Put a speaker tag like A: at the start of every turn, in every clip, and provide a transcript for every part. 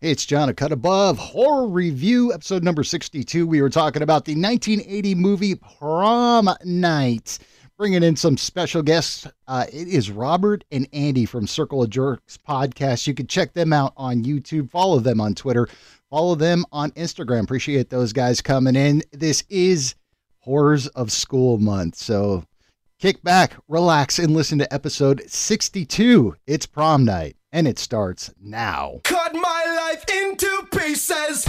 A: It's John A Cut Above Horror Review, episode number 62. We were talking about the 1980 movie Prom Night. Bringing in some special guests. Uh, it is Robert and Andy from Circle of Jerks podcast. You can check them out on YouTube, follow them on Twitter, follow them on Instagram. Appreciate those guys coming in. This is Horrors of School Month. So kick back, relax, and listen to episode 62. It's prom night, and it starts now.
B: Cut my life into pieces.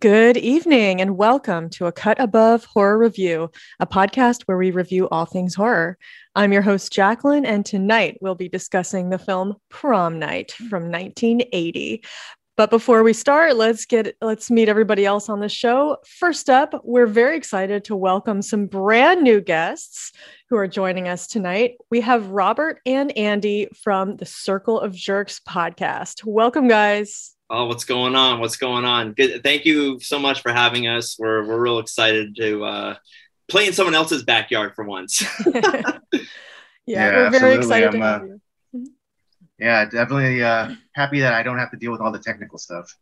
C: Good evening and welcome to A Cut Above Horror Review, a podcast where we review all things horror. I'm your host, Jacqueline, and tonight we'll be discussing the film Prom Night from 1980. But before we start, let's get let's meet everybody else on the show. First up, we're very excited to welcome some brand new guests who are joining us tonight. We have Robert and Andy from the Circle of Jerks podcast. Welcome, guys.
D: Oh, what's going on? What's going on? Good. Thank you so much for having us. We're we're real excited to uh, play in someone else's backyard for once.
C: yeah,
E: Yeah,
C: we're very
E: absolutely.
C: excited
E: I'm,
C: to have
E: uh,
C: you.
E: Yeah, definitely uh, happy that I don't have to deal with all the technical stuff.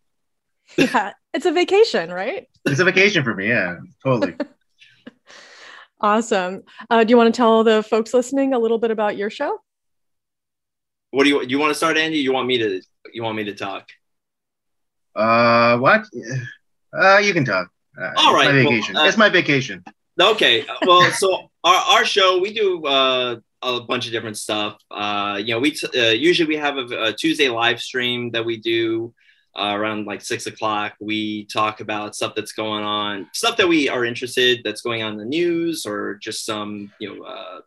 C: Yeah, it's a vacation, right?
E: It's a vacation for me. Yeah, totally.
C: Awesome. Uh, do you want to tell the folks listening a little bit about your show?
D: what do you do? You want to start, Andy? You want me to? You want me to talk?
E: uh, what? Uh, you can talk. Uh,
D: All
E: it's
D: right,
E: My
D: well,
E: vacation.
D: uh,
E: it's my vacation.
D: Okay. uh, Well, so our our show we do uh, a bunch of different stuff. Uh, you know, we t- uh, usually we have a, a Tuesday live stream that we do. Uh, around like six o'clock, we talk about stuff that's going on, stuff that we are interested that's going on in the news, or just some you know uh,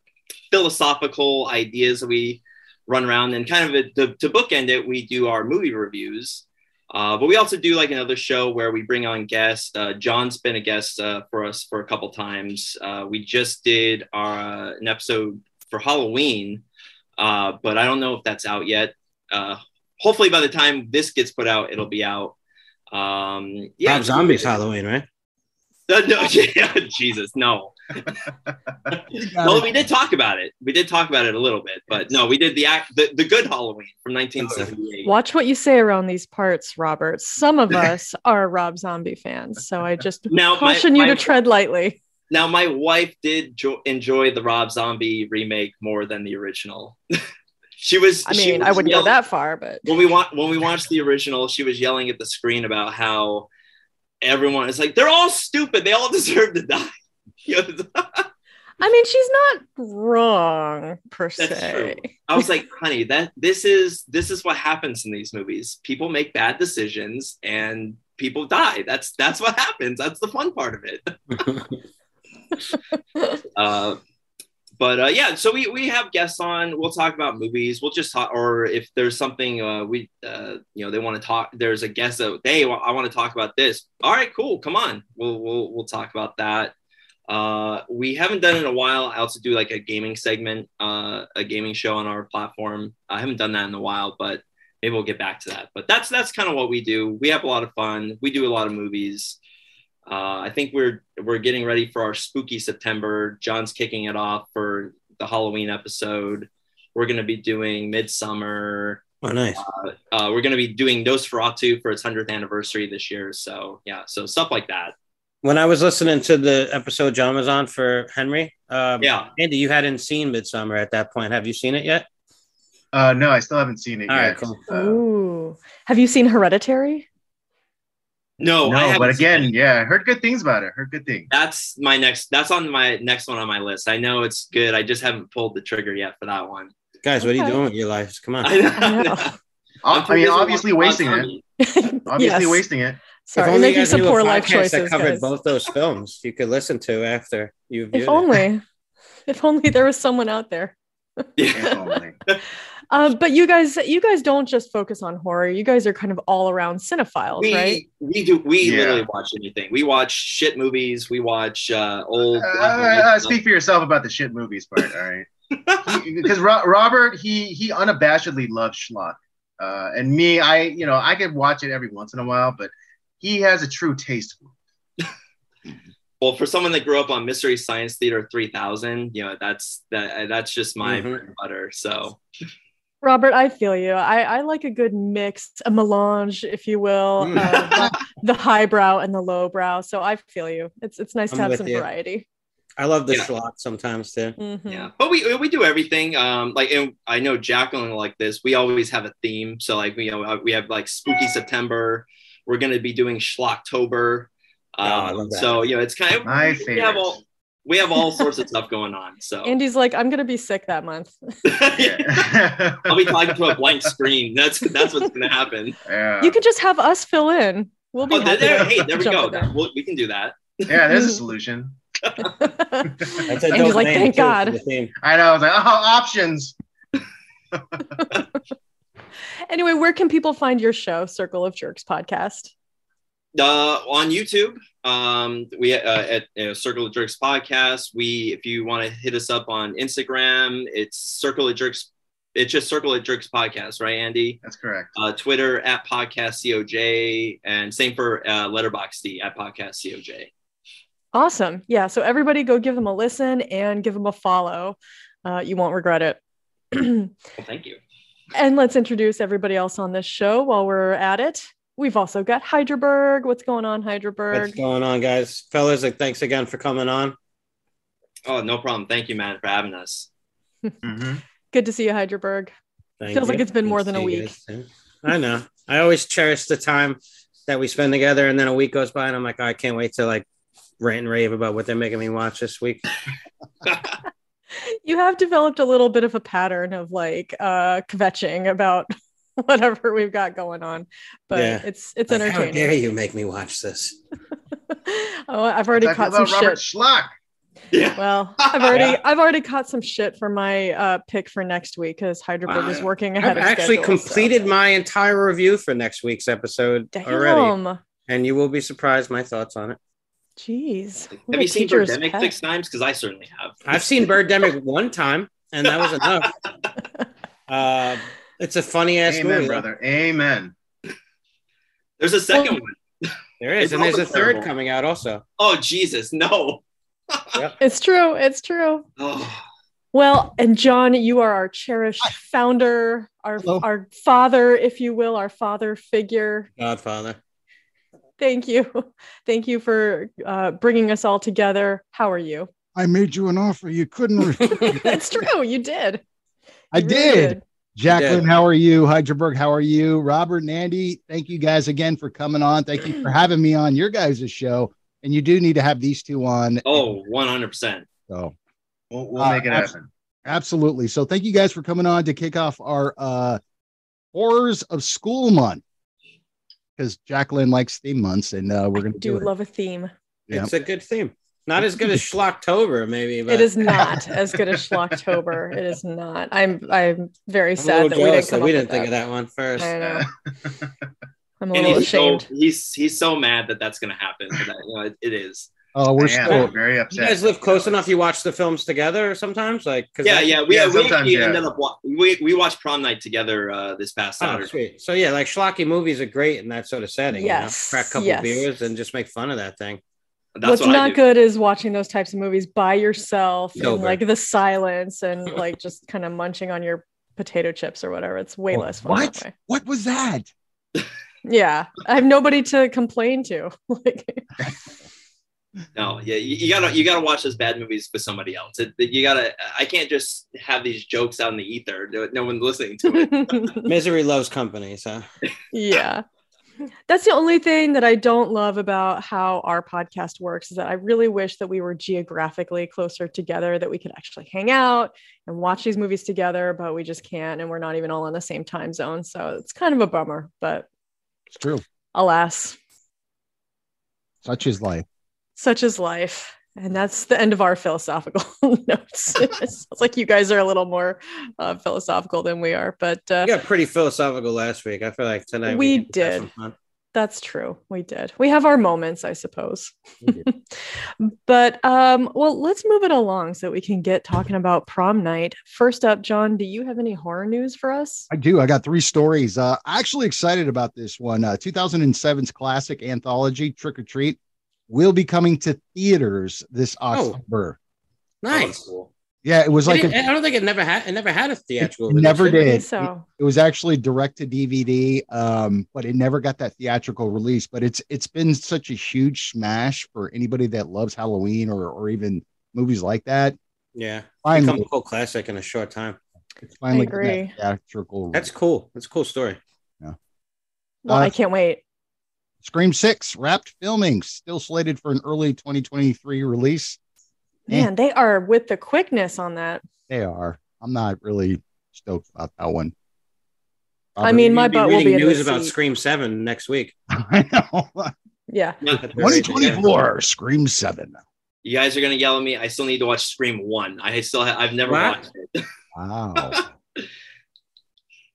D: philosophical ideas that we run around and kind of a, to, to bookend it we do our movie reviews uh, but we also do like another show where we bring on guests uh, john's been a guest uh, for us for a couple times uh, we just did our, an episode for halloween uh, but i don't know if that's out yet uh, hopefully by the time this gets put out it'll be out um yeah
F: Rob Zombie's Halloween, right?
D: Uh, no, yeah, jesus no well, we did talk about it. We did talk about it a little bit, but no, we did the act, the, the good Halloween from 1978.
C: Watch what you say around these parts, Robert. Some of us are Rob Zombie fans, so I just
D: Now, my-
C: caution you
D: my-
C: to tread lightly.
D: Now, my wife did jo- enjoy the Rob Zombie remake more than the original. she was.
C: I
D: she
C: mean,
D: was
C: I wouldn't go
D: yelling-
C: that far, but
D: When we wa- when we watched the original, she was yelling at the screen about how everyone is like, they're all stupid. They all deserve to die. You know,
C: I mean, she's not wrong per
D: That's
C: se.
D: I was like, honey, that this is this is what happens in these movies. People make bad decisions and people die. That's that's what happens. That's the fun part of it. Uh, but uh, yeah, so we, we have guests on. We'll talk about movies. We'll just talk, or if there's something uh, we uh, you know they want to talk. There's a guest that hey, well, I want to talk about this. All right, cool. Come on, we'll we'll we'll talk about that. Uh, we haven't done it in a while. I also do like a gaming segment, uh, a gaming show on our platform. I haven't done that in a while, but maybe we'll get back to that. But that's that's kind of what we do. We have a lot of fun. We do a lot of movies. Uh, I think we're we're getting ready for our spooky September. John's kicking it off for the Halloween episode. We're going to be doing Midsummer.
F: Oh, nice.
D: Uh, we're going to be doing Nosferatu for its hundredth anniversary this year. So yeah, so stuff like that.
F: When I was listening to the episode John was on for Henry, um,
D: Yeah,
F: Andy, you hadn't seen Midsummer at that point. Have you seen it yet?
E: Uh, no, I still haven't seen it
F: All
E: yet.
F: right, cool.
E: Uh,
C: Ooh, have you seen Hereditary?
D: no, oh, I
E: no,
D: haven't
E: but
D: seen
E: again,
D: it.
E: yeah, heard good things about it. Heard good things.
D: that's my next. That's on my next one on my list. I know it's good. I just haven't pulled the trigger yet for that one.
F: Guys, what are
C: Okay.
F: you doing with your lives? Come on.
D: I,
C: know.
E: I, I mean, obviously wasting it. Obviously
C: Yes.
E: wasting it.
C: Sorry,
F: If
C: you're
F: only you
C: making
F: guys
C: some
F: knew a
C: poor life
F: podcast
C: choices.
F: That covered
C: guys.
F: both those films. You could listen to after you viewed
C: If only, if only there was someone out there.
D: Yeah.
E: If only.
C: Uh, but you guys, you guys don't just focus on horror. You guys are kind of all around cinephiles,
D: we,
C: right?
D: We do. We
E: Yeah.
D: literally watch anything. We watch shit movies. We watch uh,
E: Uh,
D: old. black and white
E: uh,
D: stuff.
E: speak for yourself about the shit movies part. All right. because Ro- Robert he he unabashedly loves schlock, uh, and me I you know I could watch it every once in a while, but he has a true taste. for it.
D: well, for someone that grew up on Mystery Science Theater 3000, you know, that's that that's just my
F: Mhm.
E: Mm-hmm.
D: bread and butter. So,
C: Robert, I feel you. I, I like a good mix, a melange, if you will,
F: Mm.
C: of the, the highbrow and the lowbrow. So I feel you. It's it's nice
F: I'm
C: to have
F: with
C: some
F: you.
C: variety.
F: I love the
D: Yeah.
F: schlock sometimes too.
C: Mhm.
F: Hmm.
D: yeah. But we we do everything. Um like and I know Jacqueline like this. We always have a theme. So like we you know we have like spooky September. We're going to be doing Schlocktober. Um,
F: Oh, I love that.
D: so, you know, it's kind of
E: My
D: We have
E: favorite.
D: all we have all sorts of stuff going on. So
C: Andy's like, I'm gonna be sick that month.
E: Yeah.
D: I'll be talking to a blank screen. That's that's what's going to happen.
E: yeah.
C: You can just have us fill in. We'll be
D: Oh, there,
C: happy.
D: there- hey, there we
C: Jump
D: go.
C: with that.
D: We'll- we can do that.
E: yeah, there's a solution.
F: That's a
C: And
F: dope
C: he's like,
F: name,
C: "Thank
F: too, for
C: God."
F: the theme.
E: I know. I was like, oh, options.
C: anyway, where can people find your show, Circle of Jerks podcast?
D: uh, on YouTube. Um, we uh, at uh, Circle of Jerks podcast. We, if you want to hit us up on Instagram, it's Circle of Jerks. It's just Circle of Jerks podcast, right, Andy?
E: That's correct.
D: Uh, Twitter at podcast coj, and same for uh, Letterboxd at podcast coj.
C: Awesome. Yeah. So everybody go give them a listen and give them a follow. Uh, you won't regret it.
D: Well, thank you.
C: and let's introduce everybody else on this show while we're at it. We've also got Hydraberg. What's going on,
F: What's
C: Hydraberg?
F: going on, guys? Fellas, like, thanks again for coming on.
D: Oh, no problem. Thank you, man, for having us.
E: Mhm.
C: Good to see you, Hydraberg.
F: Thank
C: Feels
F: you.
C: like it's been more
F: Good
C: than
F: to
C: a
F: see you
C: week.
F: guys, too. I know. I always cherish the time that we spend together, and then a week goes by, and I'm like, oh, I can't wait to like rant and rave about what they're making me watch this week.
C: You have developed a little bit of a pattern of like uh kvetching about whatever we've got going on. But
F: Yeah.
C: it's it's
F: Like, How dare
C: entertaining.
F: you make me watch this?
C: oh, I've already
E: Talking
C: caught some
E: about Robert
C: shit.
E: Schlock.
D: Yeah.
C: Well, I've already I've already caught some shit for my uh, pick for next week because Hyderberg
F: Wow.
C: is working ahead.
F: I've
C: of
F: actually
C: schedule, so-
F: completed my entire review for next week's episode already,
C: Damn.
F: and you will be surprised my thoughts on it.
C: Jeez. What
D: Have
C: a
D: you seen
C: teacher's
D: Birdemic
C: pet.
D: six times? Because I certainly have.
F: I've seen Birdemic one time, and that was enough. Uh, it's a funny ass
E: Amen,
F: movie. though.
E: brother. Amen.
D: There's a second one.
F: There is,
D: It's
F: and there's a
D: also
F: third
D: terrible.
F: coming out also.
D: Oh Jesus, no.
C: It's true. It's true.
D: Oh,
C: Well, and John, you are our cherished founder, our
A: Hello.
C: our father, if you will, our father figure.
F: Godfather.
C: Thank you, thank you for uh, bringing us all together. How are you?
A: I made you an offer you couldn't. Re-
C: it's true. You did.
A: I
C: You really
A: did. Jacqueline,
F: did.
A: how are you? Hydraberg, how are you? Robert and Andy, thank you guys again for coming on. Thank you for having me on your guys' show. And you do need to have these two on.
D: oh, 100 percent.
A: So
E: We'll, we'll
A: Uh,
E: make it
A: abs-
E: happen.
A: absolutely. So thank you guys for coming on to kick off our uh horrors of school month. Because Jacqueline likes theme months, and uh, we're gonna
C: do
A: do, it.
C: love a theme.
A: Yeah.
F: It's a good theme. Not as good as Schlocktober, maybe. But
C: It is not as good as Schlocktober. It is not. I'm I'm very
F: I'm a
C: sad
F: little
C: that we didn't
F: jealous
C: come
F: that we
C: up
F: didn't
C: with
F: think of that one first.
C: I
E: Uh,
C: know. I'm a
D: and
C: little
D: he's
C: ashamed.
D: so he's he's so mad that that's gonna happen. That, you know, it, it is.
A: Oh, we're
E: I am
A: still
E: very
F: You
E: upset.
F: guys live close enough. You watch the films together sometimes, like 'cause
D: Yeah,
F: that-
D: yeah. We,
E: Yeah,
D: we
E: sometimes,
D: actually
E: yeah.
D: ended up wa- we we watched prom night together uh, this past
F: Oh,
D: Saturday.
F: sweet. So yeah, like schlocky movies are great in that sort of setting. you know?
C: Yes,
F: crack a couple
C: yes.
F: beers and just make fun of that thing.
D: That's
C: What's
D: what I
C: not
D: do.
C: good is watching those types of movies by yourself and
F: Sober.
C: like the silence and like just kind of munching on your potato chips or whatever. It's way
A: Oh,
C: less fun. that
A: what?
C: way.
A: what was that?
C: Yeah. I have nobody to complain to. like
D: No, yeah. You, you gotta you gotta watch those bad movies with somebody else. It, you gotta. I can't just have these jokes out in the ether. No, no one's listening to it.
F: Misery loves company. So
C: yeah. That's the only thing that I don't love about how our podcast works is that I really wish that we were geographically closer together, that we could actually hang out and watch these movies together, but we just can't. And we're not even all in the same time zone. So it's kind of a bummer, but
A: It's true.
C: alas,
A: Such is life.
C: such is life. And that's the end of our philosophical notes. it sounds like you guys are a little more uh, philosophical than we are, but uh,
F: we got pretty philosophical last week. I feel like tonight
C: We
F: can have
C: did.
F: some fun.
C: that's true. We did. We have our moments, I suppose. but um, well, let's move it along so we can get talking about prom night. First up, John, do you have any horror news for us?
A: I do. I got three stories. Uh, actually excited about this one. Uh, 2007's classic anthology Trick or Treat will be coming to theaters this
F: Oh.
A: October.
F: Nice.
A: Yeah, it was
F: It
A: like
F: didn't-
A: a,
F: I don't think it never had. It never had a theatrical.
A: It
F: release,
A: never
F: it?
A: did. Uh,
C: think so.
A: it was actually direct to DVD, um, but it never got that theatrical release. But it's it's been such a huge smash for anybody that loves Halloween or or even movies like that.
F: Yeah, become a
A: Finally,
F: cult classic in a short time.
A: it's finally
C: I agree.
A: got that theatrical.
F: That's cool. That's a cool story.
C: Well,
A: Uh,
C: I can't wait.
A: Scream Six wrapped filming, still slated for an early 2023 release. eh.
C: Man, they are with the quickness on that.
A: They are. I'm not really stoked about that one.
C: I mean, my
F: You'd
C: butt will
F: reading
C: be in
F: news
C: the
F: about
C: seat.
F: Scream Seven next week.
A: I know.
C: Yeah.
D: But
F: They're rating it.
A: 2024 Scream Seven.
D: you guys are gonna yell at me. I still need to watch Scream One. I still ha- I've never
F: What?
D: watched it.
A: Wow.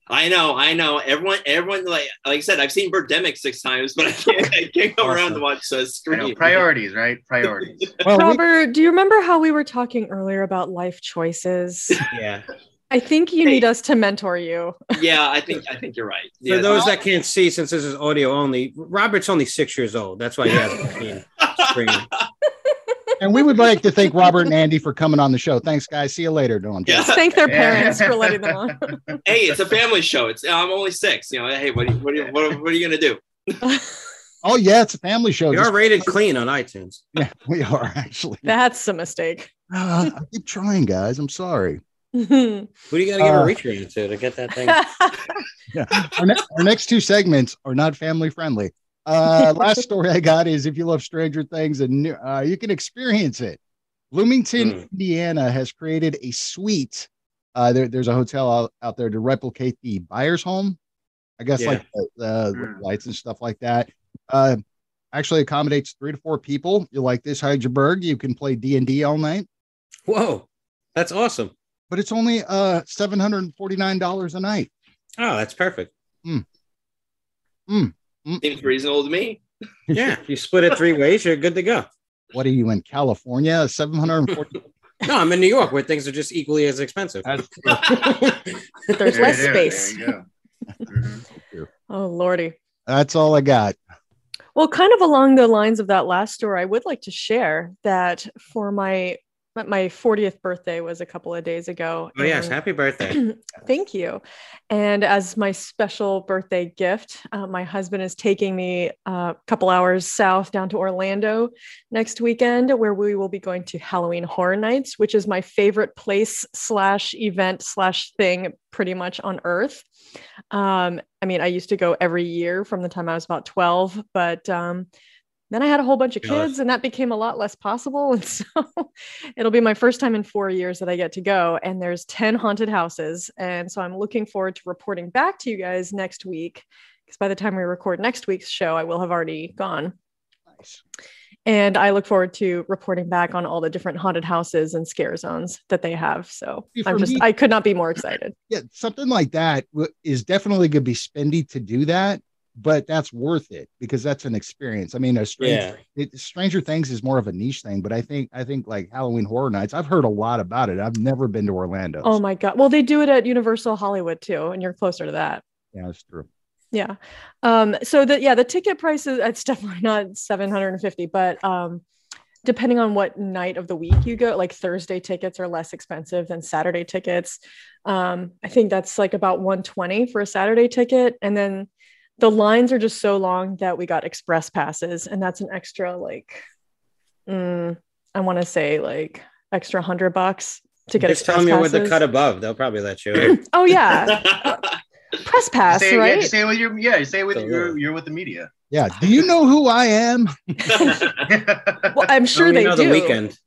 D: I know, I know. Everyone, everyone, like like I said, I've seen Birdemic six times, but I can't, I can't go around to watch uh,
E: I know,
D: Scream.
E: priorities, right? Priorities.
A: well, we-
C: Robert, do you remember how we were talking earlier about life choices?
F: Yeah.
C: I think you
D: Hey.
C: need us to mentor you.
D: Yeah, I think I think you're right.
F: For
D: Yeah.
F: those that can't see, since this is audio only, Robert's only six years old. That's why he hasn't seen Scream.
A: and we would like to thank Robert and Andy for coming on the show. Thanks, guys. See you later. No, I'm
D: Yeah.
C: Just thank their
E: Yeah.
C: parents for letting them on.
D: hey, it's a family show. It's I'm only six. You know, hey, what are you, what are you, what are, what are you gonna do?
A: Oh yeah, it's a family show.
F: We
A: Just-
F: are rated clean on iTunes.
A: yeah, we are actually.
C: That's a mistake.
A: Uh, I keep trying, guys. I'm sorry.
F: Who do you got to give
A: Uh,
F: a reach rating to to get that thing?
A: Yeah. Our, ne- our next two segments are not family friendly. Uh, last story I got is if you love Stranger Things and new- uh, you can experience it. Bloomington,
F: Hmm.
A: Indiana has created a suite. Uh, there, there's a hotel out, out there to replicate the buyer's home. I guess
F: Yeah.
A: like the, the
E: Hmm.
A: lights and stuff like that. Uh, actually accommodates three to four people. You like this Heidelberg? You can play D and D all night.
F: Whoa, that's awesome.
A: but it's only uh seven hundred and forty nine dollars a night.
F: Oh, that's perfect.
D: Seems reasonable to me.
F: Yeah, if you split it three ways, you're good to go.
A: What are you in California? Seven hundred and forty.
F: No, I'm in New York where things are just equally as expensive.
C: There's less
E: There it is.
C: space.
E: There you go. Mhm.
C: Oh, Lordy.
A: That's all I got.
C: Well, kind of along the lines of that last story, I would like to share that for my my 40th birthday was a couple of days ago.
F: Oh yes,
C: and-
F: happy birthday.
C: Thank you. And as my special birthday gift, uh, my husband is taking me uh, a couple hours south down to Orlando next weekend, where we will be going to Halloween Horror Nights, which is my favorite place slash event slash thing pretty much on earth. Um, I mean, I used to go every year from the time I was about 12, but um, then I had a whole bunch of
F: Jealous.
C: kids and that became a lot less possible. And so it'll be my first time in four years that I get to go. And there's 10 haunted houses. And so I'm looking forward to reporting back to you guys next week. Because by the time we record next week's show, I will have already gone.
A: Nice.
C: And I look forward to reporting back on all the different haunted houses and scare zones that they have. So
A: See, for
C: I'm just,
A: me-
C: I could not be more excited.
A: Yeah, something like that w- is definitely going to be spendy to do that, but that's worth it because that's an experience. I mean, a stranger,
F: Yeah.
A: it, Stranger Things is more of a niche thing, but I think I think like Halloween Horror Nights. I've heard a lot about it. I've never been to Orlando.
C: Oh my God. Well, they do it at Universal Hollywood too. And you're closer to that.
A: yeah, that's true.
C: Yeah. Um, so the yeah, the ticket price is it's definitely not 750, but um depending on what night of the week you go, like Thursday tickets are less expensive than Saturday tickets. Um, I think that's like about 120 for a Saturday ticket. And then the lines are just so long that we got express passes, and that's an extra like mm, I want to say like extra hundred bucks to get
F: Just
C: express
F: tell me what
C: passes.
F: the cut above. They'll probably let you. in.
C: oh yeah, press pass,
E: Say, yeah,
C: right?
E: just say with your yeah, you say with
F: So-
E: your you're with the media.
A: Yeah. Do you know who I am?
C: well, I'm sure
F: Let me
C: they
F: know
C: do.
F: The weekend.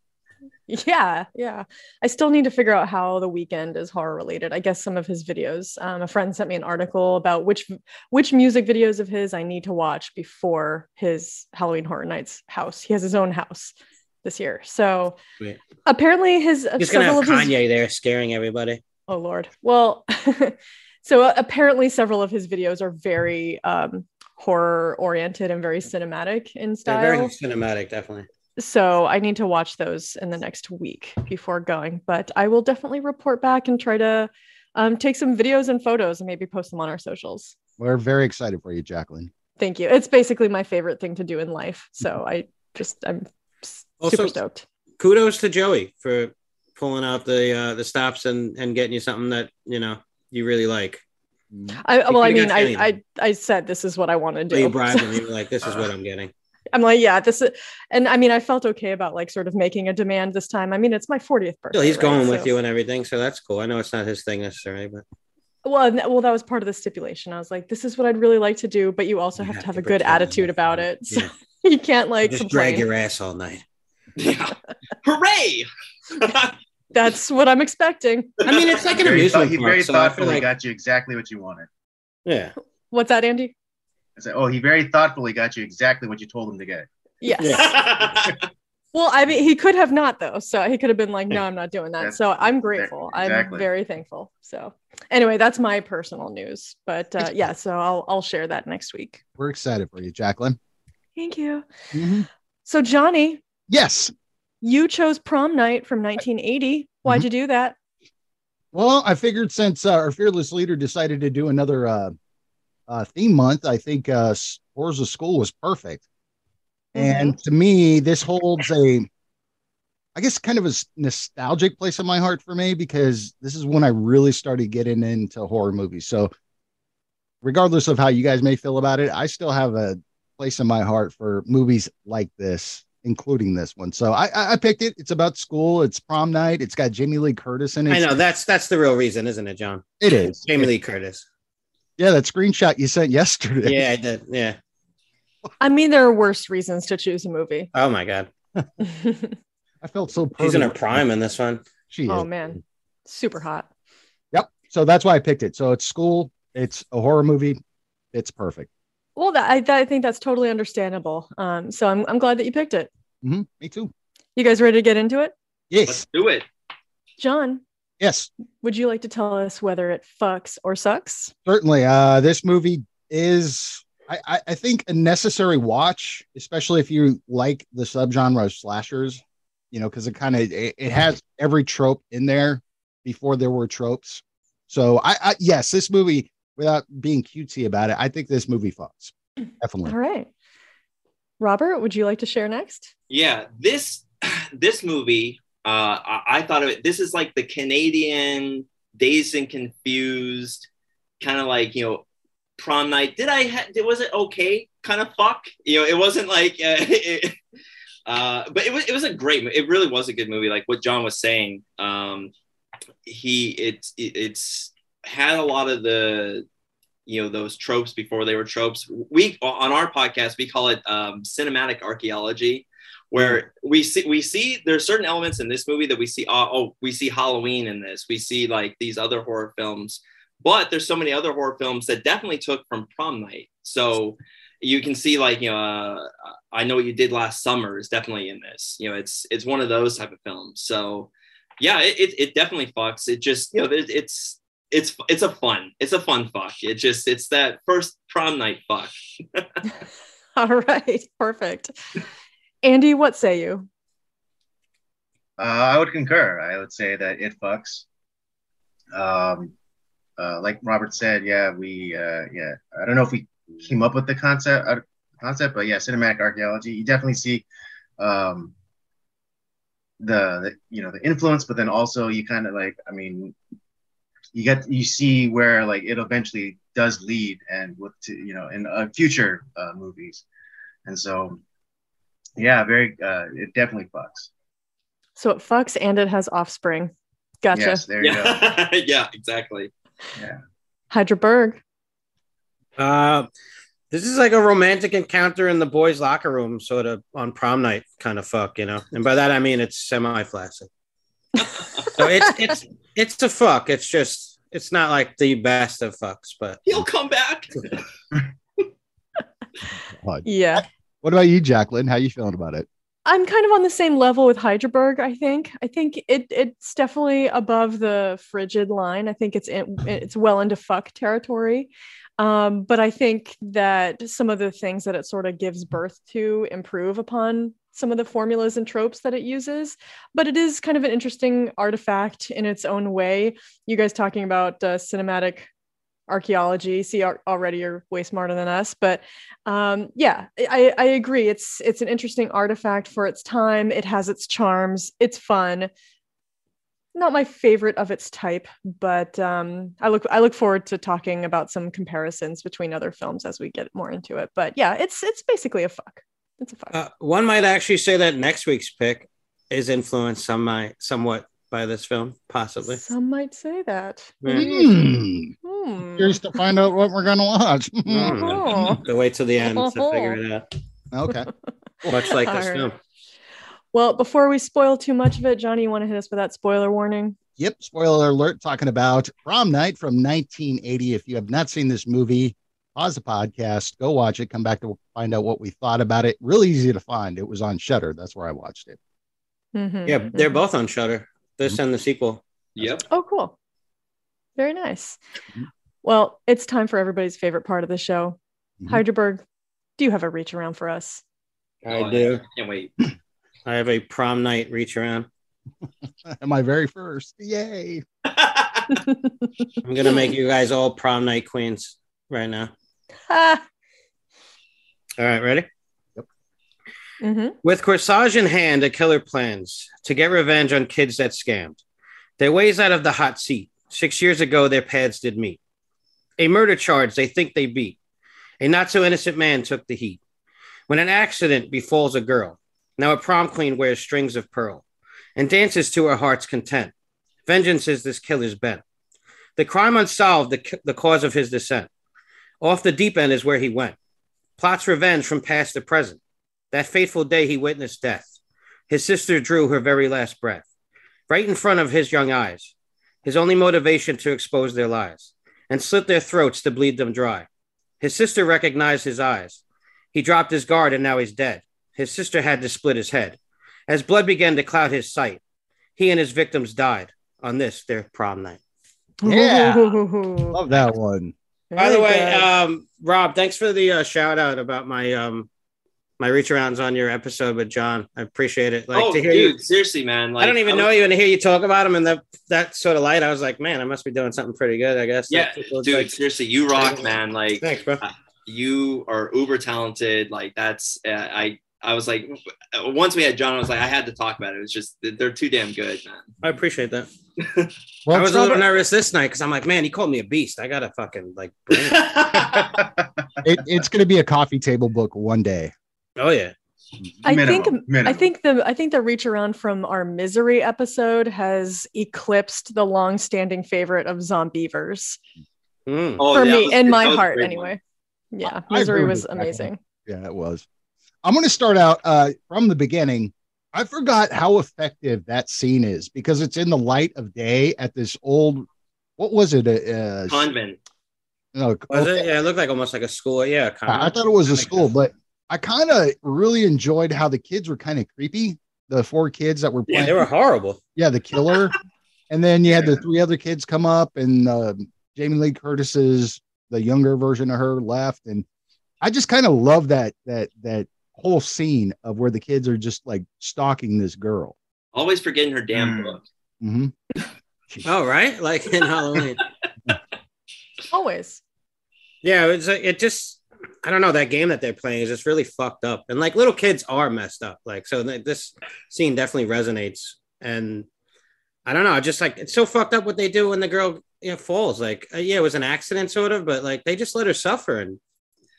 C: Yeah, yeah. I still need to figure out how the weekend is horror related. I guess some of his videos. Um, a friend sent me an article about which which music videos of his I need to watch before his Halloween Horror Nights house. He has his own house this year, so
F: Sweet.
C: apparently his
F: He's gonna have
C: several of his-
F: Kanye there scaring everybody.
C: Oh Lord. Well, so uh, apparently several of his videos are very um, horror oriented and very cinematic in
F: They're
C: style
F: very cinematic, definitely.
C: so I need to watch those in the next week before going. But I will definitely report back and try to um, take some videos and photos and maybe post them on our socials.
A: We're very excited for you, Jacqueline.
C: Thank you. It's basically my favorite thing to do in life, so I just I'm s-
F: Also-
C: super stoked.
F: kudos to Joey for pulling out the uh, the stops and and getting you something that you know you really like.
C: I well, I
F: could've
C: mean,
F: got
C: I,
F: anything.
C: I I said this is what I want to
F: So
C: do.
F: you bribed
C: So
F: him. You were like, "This is what I'm getting."
C: I'm like, yeah, this is, and I mean, I felt okay about like sort of making a demand this time. I mean, it's my 40th birthday.
F: Still, he's
C: right?
F: going with
C: So-
F: you and everything, so that's cool. I know it's not his thing necessarily, but
C: Well, and that, well, that was part of the stipulation. I was like, this is what I'd really like to do, but you also
F: You
C: have,
F: have
C: to have
F: to
C: a good
F: pretend that
C: attitude
F: it's
C: about
F: fun.
C: it. So
F: Yeah.
C: you can't like
F: just
C: complain.
F: drag your ass all night.
D: Yeah. Hooray!
C: That's what I'm expecting.
F: I mean, it's like an
E: Very thought-
F: amusement
E: he
F: park,
E: very
F: so I feel
E: thoughtfully
F: like
E: got you exactly what you wanted.
F: yeah,
C: What's that, Andy?
E: I said, oh, he very thoughtfully got you exactly what you told him to get.
C: Yes.
F: Yeah.
C: Well, I mean, he could have not though. So he could have been like, no, I'm not doing that.
E: That's-
C: So I'm grateful. I'm
E: exactly.
C: very thankful. So anyway, that's my personal news. But uh, yeah, so I'll I'll share that next week.
A: We're excited for you, Jacqueline.
C: Thank you.
A: Mhm.
C: So Johnny,
A: Yes.
C: you chose prom night from 1980. Why'd
F: Mm-hmm.
A: Mhm.
C: you do that?
A: Well, I figured since uh, our fearless leader decided to do another uh, uh, theme month, I think uh, Scores of School was perfect.
C: Mm-hmm.
A: And to me, this holds a, I guess, kind of a s- nostalgic place in my heart for me because this is when I really started getting into horror movies. So, regardless of how you guys may feel about it, I still have a place in my heart for movies like this, including this one. So, I, I, I picked it. It's about school, it's prom night, it's got Jamie Lee Curtis in it.
F: I know that's that's the real reason, isn't it, John?
A: It is.
F: Jamie Lee Curtis.
A: Yeah, that screenshot you sent yesterday.
F: Yeah, I did. Yeah.
C: I mean, there are worse reasons to choose a movie.
F: Oh my God,
A: I felt so.
F: she's in her
A: pervy.
F: prime in this one.
A: She
C: Oh
A: is.
C: man, super hot.
A: Yep. So that's why I picked it. So it's school. It's a horror movie. It's perfect.
C: Well, that, I, that, I think that's totally understandable. Um, so I'm I'm glad that you picked it.
A: hmm Me too.
C: You guys ready to get into it?
A: Yes.
D: Let's do it.
C: John,
A: Yes.
C: would you like to tell us whether it fucks or sucks?
A: Certainly. Uh, this movie is, I, I, I think, a necessary watch, especially if you like the subgenre of slashers. You know, because it kind of it, it has every trope in there before there were tropes. So I, I yes, this movie, without being cutesy about it, I think this movie fucks. Definitely.
C: All right. Robert, would you like to share next?
D: Yeah, this this movie, uh, I, I thought of it. This is like the Canadian Dazed and Confused, kind of like you know, prom night. Did I? Ha- did- was it okay? Kind of fuck. You know, it wasn't like. Uh, it, uh, but it was it was a great. mo- It really was a good movie. Like what John was saying, um, he it's it, it's had a lot of the you know those tropes before they were tropes we on our podcast we call it um, cinematic archaeology where we see we see there's certain elements in this movie that we see uh, oh we see Halloween in this we see like these other horror films but there's so many other horror films that definitely took from prom night so you can see like you know uh, I know what you did last summer is definitely in this you know it's it's one of those type of films so yeah it, it, it definitely fucks it just you know it, it's it's it's a fun it's a fun fuck it just it's that first prom night fuck
C: All right. Perfect. Andy, what say you?
E: Uh, I would concur. I would say that it fucks. Um, uh, like Robert said, yeah, we, uh, yeah, I don't know if we came up with the concept, uh, concept, but yeah, cinematic archaeology. You definitely see, um, the, the you know the influence, but then also you kind of like, I mean, you get you see where like it eventually does lead, and what to, you know in uh, future uh, movies, and so yeah, very, uh, it definitely fucks.
C: So it fucks and it has offspring. Gotcha.
E: Yes, there you go.
D: yeah yeah exactly
C: Hydra Berg.
F: Uh, this is like a romantic encounter in the boys' locker room, sort of on prom night, kind of fuck, you know. And by that I mean it's semi-flaccid. so it's it's it's a fuck. It's just it's not like the best of fucks, but
D: he'll come back
C: Yeah.
A: What about you, Jacqueline? How you feeling about it?
C: I'm kind of on the same level with Hydraberg, I think. I think it it's definitely above the frigid line. I think it's in, it's well into fuck territory. Um, but I think that some of the things that it sort of gives birth to improve upon some of the formulas and tropes that it uses. But it is kind of an interesting artifact in its own way. You guys talking about uh, cinematic archaeology. See, ar- already you're way smarter than us. But um, yeah, I, I agree. It's it's an interesting artifact for its time. It has its charms. It's fun. Not my favorite of its type, but um, I look I look forward to talking about some comparisons between other films as we get more into it. But yeah, it's it's basically a fuck. It's a fuck.
F: Uh, one might actually say that next week's pick is influenced some my, somewhat by this film, possibly.
C: Some might say that.
F: Yeah.
A: Hmm.
C: Hmm.
A: Curious to find out what we're gonna watch.
F: Mm.
C: Oh.
F: So wait till the end to figure it out.
A: okay.
F: Much like this
C: All right.
F: film.
C: Well, before we spoil too much of it, Johnny, you want to hit us with that spoiler warning?
A: Yep. Spoiler alert. Talking about Prom Night from 1980. If you have not seen this movie, pause the podcast, go watch it, come back to find out what we thought about it. Really easy to find. It was on Shutter. That's where I watched it.
C: Mhm.
F: Yeah, they're both on Shutter. This and the sequel.
D: Yep.
C: Oh, cool. Very nice. Well, it's time for everybody's favorite part of the show.
A: Mhm.
C: Hyderberg, do you have a reach around for us?
F: I
D: Oh,
F: do.
D: Can't wait.
F: I have a prom night reach around.
A: My very first. Yay.
F: I'm gonna make you guys all prom night queens right now.
C: Ah.
F: All right, ready?
C: Mhm.
F: With corsage in hand, a killer plans to get revenge on kids that scammed. Their ways out of the hot seat. Six years ago, their paths did meet. A murder charge they think they beat. A not so innocent man took the heat. When an accident befalls a girl, now a prom queen wears strings of pearl and dances to her heart's content. Vengeance is this killer's bent. The crime unsolved, the, c- the cause of his descent. Off the deep end is where he went. Plots revenge from past to present. That fateful day he witnessed death. His sister drew her very last breath, right in front of his young eyes. His only motivation to expose their lies and slit their throats to bleed them dry. His sister recognized his eyes. He dropped his guard and now he's dead. His sister had to split his head. As blood began to cloud his sight, he and his victims died on this, their prom night.
A: Yeah.
C: Ooh.
A: Love that one.
F: By the
C: Very
F: way,
C: good.
F: um, Rob, thanks for the uh, shout out about my um, my reach arounds on your episode with John. I appreciate it. Like
D: oh,
F: to hear you
D: dude, seriously, man. Like,
F: I don't even
D: was-
F: know you, and to hear you talk about him in that that sort of light, I was like, man, I must be doing something pretty good, I guess.
D: Yeah,
F: That's what it's
D: Dude,
F: like.
D: seriously, you rock, man. Like,
F: thanks, bro.
D: you are uber talented. Like, that's, uh, I, I was like, once we had John, I was like, I had to talk about it. It was just, they're too damn good, man.
F: I appreciate that.
A: Well,
F: I was a
A: Robert,
F: little nervous this night because I'm like, man, he called me a beast. I gotta fucking like. bring it.
A: it, it's going to be a coffee table book one day.
F: oh yeah,
C: I
E: Minimum,
C: think I
E: minimum.
C: think the I think the reach around from our misery episode has eclipsed the long-standing favorite of Zombievers
F: Mm.
D: Oh,
C: for
D: yeah, that
C: me
D: was-
C: in my
D: that was a
C: heart
D: great one.
C: anyway. Yeah,
A: I
C: misery
A: agree with
C: was
A: you, Jacqueline.
C: amazing.
A: Yeah, it was. I'm going to start out uh, from the beginning. I forgot how effective that scene is because it's in the light of day at this old, what was it? Uh, uh,
D: Convent.
A: no,
F: Was it? Yeah, it looked like almost like a school. Yeah, kind
A: Uh, I I
F: of.
A: thought it was a
F: Like
A: school,
F: that.
A: but I kind of really enjoyed how the kids were kind of creepy. The four kids that were
F: yeah,
A: playing,
F: they
A: yeah,
F: were horrible.
A: the killer, and then you had the
E: Yeah.
A: three other kids come up, and um Jamie Lee Curtis's the younger version of her left, and I just kind of love that that that whole scene of where the kids are just like stalking this girl.
D: Always forgetting her damn
E: Mm.
D: book.
A: hmm
F: Oh right, like in Halloween.
C: Always.
F: Yeah, it's like it just. I don't know that game that they're playing is just really fucked up, and like little kids are messed up. Like so, th- this scene definitely resonates, and I don't know. I Just like it's so fucked up what they do when the girl you know, falls. Like uh, yeah, it was an accident sort of, but like they just let her suffer and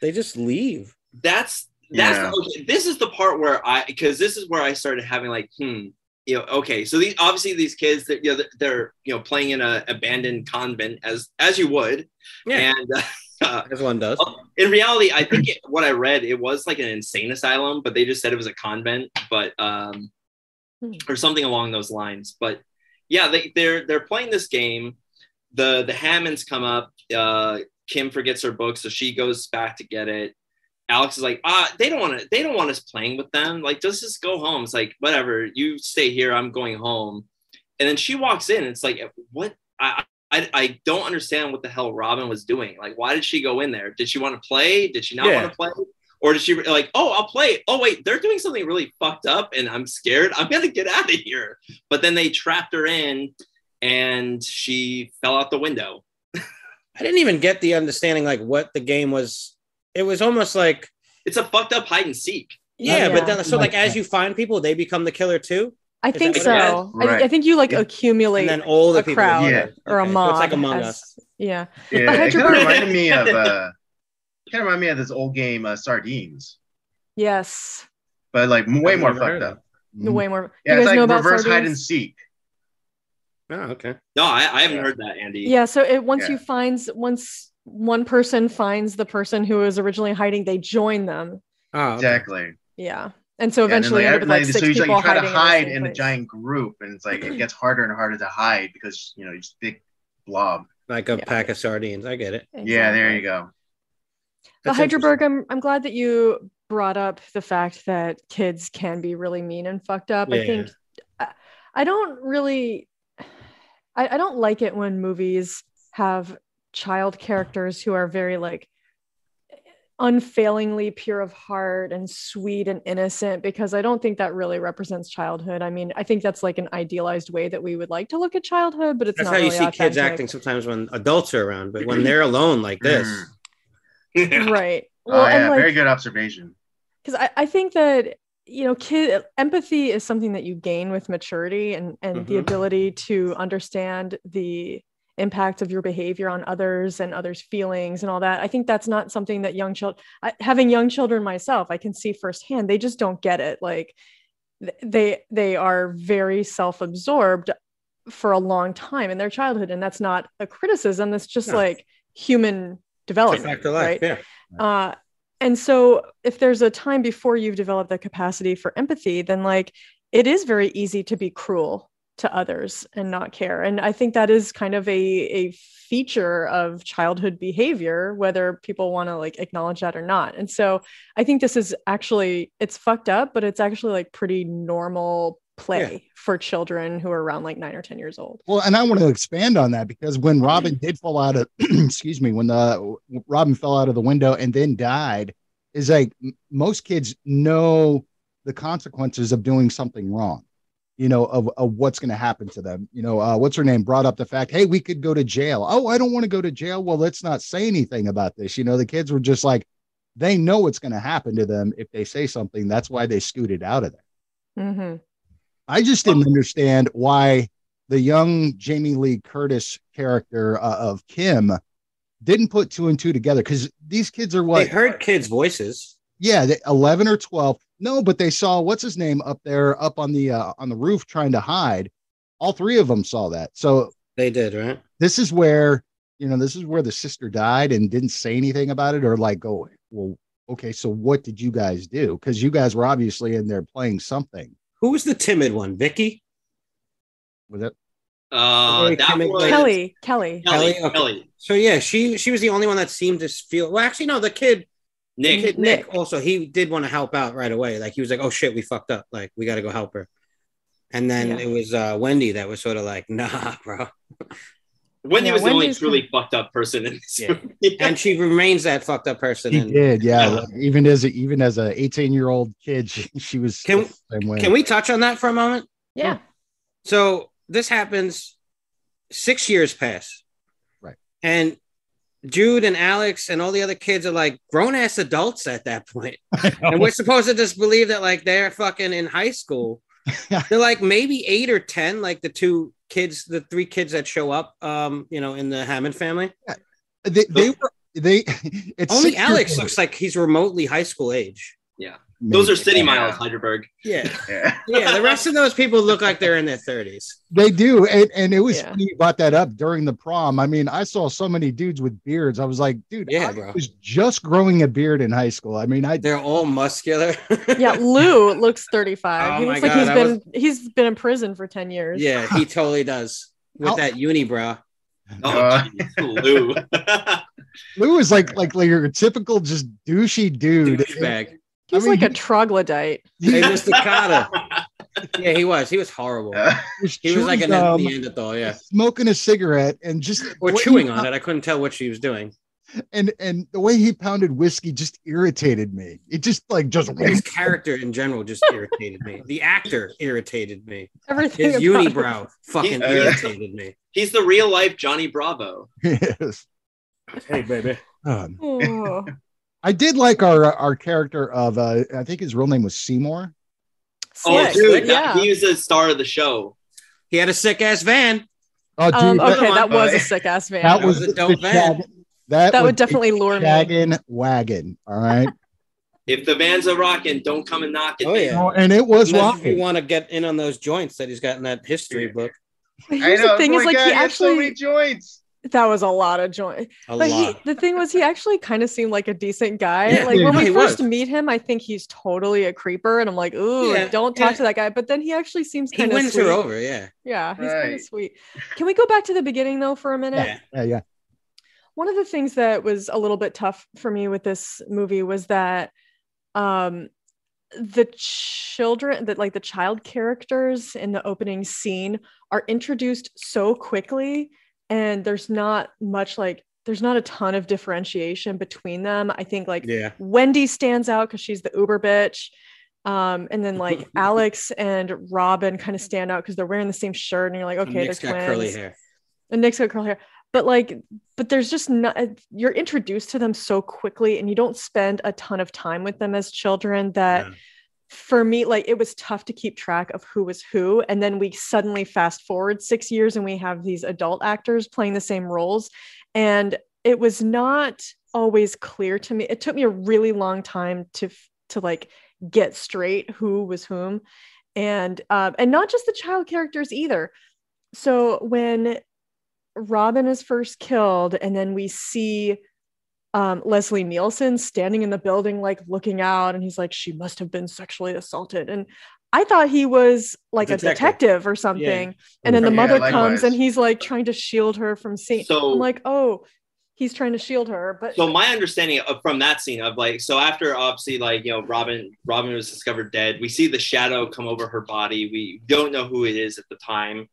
F: they just leave.
D: that's that's
E: Yeah.
D: okay, this is the part where I because this is where I started having like hmm you know okay so these obviously these kids that you know they're, they're you know playing in a abandoned convent as as you would
F: Yeah.
D: and uh,
F: As one does.
D: in reality I think it, what I read it was like an insane asylum but they just said it was a convent but um
C: Hmm.
D: or something along those lines but yeah they they're they're playing this game the the Hammonds come up uh Kim forgets her book so she goes back to get it Alex is like, ah, they don't want to, they don't want us playing with them. Like, just just go home. It's like, whatever, you stay here. I'm going home. And then she walks in. It's like, what? I, I, I don't understand what the hell Robin was doing. Like, why did she go in there? Did she want to play? Did she not
F: Yeah.
D: want to play? Or did she like, oh, I'll play. Oh, wait, they're doing something really fucked up, and I'm scared. I'm gonna get out of here. But then they trapped her in, and she fell out the window.
F: I didn't even get the understanding like what the game was. It was almost like
D: It's a fucked up hide and seek.
E: Oh,
F: yeah,
C: Oh, Yeah.
F: but then so like as you find people, they become the killer too,
C: I
F: that
C: think
F: what it
C: so.
E: is?
C: I,
E: Right.
C: I think you like
E: Yeah.
F: and
C: accumulate
F: then all the
C: a
F: people
C: crowd
E: Yeah.
C: or a
F: Okay, so
C: mob.
F: it's like Among
C: as-
F: Us.
C: Yeah.
E: Yeah, it
C: how'd you
E: kind of
C: burn it?
E: reminded me of uh, kind of reminded me of this old game uh, Sardines,
C: Yes.
E: but like way
F: I've
E: more
F: never heard
E: fucked
F: of
E: up.
C: The Way more.
E: Mm. Yeah,
C: you
E: it's
C: guys know
E: like
C: about
E: reverse hide and
C: sardines?
E: seek.
F: Oh, okay.
D: No, I, I haven't
E: Yeah.
D: heard that, Andy.
C: Yeah. So it, once
E: Yeah.
C: you finds once one person finds the person who was originally hiding, they join them.
F: Oh, okay.
E: Exactly.
C: Yeah. And so
E: Yeah, and then,
C: eventually, you end
E: like,
C: up with like
E: everybody-
C: six
E: so you,
C: people
E: like, you
C: hiding
E: try to
C: in the
E: hide
C: same
E: in a
C: place.
E: giant group, and it's like it gets harder and harder to hide because you know you just big blob.
F: Like a
C: Yeah.
F: pack of sardines. I get it.
E: Yeah, there
C: Exactly.
E: you go.
C: But
F: That's
C: Hyderberg, I'm I'm glad that you brought up the fact that kids can be really mean and fucked up. I
F: Yeah.
C: think I, I don't really I, I don't like it when movies have child characters who are very like unfailingly pure of heart and sweet and innocent because I don't think that really represents childhood. I mean, I think that's like an idealized way that we would like to look at childhood, but it's
F: That's
C: not
F: how you
C: really
F: see kids
C: authentic.
F: acting sometimes when adults are around, but when they're alone like this,
E: Mm.
C: Right.
E: oh yeah,
C: and, like,
E: very good observation.
C: because I, I think that you know kid empathy is something that you gain with maturity and and the
F: Mhm.
C: ability to understand the impact of your behavior on others and others feelings and all that i think that's not something that young children having young children myself i can see firsthand they just don't get it like th- they they are very self-absorbed for a long time in their childhood and that's not a criticism that's just
F: No.
C: like human
F: it's a
C: development
F: fact of life.
C: Oh, right?
F: Yeah.
C: Uh, and so if there's a time before you've developed the capacity for empathy, then like it is very easy to be cruel to others and not care. And I think that is kind of a a feature of childhood behavior, whether people want to like acknowledge that or not. And so I think this is actually it's fucked up, but it's actually like pretty normal play for children who are around like nine or ten years old.
A: Well, and I want to expand on that because when Robin did fall out of, excuse me, when the Robin fell out of the window and then died, is like m- most kids know the consequences of doing something wrong, you know, of, of what's going to happen to them. You know, uh, what's her name brought up the fact, hey, we could go to jail. Oh, I don't want to go to jail. Well, let's not say anything about this. You know, the kids were just like, they know what's going to happen to them if they say something. That's why they scooted out of there.
C: Mm-hmm.
A: I just didn't understand why the young Jamie Lee Curtis character uh, of Kim didn't put two and two together because these kids are
F: They
A: what?
F: heard kids' voices.
A: Yeah, they, eleven or twelve. No, but they saw what's his name up there, up on the uh, on the roof trying to hide. All three of them saw that. So
F: They did, right?
A: this is where you know this is where the sister died and didn't say anything about it or like go well okay so what did you guys do because you guys were obviously in there playing something
F: Who was the timid one? Vicky?
A: was it
D: Uh,
F: Hey,
D: that
F: Kimmy-
D: was Kelly.
C: Kelly, Kelly.
D: Kelly.
F: Kelly, okay. So yeah, she she was the only one that seemed to feel well, actually, no, the kid
D: Nick.
F: The kid Nick. also he did want to help out right away. Like he was like, "Oh shit, we fucked up. Like we got to go help her." And then
C: Yeah.
F: it was uh, Wendy that was sort of like, "Nah, bro."
D: Wendy
C: Yeah,
D: was the only
C: Wendy's-
D: truly fucked up person in this
F: Yeah.
D: movie.
F: And she remains that fucked up person.
A: She
F: and
A: did, yeah.
D: Yeah.
A: Like, even as a, even as a 18 year old kid, she, she was
F: Can-
A: the same way.
F: can we touch on that for a moment?
C: Yeah.
F: So this happens. Six years pass,
A: Right.
F: And Jude and Alex and all the other kids are like grown ass adults at that point. and we're supposed to just believe that like they're fucking in high school. they're like maybe eight or ten, like the two kids, the three kids that show up, um, you know, in the Hammond family.
A: they, they were they. It's
F: Only
A: six years
F: Alex
A: old,
F: looks like he's remotely high school age.
A: maybe.
D: Those are city
E: Yeah.
D: miles, Heidelberg.
F: Yeah,
E: Yeah.
F: yeah. The rest of those people look like they're in their thirties.
A: they do, and, and it was
C: Yeah.
A: funny you brought that up during the prom. I mean, I saw so many dudes with beards. I was like, dude,
F: Yeah,
A: I
F: bro.
A: was just growing a beard in high school. I mean, I
F: They're all muscular.
C: yeah, Lou looks 35.
F: Oh
C: he
F: my
C: looks like
F: God,
C: he's
F: I
C: been he's been in prison for 10 years.
F: yeah, he totally does with
A: How-
F: that uni bra.
D: Oh,
E: Uh.
D: geez, Lou.
A: Lou is like like like your typical just douchey dude.
F: Douchebag.
C: He's
A: I mean,
C: like a troglodyte.
F: Hey, Mr. Carter. Yeah, he was. He was horrible.
E: Uh,
F: he was like
A: chewing
F: an
A: gum,
C: um,
F: Neanderthal. Yeah,
A: smoking a cigarette and just
F: or chewing on it. I couldn't tell what she was doing.
A: and and the way he pounded whiskey just irritated me. It just like just
F: his character in general just irritated me. The actor irritated me.
C: Everything
F: His
C: about him.
F: unibrow fucking
D: Yeah.
F: irritated me.
D: He's the real life Johnny Bravo.
A: Yes.
G: Hey, baby.
A: Um,
C: Oh.
A: I did like our uh, our character of uh, I think his real name was Seymour.
D: Oh,
C: Slick,
D: dude,
C: yeah.
D: he was the star of the show.
F: He had a sick ass van.
A: Oh, dude,
C: um,
A: that,
C: okay, that was a
E: uh,
C: sick ass van.
A: that
F: that
A: was
F: was a
A: the
F: dope van.
A: Chag- That,
C: That
A: was
C: would
A: the
C: definitely lure me.
A: Chagin wagon. All right,
D: If the vans are rocking, don't come and knock it.
F: Oh,
D: man.
F: yeah.
A: Oh, and it was
F: Unless if you
A: rocking.
F: want to get in on those joints that he's got in that history book.
C: But Here's
E: I know.
C: the thing
E: oh
C: is
E: my
C: like
E: God,
C: he
E: he has so many
C: actually
E: joints.
C: that was a lot of joint.
F: A
C: But he,
F: lot.
C: the thing was he actually kind of seemed like a decent guy.
F: Yeah,
C: like
A: yeah,
C: when
F: no,
C: we
F: he
C: first
F: was.
C: meet him, I think he's totally a creeper, and I'm like, ooh,
F: Yeah,
C: don't talk
F: yeah.
C: to that guy. But then he actually seems
F: He
C: kind of
F: wins
C: sweet.
F: her over, yeah.
C: Yeah, he's kind
E: Right.
C: of sweet. Can we go back to the beginning though for a minute?
F: Yeah.
A: Yeah, yeah.
C: one of the things that was a little bit tough for me with this movie was that um the children that like the child characters in the opening scene are introduced so quickly and there's not much like there's not a ton of differentiation between them i think like
F: Yeah.
C: Wendy stands out because she's the Uber bitch. Um, and then like Alex and Robin kind of stand out because they're wearing the same shirt, and you're like, okay,
F: Nick's
C: they're
F: got
C: twins.
F: curly hair.
C: And Nick's got curly hair. But like, but there's just not you're introduced to them so quickly, and you don't spend a ton of time with them as children that
F: No.
C: for me, like it was tough to keep track of who was who. And then we suddenly fast forward six years and we have these adult actors playing the same roles. And it was not always clear to me. It took me a really long time to f- to like get straight who was whom. And um, and not just the child characters either. So when Robin is first killed, and then we see um, Leslie Nielsen standing in the building, like looking out, and he's like, "She must have been sexually assaulted." And I thought he was like a
F: Detective.
C: detective or something. And then the
E: Yeah,
C: mother comes,
E: likewise.
C: and he's like trying to shield her from seeing.
D: So-
C: I'm like, "Oh, he's trying to shield her," but
D: So my understanding of, from that scene of like so after obviously like you know Robin Robin was discovered dead. We see the shadow come over her body. We don't know who it is at the time,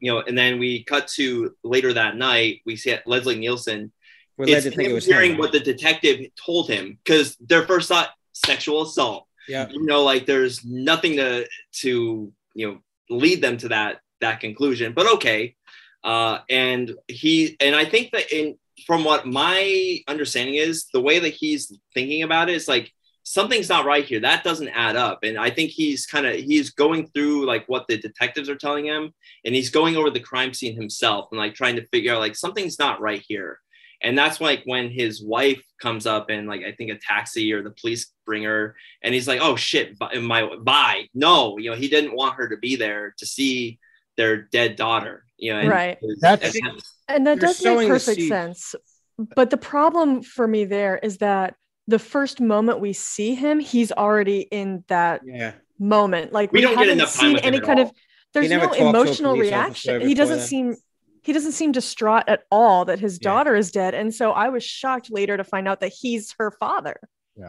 D: you know. And then we cut to later that night. We see Leslie Nielsen
F: We're led
D: it's
F: to think it
D: him
F: was
D: hearing
F: him.
D: what the detective told him because their first thought sexual assault.
F: Yeah.
D: You know, like there's nothing to to you know lead them to that that conclusion. But okay, uh, and he and I think that in from what my understanding is, the way that he's thinking about it is like something's not right here. That doesn't add up, and I think he's kind of he's going through like what the detectives are telling him, and he's going over the crime scene himself and like trying to figure out like something's not right here and that's like when his wife comes up and like I think a taxi or the police bring her, and he's like, "Oh shit, bu- my bye." No, you know he didn't want her to be there to see their dead daughter. You know, and-
C: Right.
A: That's-
C: and that
F: You're
C: does
F: sowing
C: make
F: the
C: perfect
F: seed.
C: sense but the problem for me there is that the first moment we see him he's already in that
F: Yeah.
C: moment like
D: We
C: we,
D: don't get
C: haven't
D: enough time
C: seen
D: with him
C: any
D: at
C: kind
D: all.
C: of there's
F: never
C: no
F: talked to a
C: emotional
F: police officer
C: reaction he
F: before
C: doesn't
F: that.
C: seem he doesn't seem distraught at all that his
F: Yeah.
C: daughter is dead and so i was shocked later to find out that he's her father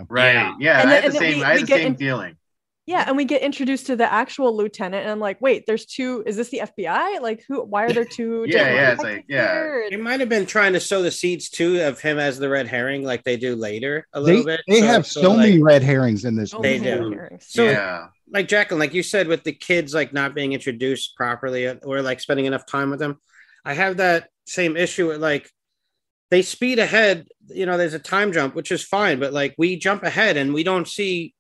D: right.
E: Yeah, yeah
C: And
E: I
C: then-
E: had
C: and
E: the
C: then
E: same.
C: we-
E: I
C: we
E: had the
C: get
E: same
C: in-
E: feeling.
C: yeah and we get introduced to the actual lieutenant and i'm like wait there's two is this the fbi like who why are there two
E: Yeah,
C: different
E: yeah, it's
C: detectives
E: like, yeah.
C: here? And-
F: They might have been trying to sow the seeds too of him as the red herring, like they do later a
A: They,
F: little bit.
A: they
F: So-
A: have so,
F: so, like-
A: many red herrings in this.
C: Oh,
F: They
A: movie.
C: my
F: do.
C: hearings.
F: So
E: yeah,
F: like Jacqueline, like you said, with the kids like not being introduced properly or like spending enough time with them, I have that same issue with like they speed ahead. You know, there's a time jump, which is fine, but like we jump ahead and we don't see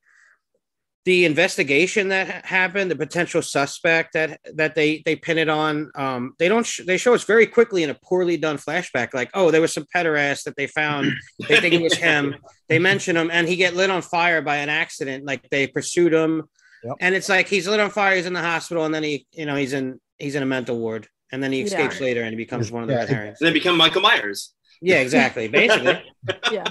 F: the investigation that ha- happened, the potential suspect that that they they pin it on. Um, they don't. Sh- they show us very quickly in a poorly done flashback, like oh, there was some pederast that they found. They think it was him. They mention him, and he get lit on fire by an accident. Like they pursued him,
A: Yep.
F: and it's like he's lit on fire. He's in the hospital, and then he, you know, he's in he's in a mental ward, and then he
C: Yeah.
F: escapes later, and he becomes one of the
A: Yeah.
F: red herrings.
D: And then become Michael Myers.
F: Yeah, exactly. Basically,
C: yeah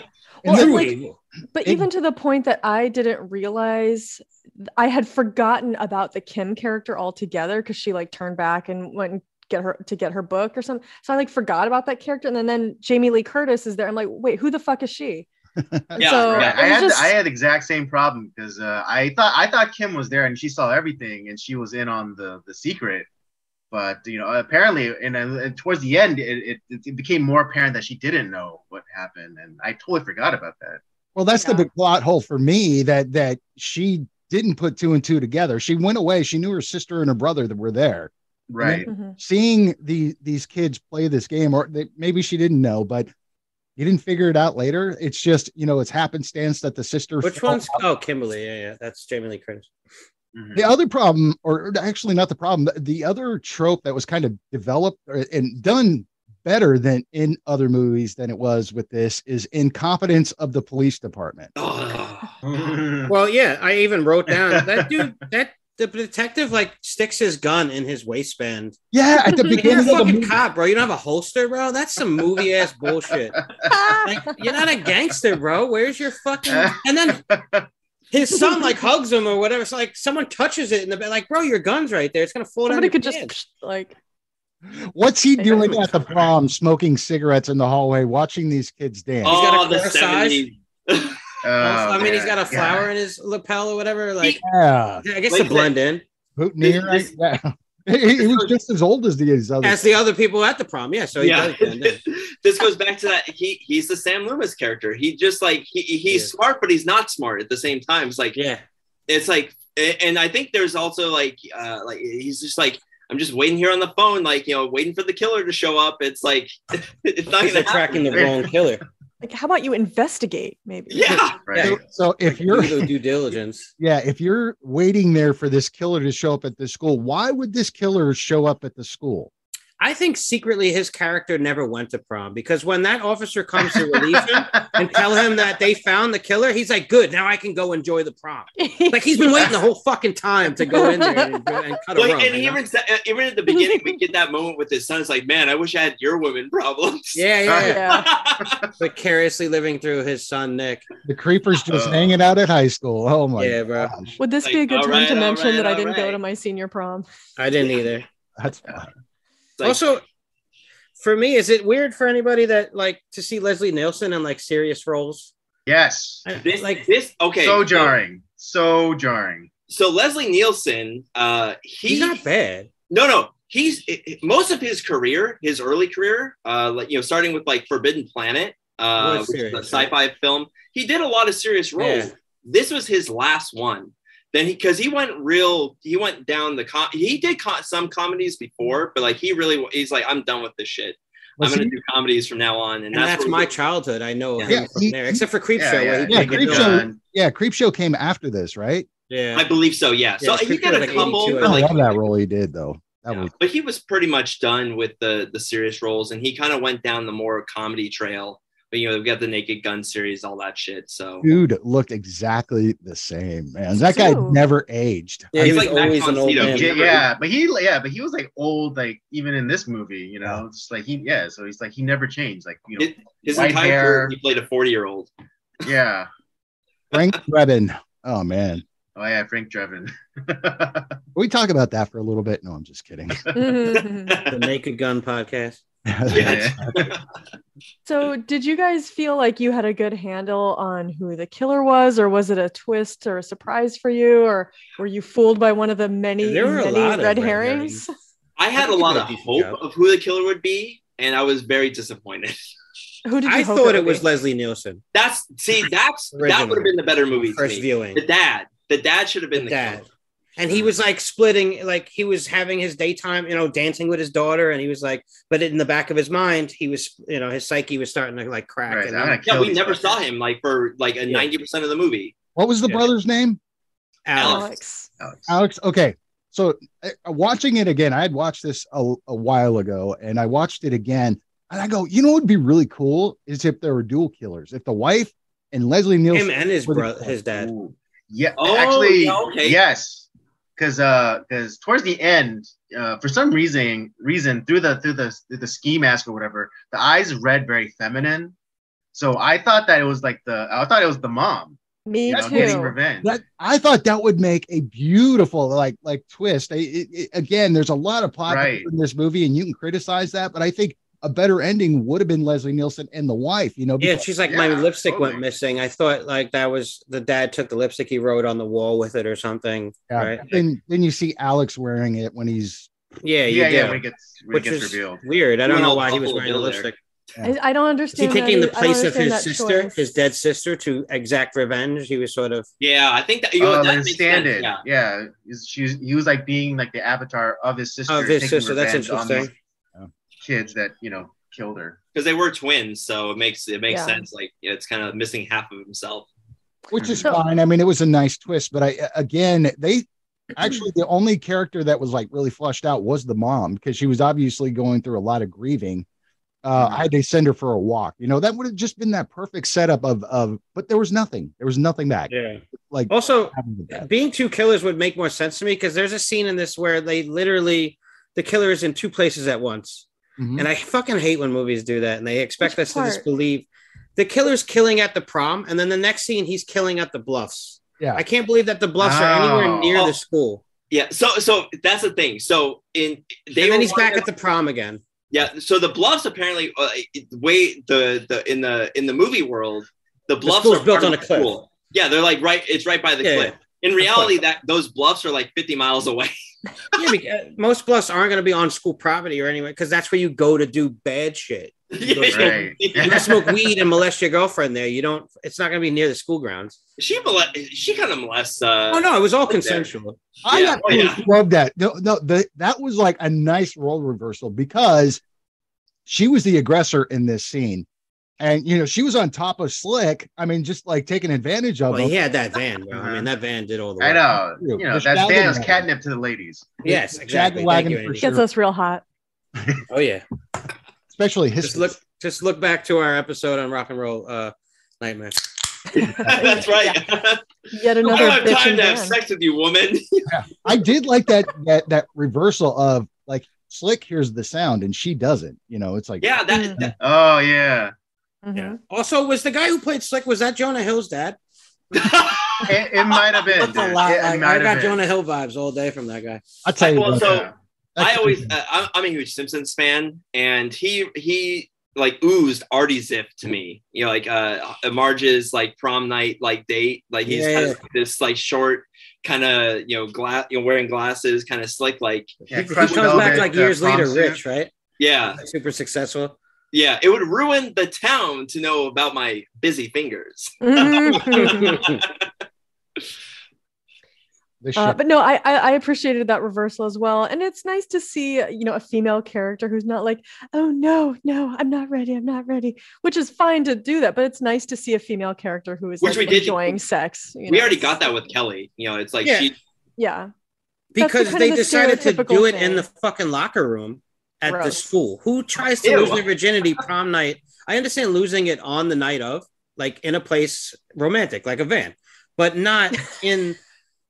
A: And
C: well,
A: then-
C: and, like, but
A: it-
C: even to the point that i didn't realize i had forgotten about the kim character altogether because she like turned back and went and get her to get her book or something so i like forgot about that character and then, then jamie lee curtis is there i'm like wait who the fuck is she
D: Yeah,
C: so
E: right.
C: it
D: yeah.
E: I
C: was
E: had
C: just-
E: I had the exact same problem because uh, I thought I thought Kim was there and she saw everything and she was in on the the secret, but you know apparently and, uh, towards the end it, it, it became more apparent that she didn't know what happened and I totally forgot about that.
A: Well, that's
C: Yeah.
A: the big plot hole for me that that she didn't put two and two together. She went away. She knew her sister and her brother that were there.
E: Right.
C: Mhm.
A: Seeing the these kids play this game, or they, maybe she didn't know, but You didn't figure it out later. It's just you know it's happenstance that the sister.
F: Which
A: fell
F: one's oh Kimberly? Yeah, yeah, that's Jamie Lee Curtis.
E: Mhm.
A: The other problem, or actually not the problem, the- the other trope that was kind of developed or- and done better than in other movies than it was with this is incompetence of the police department.
D: Oh,
F: Well, yeah, I even wrote down that dude. That the detective like sticks his gun in his waistband.
A: Yeah, at the
C: You're
F: You're a
A: beginning of the
F: fucking
A: movie.
F: cop, bro. You don't have a holster, bro. That's some movie ass bullshit.
C: Mm-hmm.
F: Like, you're not a gangster, bro. Where's your fucking? And then his son like hugs him or whatever. So like someone touches it in the bed. Like, bro, your gun's right there. It's gonna fall
C: Somebody
F: down.
C: could
F: your
C: just
F: pants.
C: psh, like
A: What's he doing at the prom, smoking cigarettes in the hallway, watching these kids dance?
F: Oh, got a
D: the
F: corsage.
D: 70s.
E: Oh,
F: I mean, he's
E: man.
F: got a flower
E: Yeah.
F: in his lapel or whatever. Like,
A: yeah,
F: I guess
D: Like
F: to blend in
A: Boutonniere.
D: This- this-
A: yeah. He, he was just as old as these other.
F: as the other people at the prom. Yeah, so he
D: yeah.
F: does blend in.
D: this goes back to that. He he's the Sam Loomis character. He just like he, he's
F: Yeah.
D: smart, but he's not smart at the same time. It's like
F: Yeah.
D: it's like a- and i think there's also like uh like he's just like i'm just waiting here on the phone like you know waiting for the killer to show up it's like it's not gonna
F: Because they're
D: happen.
F: tracking the wrong killer.
C: like how about you investigate maybe?
D: yeah
E: Right.
A: so if you're
F: Do the due diligence.
A: Yeah, if you're waiting there for this killer to show up at the school, why would this killer show up at the school?
F: I think secretly his character never went to prom because when that officer comes to relieve him and tell him that they found the killer, he's like, "Good, now I can go enjoy the prom." Like he's been waiting the whole fucking time to go in there and, enjoy- and cut a
D: like,
F: rum.
D: and
F: you know?
D: even sa- uh, even at the beginning we get that moment with his son it's like man i wish i had your women problems
F: Yeah, yeah, yeah.
C: yeah.
F: Vicariously living through his son Nick.
A: The creeper's just
E: Uh.
A: hanging out at high school. Oh my
F: Yeah, bro.
D: uh,
A: gosh,
C: Would this be a
D: Like,
C: good
D: all
C: time
D: right,
C: to
D: all
C: mention
D: right,
C: that I
D: all
C: didn't go
D: right.
C: to my senior prom?
F: I didn't either.
A: that's fine.
D: It's like,
F: also, for me, is it weird for anybody that like to see Leslie Nielsen in like serious roles?
E: yes.
F: I-
D: this
F: like,
D: like this okay
E: So jarring. So jarring.
D: so leslie nielsen uh he,
F: he's not bad.
D: no no he's it- it- most of his career his early career uh like you know starting with like forbidden planet uh which is
F: Was
D: a
F: serious, right?
D: sci-fi film he did a lot of serious roles
F: Yeah.
D: this was his last one then he because he went real he went down the com- he did co- some comedies before but like he really he's like i'm done with this shit
A: Was
D: i'm gonna
A: he-
D: do comedies from now on and,
F: And that's
D: where
F: my
D: we-
F: childhood. I know him
A: Yeah,
F: from
A: he-
F: there, except for Creepshow.
E: Yeah,
F: where
E: yeah,
F: he
A: yeah,
F: did get
A: Creepshow.
F: done.
E: John.
A: yeah, Creepshow came after this, right?
F: Yeah.
D: i believe so yeah, so
F: Yeah,
D: he
F: Creepshow
D: got a
F: was, like,
D: couple
F: 82
D: but,
A: I
D: like,
A: love that role he did though. That
D: Yeah.
A: was
D: but he was pretty much done with the the serious roles and he kind of went down the more comedy trail but you know we've got the naked gun series all that shit so
A: dude looked exactly the same, man. That guy
C: Dude.
A: never aged.
F: Yeah, he
D: It's
F: was
D: like Max
F: always an old
D: Fonseca.
F: man.
E: Yeah,
D: Remember-
E: yeah, but he yeah, but he was like old, like even in this movie, you know, just like he yeah, so he's like he never changed, like you know,
D: It- his
E: White
D: entire
E: hair.
D: career he played a 40 year old
E: yeah.
A: Frank Drebin. Oh man.
E: Oh yeah, Frank Drebin.
A: Can we talk about that for a little bit? No, I'm just kidding.
C: Mhm.
F: The Naked Gun podcast.
E: yeah.
C: so, did you guys feel like you had a good handle on who the killer was, or was it a twist or a surprise for you, or were you fooled by one of the many,
F: There were a
C: many
F: lot of
C: red
F: red
C: herrings?
D: i had a
F: think
D: lot
F: he did a
D: of
F: decent
D: hope
F: job.
D: of who the killer would be and i was very disappointed
C: Who did you
F: I
C: hope
F: thought
C: would
F: it was
C: be?
F: Leslie Nielsen.
D: that's see that's that
F: Originally.
D: would have been the better movie to
F: First
D: me.
F: viewing.
D: the dad the dad should have been the,
F: Dad.
D: killer
F: And he was like splitting, like he was having his daytime, you know, dancing with his daughter. And he was like, but in the back of his mind, he was, you know, his psyche was starting to like crack.
E: Right,
F: and
E: I'm
F: I'm-
E: gonna
D: yeah
E: kill
D: we
E: these
D: never saw
E: fuckers.
D: him like for like a
F: Yeah.
D: 90% of the movie
A: What was the
F: Yeah.
A: brother's name?
F: Alex.
C: Alex.
E: Alex.
A: Alex, okay. So uh, watching it again, I had watched this a, a while ago and I watched it again. And I go, you know what would be really cool is if there were dual killers. If the wife and Leslie Nielsen.
F: Him and his
A: were the-
F: brother, his dad.
E: Ooh. Yeah,
D: Oh,
E: actually,
D: yeah, okay.
E: yes, because uh, because towards the end, uh, for some reason, reason through the through the through the ski mask or whatever, the eyes read very feminine. So I thought that it was like the I thought it was the mom
C: Me
E: you know, getting
C: too.
E: revenge.
A: That, I thought that would make a beautiful like like twist. I, it, it- again, there's a lot of plot
E: Right.
A: in this movie, and you can criticize that, but I think a better ending would have been Leslie Nielsen and the wife. You know,
F: Yeah,
A: because-
F: she's like, my
E: Yeah,
F: lipstick
E: totally.
F: went missing. I thought like that was the dad took the lipstick he wrote on the wall with it or something.
A: yeah.
F: Right.
A: Then then you see Alex wearing it when he's
F: Yeah, you
E: yeah, yeah,
F: do.
E: when it gets when
F: Which
E: it gets
F: is
E: revealed.
F: weird. I don't
D: Went
F: know
D: all
F: why he was
D: Buffalo
F: wearing the
D: Bill there.
F: lipstick.
C: I, I don't
F: Is he
C: understand.
F: taking the
C: that- I don't
F: place of
C: understand
F: his
C: that
F: sister,
C: choice.
F: his dead sister, to exact revenge? He was sort of
D: yeah i think that you know,
E: Oh,
D: that
E: the
D: makes
E: stand-in.
D: sense. yeah
E: Yeah, He's- she's he was like being like the avatar of his sister.
F: of his
E: taking
F: sister. That's
E: revenge on
F: interesting.
E: these Kids that you know killed her.
D: because they were twins, so it makes it makes
C: Yeah.
D: sense. Like yeah, it's kind of missing half of himself.
A: which is
C: So-
A: fine. I mean, it was a nice twist, but I again they actually the only character that was like really flushed out was the mom because she was obviously going through a lot of grieving. Uh, I had to send her for a walk. You know, that would have just been that perfect setup of of, but there was nothing. There was nothing back.
F: Yeah. Oh.
A: Like
F: Also,
A: happened with that.
F: being two killers would make more sense to me because there's a scene in this where they literally the killer is in two places at once.
A: Mhm.
F: And I fucking hate when movies do that and they expect
C: Which
F: us to just
C: part?
F: believe the killer's killing at the prom and then the next scene he's killing at the bluffs.
A: Yeah.
F: I can't believe that the bluffs are anywhere
E: Oh.
F: near
D: Oh.
F: the school.
D: Yeah, so so that's the thing. So in they
F: and then
D: were
F: he's
D: one of
F: back at the prom again.
D: Yeah, so the bluffs apparently uh, it- way the the in the in the movie world, the bluffs
F: school's
D: are
F: built
D: part
F: on
D: of
F: a
D: the
F: cliff.
D: school. Yeah, they're like right. It's right by the
F: Yeah,
D: cliff. In reality, that those bluffs are like 50 miles away.
F: yeah, because most bluffs aren't going to be on school property or anywhere because that's where you go to do bad shit.
E: Right.
F: You don't smoke weed and molest your girlfriend there. You don't. It's not going to be near the school grounds.
D: she molest, she kind of molests. Uh,
F: oh no, it was all consensual.
A: I
D: yeah, Oh,
A: absolutely
D: yeah.
A: love that. No, no, the, that was like a nice role reversal because she was the aggressor in this scene, and you know she was on top of Slick. I mean, just like taking advantage of
F: Well,
A: him.
F: he had that van. Bro. I mean, that van did all the.
E: I
F: work.
E: know.
A: True.
E: You know,
A: There's
E: that
A: Dragon
E: van was
A: Wagon.
E: catnip to the ladies.
F: Yes, exactly. Thank
A: Jack-wagon
F: you,
A: for
F: Andy.
A: sure.
C: Gets us real hot.
F: Oh yeah.
A: especially his
F: Just look. Just look back to our episode on rock and roll uh, nightmare.
E: Mm-hmm.
D: that's right.
C: Yet
D: I
C: another
D: don't have
C: bitch
D: time
C: and
D: to have
C: van.
D: sex with you, woman.
A: I did like that that that reversal of like Slick hears the sound and she doesn't. You know, it's like
D: yeah, that,
C: Mm.
D: that
E: Oh yeah.
C: Mhm.
F: Also, was the guy who played Slick was that Jonah Hill's dad?
E: It, it might have been.
F: That's a
E: dude.
F: lot.
E: It
F: like,
E: might
F: I
E: have
F: got
E: been.
F: Jonah Hill vibes all day from that guy.
A: I'll tell you.
D: Well,
A: what,
D: so-
E: Yeah.
A: that's-
D: I always, uh, I'm, I'm a huge Simpsons fan, and he he like oozed Artie Zip to me. You know, like uh, Marge's like prom night like date. Like he's
F: Yeah.
D: kind of this like short, kind of you know glass, you know, wearing glasses, kind of slick. Like
E: Yeah,
F: he he
E: Crushed
F: comes
E: Velvet,
F: back like
E: uh,
F: years
E: prom
F: later,
E: suit.
F: rich, right?
D: yeah,
F: Super successful.
D: yeah. It would ruin the town to know about my busy fingers.
C: Mm-hmm. Mhm.
A: this
C: Uh,
A: shit-
C: but no, I, I I appreciated that reversal as well, and it's nice to see you know a female character who's not like, oh no, no, I'm not ready, I'm not ready, which is fine to do that, but it's nice to see a female character who is
D: Which
C: like,
D: we did-
C: enjoying sex. you
D: we
C: know,
D: already
C: it's-
D: got that with Kelly. You know, it's like
F: Yeah.
D: she.
C: Yeah, That's the
F: because
C: kind
F: they
C: of the
F: decided to do
C: stereotypical
F: it in
C: thing.
F: the fucking locker room at the
C: Gross.
F: school. Who tries to
D: Ew.
F: lose their virginity prom night? I understand losing it on the night of, like in a place romantic, like a van, but not in.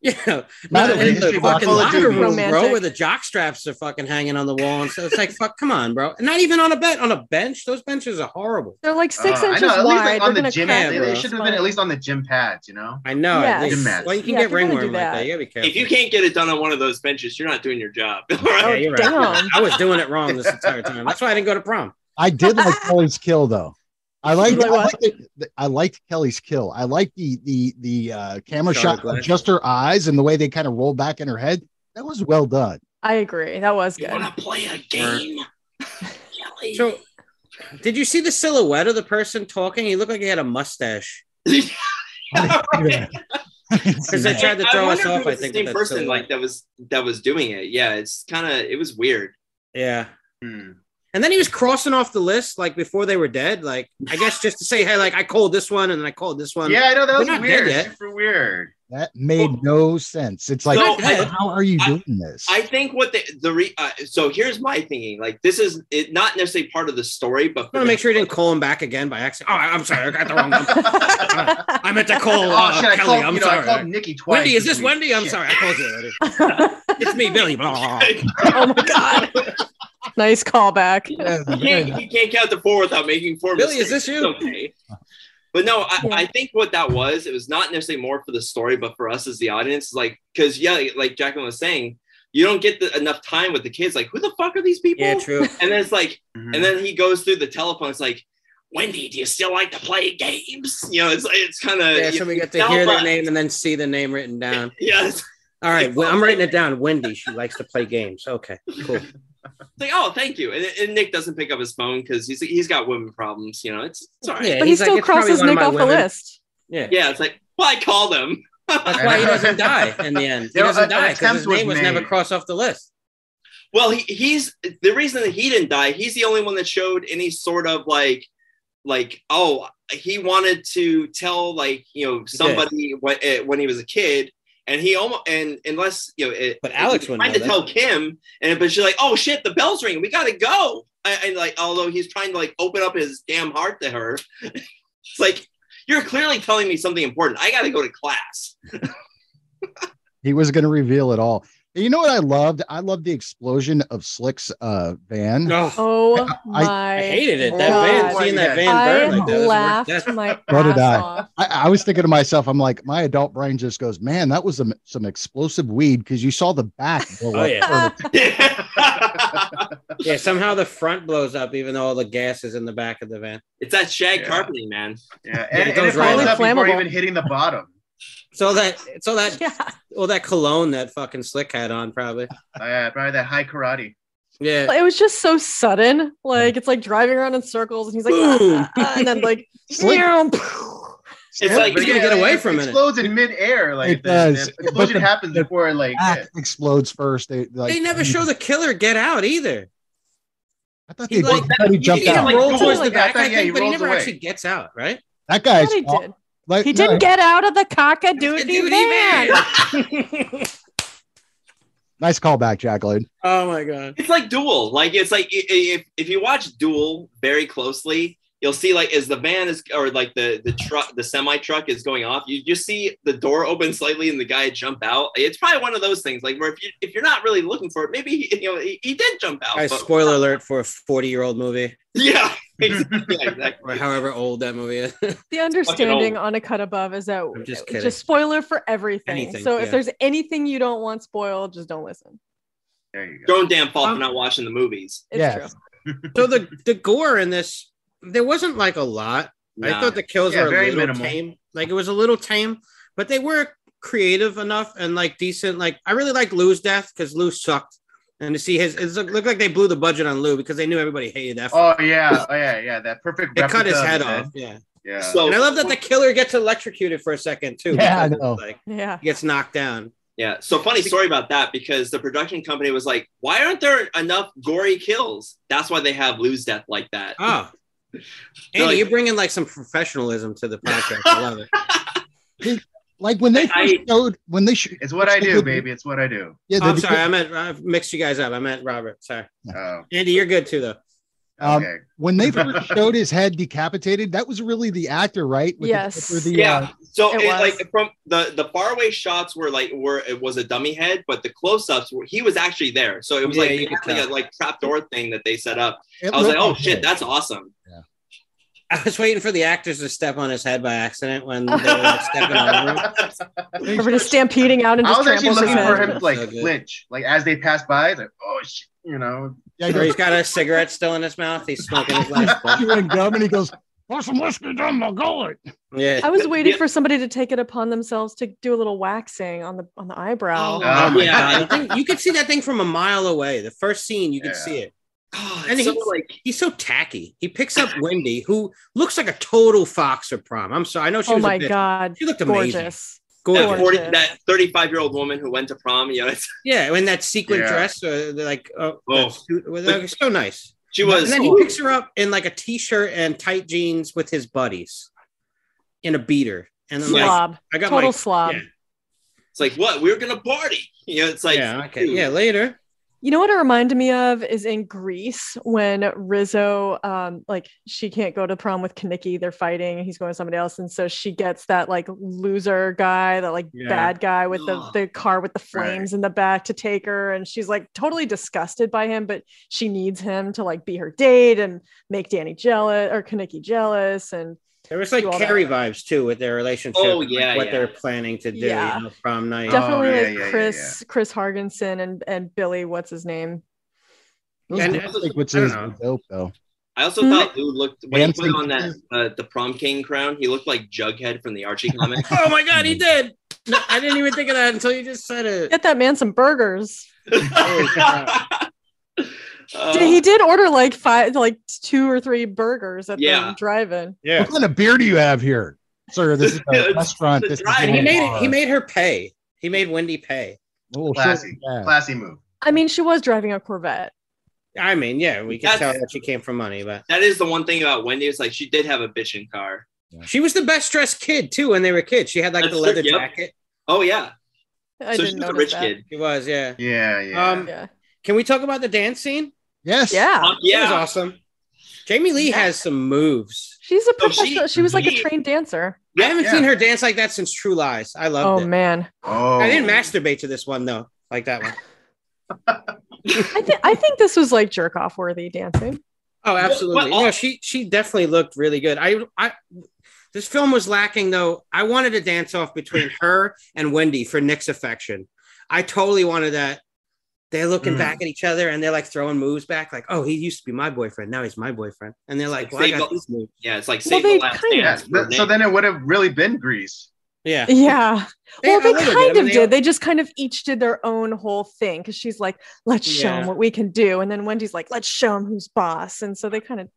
F: You know,
A: Not
F: not,
A: a
F: in the
E: industry
F: fucking
E: full of
F: locker
E: dudes.
F: room, bro,
C: Romantic.
F: where the jock straps are fucking hanging on the wall. And so it's like, fuck, come on, bro. And not even on a bed, on a bench. Those benches are horrible.
C: they're like six
E: Uh, I
C: inches
E: know, at
C: wide.
E: least like on
C: they're
E: the
C: gonna
E: gym.
F: crack
E: They,
F: your
E: they should have been at least on the gym pads, you know.
F: I know. at
C: Yes.
F: least.
E: Gymnastics.
F: Well, you can
C: Yeah,
F: get
C: if you're gonna do
F: ringworm like that.
C: that.
F: You gotta be careful.
D: If you can't get it done on one of those benches, you're not doing your job. All
F: yeah,
D: right.
F: you're right.
C: Oh, Damn.
F: I was doing it wrong this entire time. That's why I didn't go to prom.
A: I did like Kelly's kill though. I liked,
C: like
A: I,
C: what?
A: liked it- th- I liked Kelly's kill. I liked the the the uh, camera
F: Shot
A: shot
F: of
A: of
F: glass.
A: just her eyes and the way they kind of roll back in her head. That was well done.
C: I agree. That
F: Oh,
C: was
D: You
C: good.
D: want to play a game, Kelly?
F: So, did you see the silhouette of the person talking? He looked like he had a mustache.
A: Yeah.
F: Because they tried to
D: I
F: throw
D: wonder
F: us
D: if it
F: off.
D: was
F: I think
D: the
F: with
D: same
F: that
D: person
F: silhouette.
D: like that was that was doing it. Yeah, it's kind of it was weird.
F: yeah.
E: Hmm.
F: And then he was crossing off the list like before they were dead. Like I guess just to say, hey, like I called this one and then I called this one.
E: Yeah, I know that
F: They're
E: was
F: not dead
E: weird.
F: yet.
E: Super weird.
A: that made no sense. It's like,
D: So,
F: I-
A: how are you
D: I-
A: doing this?
D: I think what the the re, uh, so here's my thinking. Like this is it, not necessarily part of the story, but
F: I want to make sure he didn't call him back again by accident. Oh, I'm sorry, I got the wrong one. I meant to call
E: Oh,
F: uh,
E: shit! I
F: Kelly.
E: called,
F: I'm
E: you know, I
F: sorry.
E: called Nikki twice.
F: Wendy, is this
E: week.
F: Wendy? I'm
E: Shit.
F: sorry, I called you. Already. It's me, Billy. Blah, blah, blah.
C: oh my god, nice callback.
D: you can't, you can't count to four without making four.
F: Billy,
D: mistakes.
F: is this you?
D: It's Okay. But no, I,
C: Yeah.
D: I think what that was, it was not necessarily more for the story, but for us as the audience, like because yeah, like Jacqueline was saying, you don't get the, enough time with the kids. Like who the fuck are these people?
F: Yeah, true.
D: And then it's like
E: Mhm.
D: And then he goes through the telephone. It's like, Wendy, do you still like to play games? You know, it's it's kind of
F: Yeah, so we get to hear their name and then see the name written down.
D: Yes, it's
F: All right, well, I'm writing it down. Wendy, she likes to play games. Okay, cool.
D: like, oh, thank you. And, and Nick doesn't pick up his phone because he's he's got women problems. You know, it's it's all right. Yeah,
F: Yeah,
C: But he
F: he's like,
C: still
F: "It's probably
C: crosses
F: one of
C: Nick
F: my
C: off the
F: women."
C: list.
F: Yeah,
D: it's like, well, I call them.
F: that's why he doesn't die in the end. He
E: Yeah,
F: doesn't
E: an
F: die because
E: attempt
F: his
E: was
F: name was never
E: made.
F: crossed off the list.
D: Well, he, he's the reason that he didn't die. He's the only one that showed any sort of like, like oh, he wanted to tell like you know somebody when, eh, when he was a kid, and he almost and unless you know, it,
F: But Alex
D: he was
F: wouldn't
D: trying
F: know
D: to
F: that.
D: tell Kim, and but she's like, oh shit, the bell's ringing, we gotta go. And, and like, although he's trying to like open up his damn heart to her, it's like you're clearly telling me something important. I gotta go to class.
A: He was going to reveal it all. And you know what I loved? I loved the explosion of Slick's uh, van.
F: No,
C: Oh my!
F: I hated it. That
C: God.
E: Oh
F: van, seeing that van burn
C: I
F: like that. was the worst
C: laughed
F: death.
C: my
A: So did
C: ass
A: I.
C: off.
A: I, I was thinking to myself, I'm like, my adult brain just goes, man, that was some, some explosive weed because you saw the back. blow
F: Oh
A: up
F: yeah,
D: it's
F: yeah. Somehow the front blows up, even though all the gas is in the back of the van.
D: that shag
E: Yeah.
D: carpeting, man.
E: Yeah,
F: Yeah,
E: and,
F: it
E: and
F: goes
E: it
F: right
E: blows
C: up.
E: up before
C: Flammable.
E: even hitting the bottom.
F: So that, so that,
C: Yeah.
F: all that cologne that fucking Slick had on, probably.
E: Oh, yeah, probably that high karate.
F: Yeah,
C: It was just so sudden. Like it's like driving around in circles, and he's like,
F: Boom.
C: "Ah," and then like,
A: Slick.
C: meow.
D: It's like
F: He's gonna get away from it.
E: it. Explodes in midair, like
A: It
E: the,
A: does.
E: the explosion
A: But the-
E: happens
A: the Ah.
E: before, like yeah.
A: back explodes first. They, like, mm.
F: they never show the killer get out either.
A: I thought
F: he
A: they
F: like-
A: did. I thought he jumped
F: He
D: Yeah,
A: out.
F: like
D: like,
F: rolls
D: goes
F: towards
E: like
F: the back,
E: that,
F: I
E: yeah,
F: think,
E: he
F: but he
E: rolls
F: never
E: away.
F: actually gets out, right?
A: that
C: I
A: guy's
C: thought he
A: fault.
C: did.
A: like
C: He
A: no,
C: didn't get out of the cockadoodie
F: Duty
C: van.
F: man.
A: nice callback, Jacqueline.
F: oh my god.
D: It's like Duel. Like it's like i- i- if, if you watch Duel very closely, you'll see like as the van is or like the the truck the semi truck is going off, you just see the door open slightly and the guy jump out. It's probably one of those things like where if you if you're not really looking for it, maybe he, you know he, he did jump out.
F: Guys,
D: but-
F: spoiler alert for a 40 year old movie,
D: Yeah, exactly. yeah,
F: or
D: exactly.
F: however old that movie is.
C: The understanding on a cut above is that
F: I'm just
C: it's
F: kidding.
C: just spoiler for everything.
F: Anything,
C: so
F: yeah.
C: if there's anything you don't want spoiled, just don't listen.
E: There you go.
D: Don't damn fall for not watching the movies.
C: It's
A: Yes.
C: true.
F: so the, the gore in this, there wasn't like a lot. I
D: Nah.
F: thought the kills
E: Yeah,
F: were a
E: very
F: little
E: minimal.
F: tame. Like it was a little tame, but they were creative enough and like decent. Like I really like Lou's death because Lou sucked. And to see his, it looked looked like they blew the budget on Lou because they knew everybody hated that. fucker.
E: Oh yeah, oh yeah, yeah. That perfect.
F: they cut his
E: replica
F: head
E: of it.
F: off. Yeah.
E: Yeah.
D: So
F: And I love that the killer gets electrocuted for a second too.
A: Yeah, I
F: because it's
A: know.
F: Like
C: Yeah.
F: he gets knocked down.
D: Yeah. So funny story about that because the production company was like, why aren't there enough gory kills? That's why they have lose death like that.
F: Oh.
D: They're
F: Andy,
D: like-
F: you're bringing like some professionalism to the podcast. I love it.
A: Like when they
D: I-
A: first showed when they sh-
E: It's what I do,
A: Good.
E: baby. It's what I do.
A: yeah,
F: Oh, I'm
A: they-
F: sorry. I meant I mixed you guys up. I meant Robert. Sorry.
E: Oh,
F: Andy, you're good too though.
A: Um,
E: okay.
A: when they first showed his head decapitated, that was really the actor, right? the-
C: Yes.
A: for the,
D: Yeah.
A: uh,
D: So
C: It
D: it,
C: was.
D: like from the the faraway shots were like were it was a dummy head, but the close ups were he was actually there. So it was
F: Yeah,
D: like
F: you
D: they had,
F: could
D: like a like trapdoor thing that they set up.
A: it
D: I was like,
A: looked
D: oh
A: okay.
D: shit, that's awesome.
F: I was waiting for the actors to step on his head by accident when they were like, stepping on him.
C: Remember just stampeding out and
E: I
C: just
E: was actually
C: tramples his
E: looking for
C: head.
E: him to like
F: So good.
E: flinch, like as they pass by. It's like, oh shit, you know.
A: Yeah, he
F: Or he's
A: goes,
F: got a cigarette still in his mouth. He's smoking his last one.
A: chewing gum, and he goes, "Want some whiskey down my gullet?"
F: Yeah.
C: I was waiting
D: Yeah.
C: for somebody to take it upon themselves to do a little waxing on the on the eyebrow.
E: Oh, my
D: yeah.
F: God, you think- you could see that thing from a mile away. The first scene, you could
E: Yeah.
F: see it.
D: Oh,
F: And
D: and so
F: he's-
D: like
F: He's so tacky. He picks up Wendy, who looks like a total fox at prom. I'm sorry. I know she
C: oh
F: was a
C: my
F: bitch.
C: god.
F: She looked amazing.
C: Gorgeous.
D: that
F: Gorgeous.
D: forty
C: Gorgeous.
D: that thirty five year old woman who went to prom. You know, it's,
F: Yeah, in that sequin
E: Yeah.
F: dress, uh, like uh,
D: Oh.
F: that suit, was- that was so nice.
D: she was.
F: and then he picks her up in like a t-shirt and tight jeans with his buddies, in a beater. And I'm like,
C: Slob.
F: I got
C: Total
F: my
C: slob.
F: yeah.
D: it's like what we were gonna party. You know, it's like
F: yeah, okay,
D: dude.
F: yeah, later.
C: You know what it reminded me of is in Greece when Rizzo, um, like she can't go to prom with Kanicki, they're fighting, and he's going with somebody else, and so she gets that like loser guy, that like
F: Yeah.
C: bad guy with the
D: Ugh.
C: the car with the
E: Right.
C: flames in the back to take her, and she's like totally disgusted by him, but she needs him to like be her date and make Danny jealous or Kanicki jealous, and
F: There was like
C: Do all that.
F: Carrie vibes too with their relationship.
D: Oh,
F: and,
D: yeah,
F: like, what
D: yeah.
F: they're planning to do. you
C: Yeah.
F: know, prom night.
E: Def-
C: definitely
E: Oh, yeah,
C: like
E: yeah, yeah,
C: Chris Chris Hargensen and and Billy, what's his name?
A: Those
F: And-
A: gum sequences
F: I don't
A: were
F: know.
A: dope though.
D: I also
C: Mhm.
D: thought Lou looked when he
A: Dancing
D: put on that uh, the prom king crown. He looked like Jughead from the Archie comic.
F: oh my god, he did. No, I didn't even think of that until you just said it.
C: Get that man some burgers.
D: Uh,
C: Did- he did order like five, like two or three burgers at
D: Yeah.
C: the drive-in.
F: Yeah.
A: What kind of beer do you have here, sir? This is a
D: It's-
A: restaurant.
D: it's
A: This is
D: dry.
A: a
F: And he made
A: bar.
F: he made her pay. He made Wendy pay.
A: Oh, shit.
E: Classy.
A: Yeah.
E: Classy move.
C: I mean, she was driving a Corvette.
F: I mean, yeah, we can tell
D: That's-
F: that she came from money, but
D: That is the one thing about Wendy. It's like she did have a bitching car.
F: she was the best dressed kid too when they were kids. She had like the
D: That's true,
F: leather
D: yep.
F: jacket.
D: Oh yeah,
C: I
D: so she's
C: didn't know
D: a rich
C: that.
D: kid.
F: She was, yeah.
E: Yeah, yeah.
F: Um,
C: Yeah.
F: Can we talk about the dance scene?
A: Yes.
C: Yeah.
D: Um,
F: Ah, It was
D: yeah,
F: awesome. Jamie Lee
C: Yeah.
F: has some moves.
C: She's a
D: So she-
C: professional. she was like a
D: she-
C: trained dancer.
F: I haven't
E: Yeah.
F: seen her dance like that since True Lies. I
C: Oh
F: loved it.
C: man.
E: oh,
F: I didn't masturbate to this one though, like that one.
C: I think I think this was like jerk off worthy dancing.
F: Oh, absolutely.
D: well,
F: no, she she definitely looked really good. I I this film was lacking though. I wanted a dance off between her and Wendy for Nick's affection. I totally wanted that. They're looking
E: Mm.
F: back at each other and they're like throwing moves back, like, "Oh, he used to be my boyfriend. Now he's my boyfriend." And they're like,
D: It's
F: "Well, I
D: like
F: got
D: they-
F: these moves."
D: yeah. It's like
C: Well,
D: save
C: they
D: the last
C: kind of-
E: Yeah,
D: dance.
E: th- so then it would have really been Grease.
F: Yeah.
C: Yeah.
F: They-
C: well,
F: a
C: they
F: little bit. I
C: kind
F: mean,
C: of
F: they-
C: did. They just kind of each did their own whole thing because she's like, let's show
F: Yeah.
C: him what we can do. And then Wendy's like, let's show him who's boss. And so they kind of,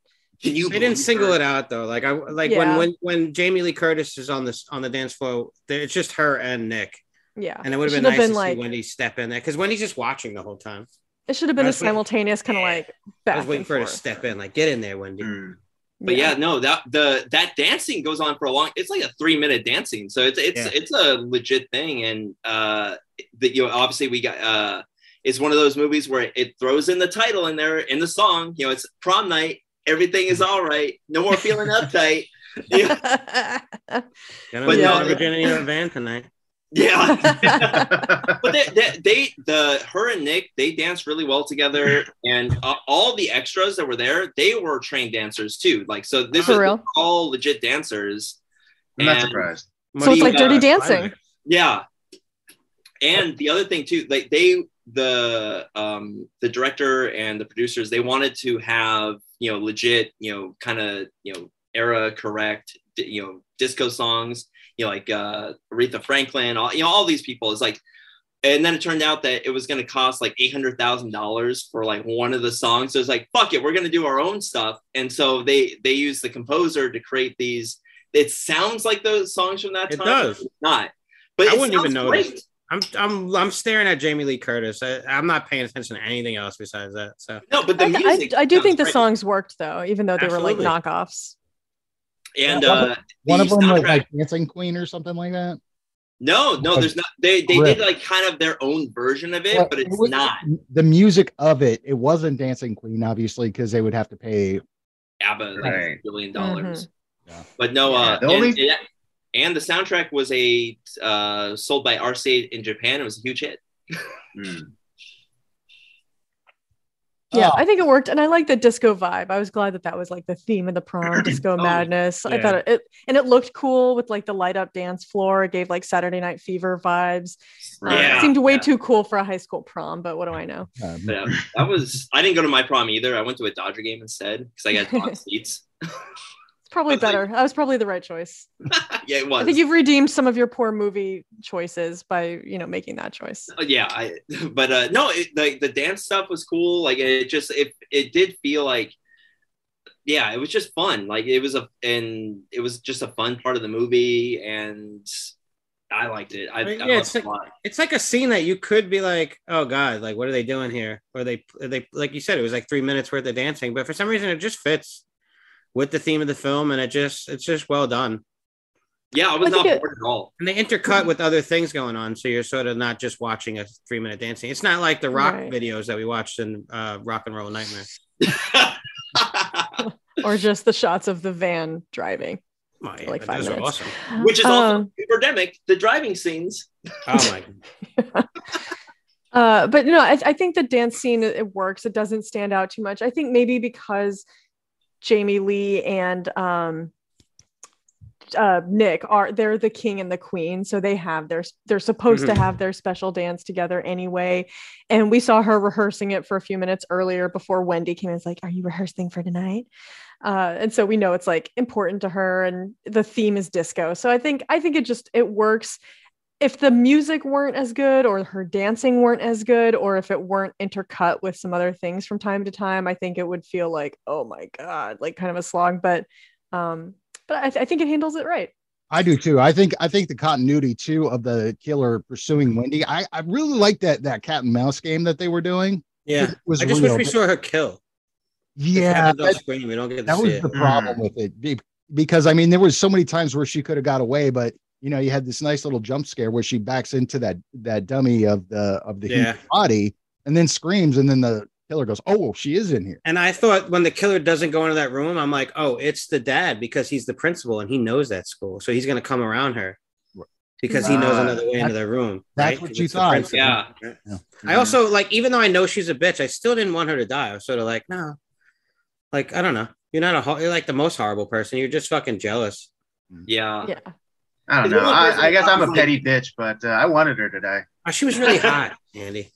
D: Can you?
F: They didn't single it out though. Like I like when
C: Yeah.
F: when when Jamie Lee Curtis is on this on the dance floor, there- it's just her and Nick,
C: yeah.
F: and it would have
C: should
F: been nice to
C: like,
F: see Wendy step in there because Wendy's just watching the whole time.
C: it should have been a
F: I was waiting-
C: simultaneous kind of
F: Yeah.
C: like
F: I
C: back
F: was waiting
C: and
F: for her to
C: forth.
F: step in, like get in there, Wendy.
E: Mm.
D: But yeah. no, that the that dancing goes on for a long. It's like a three minute dancing, so it's it's
F: Yeah.
D: it's a legit thing. And uh, that you know, obviously we got uh, it's one of those movies where it throws in the title in there in the song. You know, it's prom night. Everything is all right. No more feeling uptight. You know,
F: Gonna
D: But
F: be
D: no,
F: on
D: they-
F: Virginia in a van tonight.
D: yeah.
E: yeah,
D: but they, they, they the her and Nick they danced really well together, and uh, all the extras that were there they were trained dancers too. Like so, this
C: For
D: is
C: real?
D: all legit dancers.
E: I'm not
D: And-
E: surprised.
C: So it's
D: the,
C: like Dirty
D: uh,
C: Dancing.
D: Yeah, and the other thing too, like they the um the director and the producers they wanted to have you know legit you know kind of you know era correct di- you know disco songs you know like uh aretha franklin all you know all these people it's like and then it turned out that it was going to cost like eight hundred thousand dollars for like one of the songs. So it's like, fuck it, we're going to do our own stuff. And so they they used the composer to create these. It sounds like those songs from that
F: It
D: time.
F: does.
D: but it's not. But
F: I
D: it
F: wouldn't even
D: sounds
F: notice.
D: great.
F: I'm I'm I'm staring at Jamie Lee Curtis. I, I'm not paying attention to anything else besides that. So
D: No, but the
C: I, I-
D: music.
C: I, do think the
D: sounds
C: songs worked though, even though they were
F: Absolutely.
C: like knockoffs.
D: great. and
A: Yeah, one
D: uh,
A: One of
D: the
A: them was
D: soundtrack-
A: like Dancing Queen or something like that.
D: no, no, there's not. They they
A: Rip.
D: did like kind of their own version of it,
A: Well,
D: but it's
A: was-
D: not
A: The music of it, it wasn't Dancing Queen, obviously, because they would have to pay.
D: ABBA like
E: Right.
D: a billion
C: Mm-hmm.
D: dollars.
A: Yeah.
D: But no,
E: Yeah,
D: uh,
E: the
D: and,
E: only-
D: yeah, and the soundtrack was a uh, sold by RCA in Japan. It was a huge hit.
F: Hmm.
E: Mm.
C: Yeah,
A: Oh.
C: I think it worked, and I like the disco vibe. I was glad that that was like the theme of the prom, disco
D: Oh,
C: madness. I
F: yeah.
C: thought it, it, and it looked cool with like the light up dance floor. It gave like Saturday Night Fever vibes. Uh,
E: Right.
D: Yeah.
C: it seemed way
D: yeah.
C: too cool for a high school prom, but what do I know?
A: Um,
D: But, uh, that was. I didn't go to my prom either. I went to a Dodger game instead because I got dog seats.
C: It's probably
D: That's like-
C: better. That was probably the right choice.
D: yeah, it was.
C: I think you've redeemed some of your poor movie choices by you know making that choice.
D: Uh, yeah i but uh no it, like the dance stuff was cool like it just it it did feel like yeah it was just fun like it was a and it was just a fun part of the movie and i liked it i,
F: I mean,
D: I
F: yeah,
D: loved
F: it's
D: it a lot
F: it's like a scene that you could be like, oh god, like what are they doing here? Or they they like you said, it was like three minutes worth of dancing, but for some reason it just fits with the theme of the film, and it just it's just well done.
D: yeah i was
C: I
D: not
C: think it-
D: bored at all
F: And they intercut with other things going on, so you're sort of not just watching a three minute dancing. It's not like the rock
C: Right.
F: videos that we watched in uh, Rock and Roll Nightmare.
C: Or just the shots of the van driving.
F: My,
C: Like five
F: those are
C: minutes.
F: awesome.
D: which is also
C: Um,
D: epidemic the driving scenes
F: Oh my
C: Uh, but no, I, I think the dance scene it- it works. It doesn't stand out too much. I think maybe because Jamie Lee and um, uh, Nick are they're the king and the queen, so they have their they're supposed
F: Mhm.
D: Mm-hmm.
C: to have their special dance together anyway. And we saw her rehearsing it for a few minutes earlier before Wendy came in. It's like, are you rehearsing for tonight? Uh, and so we know it's like important to her, and the theme is disco. So I think I think it just it works if the music weren't as good or her dancing weren't as good or if it weren't intercut with some other things from time to time i think it would feel like oh my god like kind of a slog but um but i, I think it handles it right
A: I do too. I think I think the continuity too of the killer pursuing Wendy. I, I really like that that cat and mouse game that they were doing.
F: Yeah,
A: It was
F: I just
A: real,
F: wish we
A: but-
F: saw her kill.
A: Yeah,
F: Happens on
A: that,
F: screen, we don't get to
A: that
F: see
A: was
F: it.
A: the problem with it be- because I mean there was so many times where she could have got away, but you know you had this nice little jump scare where she backs into that that dummy of the of the
F: Yeah.
A: human body and then screams, and then the killer goes, "Oh, she is in here."
F: And I thought when the killer doesn't go into that room, I'm like, oh, it's the dad because he's the principal and he knows that school, so he's gonna come around her because he knows
E: Ah,
F: another way into that room.
A: Uh, that's
F: right?
A: what
F: 'Cause
A: you
F: it's the
A: thought.
F: principal.
D: Yeah. Mhm.
F: I also like, even though I know she's a bitch, I still didn't want her to die. I was sort of like, no, like I don't know. You're not a ho- you're like the most horrible person. You're just fucking jealous. Uh,
D: Yeah.
C: Yeah.
E: I don't
D: Is
E: know.
D: there one person
E: I, I guess I'm a
D: who's
E: petty bitch, but uh, I wanted her to die.
F: Oh, she was really hot, Andy.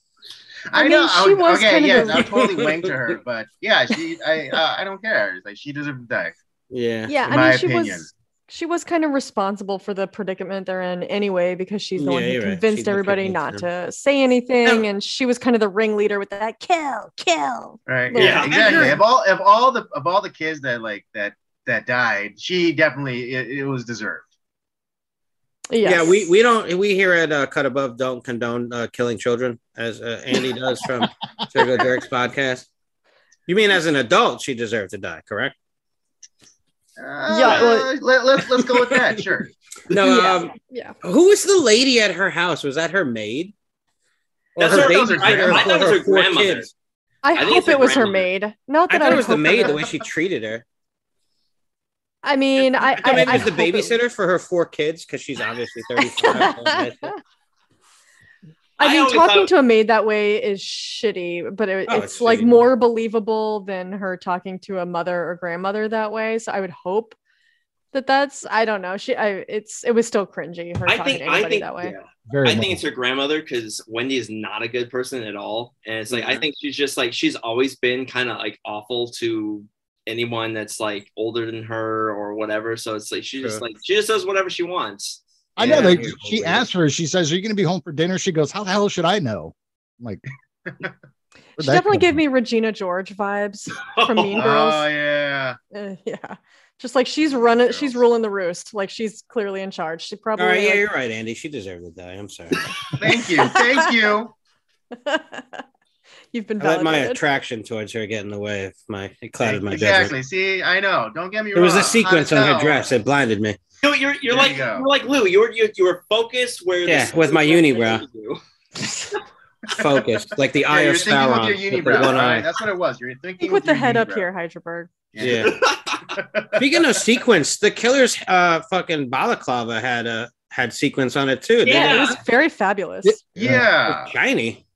E: I,
C: I
E: know.
C: mean,
E: I
C: she
E: would,
C: was
E: okay,
C: kind of
E: yes,
C: the-
E: I would totally went to her, but yeah, she. I uh, I don't care. It's like she deserved to die.
F: Yeah.
C: Yeah,
E: In
C: I
E: my
C: mean, she
E: opinion.
C: was she was kind of responsible for the predicament they're in anyway because she's the one
F: Yeah,
C: who
F: you're right.
C: convinced
F: She did
C: everybody
F: convince
C: not
F: them.
C: to say anything,
F: No.
C: and she was kind of the ringleader with that kill, kill.
E: Right.
C: Yeah.
E: Yeah. Exactly.
F: Yeah.
E: Of all of all the of all the kids that like that that died, she definitely it, it was deserved.
C: Yes.
F: Yeah, we, we don't we here at uh, Cut Above don't condone uh, killing children as uh, Andy does from Circle Jerks podcast. You mean as an adult she deserved to die, correct?
E: Uh,
C: Yeah, well-
E: let, let, let's go with that. Sure.
F: No.
C: yeah.
F: Um,
C: yeah.
F: who was the lady at her house? Was that her maid?
D: That's her-
E: that was her
F: babysitter
E: grand- I
D: thought
F: for
D: it was her
F: four
D: grandmother.
F: kids?
C: I,
D: think
C: hope
D: it's a
C: it was her
D: grandmother.
C: maid. Not
F: I
C: that I,
F: thought it
C: would
F: was the
C: hope
F: maid the way she treated her.
C: I mean, I
F: I, maybe
C: I, I
F: it was the
C: hope it-
F: babysitter for her four kids because she's obviously
C: I
F: 35.
D: I
C: mean,
D: always
C: talking
D: thought-
C: to a maid that way is shitty, but it,
F: Oh,
C: it's,
F: it's
C: like
F: shitty.
C: more believable than her talking to a mother or grandmother that way. So I would hope that that's I don't know. She, I, it's it was still cringy her
D: I
C: talking to
D: think- I
C: anybody
D: think-
C: that way.
A: Very.
D: I
A: much.
D: think it's her grandmother because Wendy is not a good person at all. And it's like, I think she's just like, she's always been kind of like awful to anyone that's like older than her or whatever. So it's like, she just
F: True.
D: like, she just does whatever she wants.
A: I know.
F: Yeah.
A: They,
F: Yeah.
A: she asked her. She says, "Are you going to be home for dinner?" She goes, "How the hell should I know?" I'm like,
C: She definitely gave me Regina George vibes from Mean Girls.
E: Oh yeah.
C: Uh, yeah, just like she's running, she's
E: Girls.
C: ruling the roost. Like she's clearly in charge. She
F: All
C: probably.
F: right, yeah,
C: like-
F: you're right, Andy. She deserved to die. I'm sorry.
E: Thank you. Thank you.
C: You've been
F: I let my
C: validated.
F: attraction towards her get in the way of my it clouded my judgment.
E: exactly. See, I know. Don't get me
F: There
E: wrong.
F: was a sequence
E: I
F: on her
E: know.
F: dress that blinded me.
D: No, you're, you're
E: There
D: like,
E: you
D: you
E: go.
D: are like Lou, you were, you, you were focused where. the
F: Yeah,
D: sun
F: with my
D: was
F: uni,
D: shining you.
F: Focused, like the
E: Yeah,
F: eye
E: you're
F: of
E: thinking
F: Sauron.
E: with your
F: with the
E: unibrow.
F: one
E: right?
F: eye.
E: That's what it was. You're thinking
C: Think with the
E: your
C: head up
E: unibrow.
C: here, Hydraberg.
F: Yeah. Speaking of sequence, the killer's uh, fucking balaclava had a had sequence on it too. didn't
D: Yeah.
C: Yeah,
F: it?
C: it was very fabulous.
E: Yeah.
F: shiny.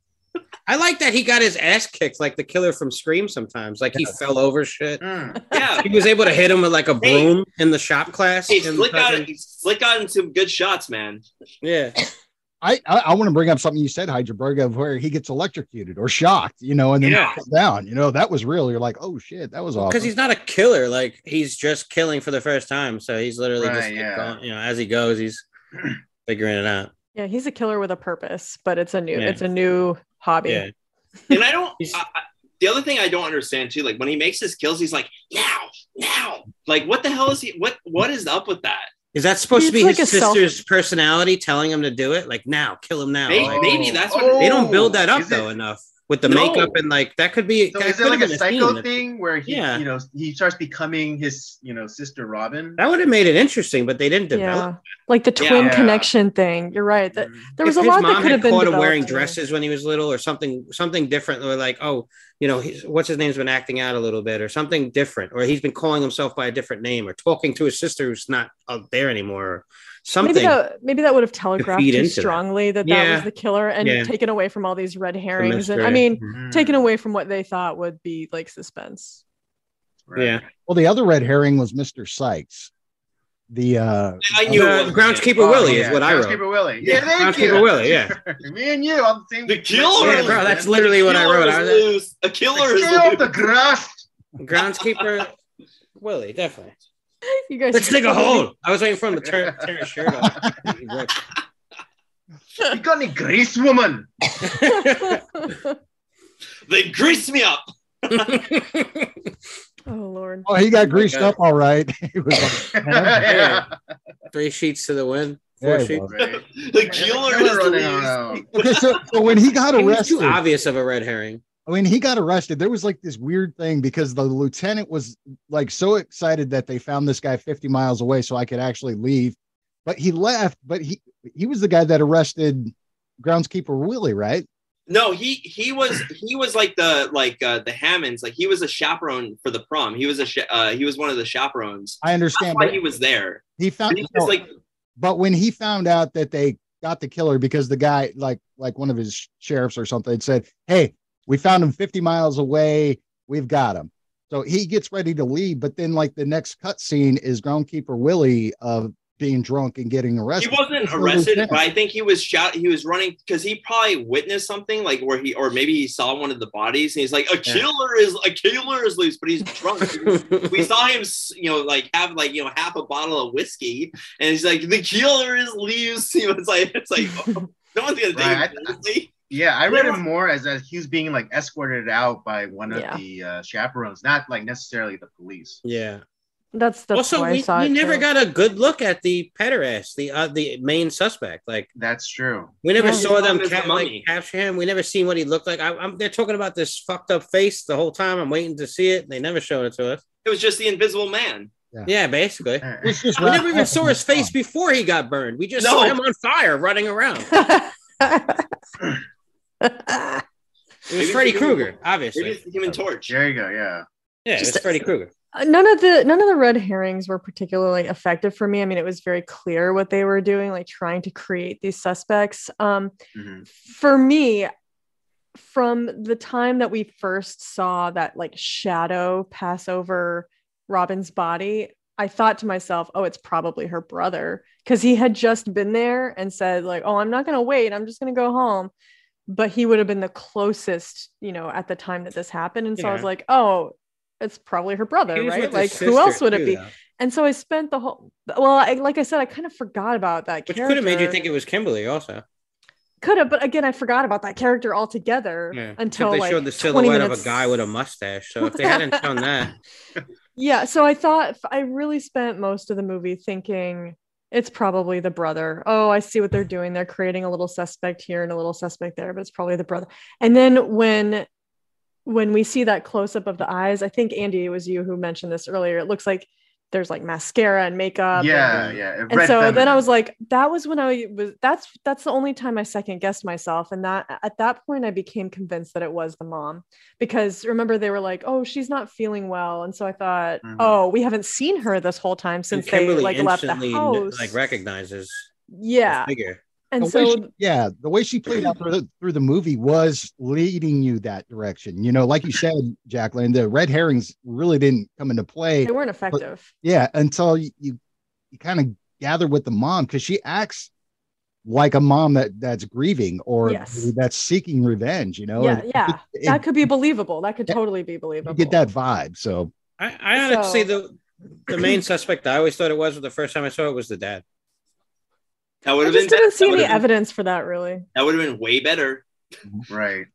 F: I like that he got his ass kicked like the killer from Scream sometimes. Like he fell over shit.
E: Mm.
D: Yeah.
F: He was able to hit him with like a
D: Hey.
F: broom in the shop class.
D: Hey,
F: in the
D: slick out,
F: fucking-
D: slick out in some good shots, man.
F: yeah.
A: I I, I want to bring up something you said, Hydraberg, of where he gets electrocuted or shocked, you know, and then
D: Yeah.
A: falls down. You know, that was real. You're like, oh shit, that was awesome.
F: Because he's not a killer. Like he's just killing for the first time. So he's literally just
E: Right,
F: like,
E: yeah.
F: going- you know, as he goes, he's figuring it out.
C: Yeah, he's a killer with a purpose, but it's a new
F: Yeah.
C: it's a new hobby.
F: Yeah.
D: And I don't.
F: He's-
D: I, I, the other thing I don't understand too, like when he makes his kills, he's like now, now. Like what the hell is he? What what is up with that?
F: Is that supposed to
C: He's
F: be
C: like
F: his
C: a self-
F: sister's personality telling him to do it? Like now, kill him now.
D: Maybe-
F: Like, oh.
D: maybe that's what-
F: they don't build that up
E: Oh. Is it-
F: though enough with the
D: No.
F: makeup and like that could be
E: So
F: that
E: is it
F: could
E: like a
F: have been
E: psycho
F: scene.
E: thing where he,
F: Yeah.
E: you know, he starts becoming his, you know, sister Robin?
F: That would have made it interesting, but they didn't develop.
C: Yeah. Like the
D: Yeah.
C: twin
E: Yeah.
C: connection thing. You're right.
E: Hmm.
C: That there was
F: If
C: a
F: his
C: lot
F: mom
C: that could
F: had
C: have been
F: caught him
C: developed
F: wearing
C: in there.
F: dresses when he was little, or something, something different. Or like, oh, you know, he's, what's his name's been acting out a little bit, or something different, or he's been calling himself by a different name, or talking to his sister who's not out there anymore, or something.
C: Maybe that maybe that would have telegraphed
F: feed
C: too
F: into that.
C: strongly that that,
F: Yeah.
C: was the killer and
F: Yeah.
C: taken away from all these red
F: The
C: herrings. And I
F: mystery.
C: mean,
E: Mm.
C: taken away from what they thought would be like suspense.
E: Right.
F: yeah,
A: well, the other red herring was Mr. Sykes. The uh
D: I
F: the,
D: knew it wasn't him.
F: groundskeeper
E: Oh,
F: Willie
E: yeah.
F: is what I wrote.
E: Groundskeeper Willie. Yeah, thank
F: groundskeeper
E: you.
F: Willie, yeah.
E: Me and you on the same.
D: The killer
F: Yeah, bro, that's literally what I
D: Killer
F: wrote.
D: is
F: I was-
D: loose. A killer is
E: Stay off
D: loose.
E: the grass.
F: groundskeeper Willie, definitely.
C: You guys
F: Let's dig a hole. I was waiting for him to tear, tear his shirt off.
E: You got any grease, woman?
D: They greased me up.
C: oh Lord.
A: oh, he got greased
F: God.
A: up all right. It was like,
E: yeah.
F: three sheets to the wind, four
A: There you
F: sheets.
A: go.
E: Right.
D: the Keeler
E: We're
D: is the
E: running
D: least-
E: out.
A: Okay, so, so when he got
F: It was too
A: arrested,
F: obvious of a red herring.
A: when he got arrested, there was like this weird thing because the lieutenant was like so excited that they found this guy 50 miles away so I could actually leave. But he left, but he he was the guy that arrested groundskeeper Willie, right?
D: No, he he was he was like the like uh, the Hammonds. Like he was a chaperone for the prom. He was a cha- uh, he was one of the chaperones.
A: I
D: That's
A: understand.
D: why
A: But
D: he was there.
A: he found
D: He was like
A: but when he found out that they got the killer because the guy like like one of his sheriffs or something said hey we found him 50 miles away we've got him so he gets ready to leave but then like the next cut scene is groundkeeper willie of being drunk and getting
D: he
A: arrested
D: wasn't
A: So
D: arrested,
A: lieutenant-
D: but I think he was shout. He was running because he probably witnessed something like where he or maybe he saw one of the bodies and he's like a
F: Yeah.
D: killer is a killer is loose, but he's drunk. we saw him, s- you know, like have like you know half a bottle of whiskey, and he's like the killer is loose. You know, it's like it's like
F: uh,
D: oh, no one's gonna take
E: Right,
D: him
E: I-
D: seriously.
E: Yeah, I read
D: There
E: it more as that he was being like escorted out by one of
C: Yeah.
E: the uh, chaperones, not like necessarily the police.
F: Yeah.
C: That's the
F: also,
C: way I
F: we,
C: saw
F: we
C: it,
F: never
C: too.
F: got a good look at the pederast, the uh, the main suspect. Like
E: That's true.
F: we never
C: Yeah.
F: saw them
D: He's not
F: cap-
D: the mummy.
F: like, capture him. We never seen what he looked like. I, I'm, they're talking about this fucked up face the whole time. I'm waiting to see it. They never showed it to us.
D: It was just the Invisible Man.
F: Yeah, basically.
E: Eh,
A: It's just
F: We never
A: Ralph
F: even saw his
A: Macchio.
F: face before he got burned. We just
D: No.
F: saw him on fire running around. It
D: Maybe
F: was Freddy
D: it's a human-
F: Krueger, obviously.
D: Maybe it's the Human Torch.
E: There you go. Yeah.
F: yeah, it's
C: Just-
F: Freddy Krueger.
C: none of the none of the red herrings were particularly effective for me. I mean, it was very clear what they were doing, like trying to create these suspects. Um,
E: Mhm.
C: for me from the time that we first saw that like shadow pass over robin's body i thought to myself oh it's probably her brother because he had just been there and said like oh i'm not going to wait i'm just going to go home but he would have been the closest you know at the time that this happened and so i was
F: Yeah.
C: like oh it's probably her brother
F: He was
C: right
F: with
C: like
F: his
C: who
F: sister,
C: else would it
F: too,
C: be
F: though,
C: and so i spent the whole well I, like i said i kind of forgot about that
F: Which could have made you
C: character
F: think it was Kimberly also.
C: could have, but again, I forgot about that character altogether
F: Yeah.
C: until
F: Except they
C: like
F: showed the
C: 20
F: silhouette
C: minutes.
F: of a guy with a mustache. So if they hadn't shown that,
C: Yeah, so I thought I really spent most of the movie thinking it's probably the brother. Oh, I see what they're doing. They're creating a little suspect here and a little suspect there, but it's probably the brother. And then when when we see that close up of the eyes, I think Andy it was you who mentioned this earlier. It looks like there's like mascara and makeup. and-
E: yeah. Yeah.
C: and so then I was like, that was when I was that's that's the only time I second guessed myself. And that at that point I became convinced that it was the mom. Because remember they were like, Oh, she's not feeling well. And so I thought,
E: Mhm.
C: Oh, we haven't seen her this whole time since they
F: Mm-hmm. Kimberly
C: like left the
F: instantly kn-
C: house.
F: like recognizes
C: yeah.
F: the figure.
A: The
C: And
A: way
C: so
A: she- yeah, the way she played out through the, through the movie was leading you that direction. You know, like you said, Jacqueline, the red herrings really didn't come into play
C: they weren't effective.
A: Yeah, until you you, you kind of gather with the mom because she acts like a mom that that's grieving or
C: Yes.
A: that's seeking revenge. You know,
C: Yeah,
A: It-
C: yeah.
A: it-
C: That could be believable. That could
A: Yeah.
C: totally be
A: you
C: believable.
A: get that vibe. So
F: I, I honestly
C: So-
F: the the main suspect I always thought it was the first time I saw it was the dad.
D: That would
C: I
D: have been
C: just didn't
D: that
C: see
D: would
C: any
D: have been,
C: evidence for that really.
D: that would have been way better.
E: right.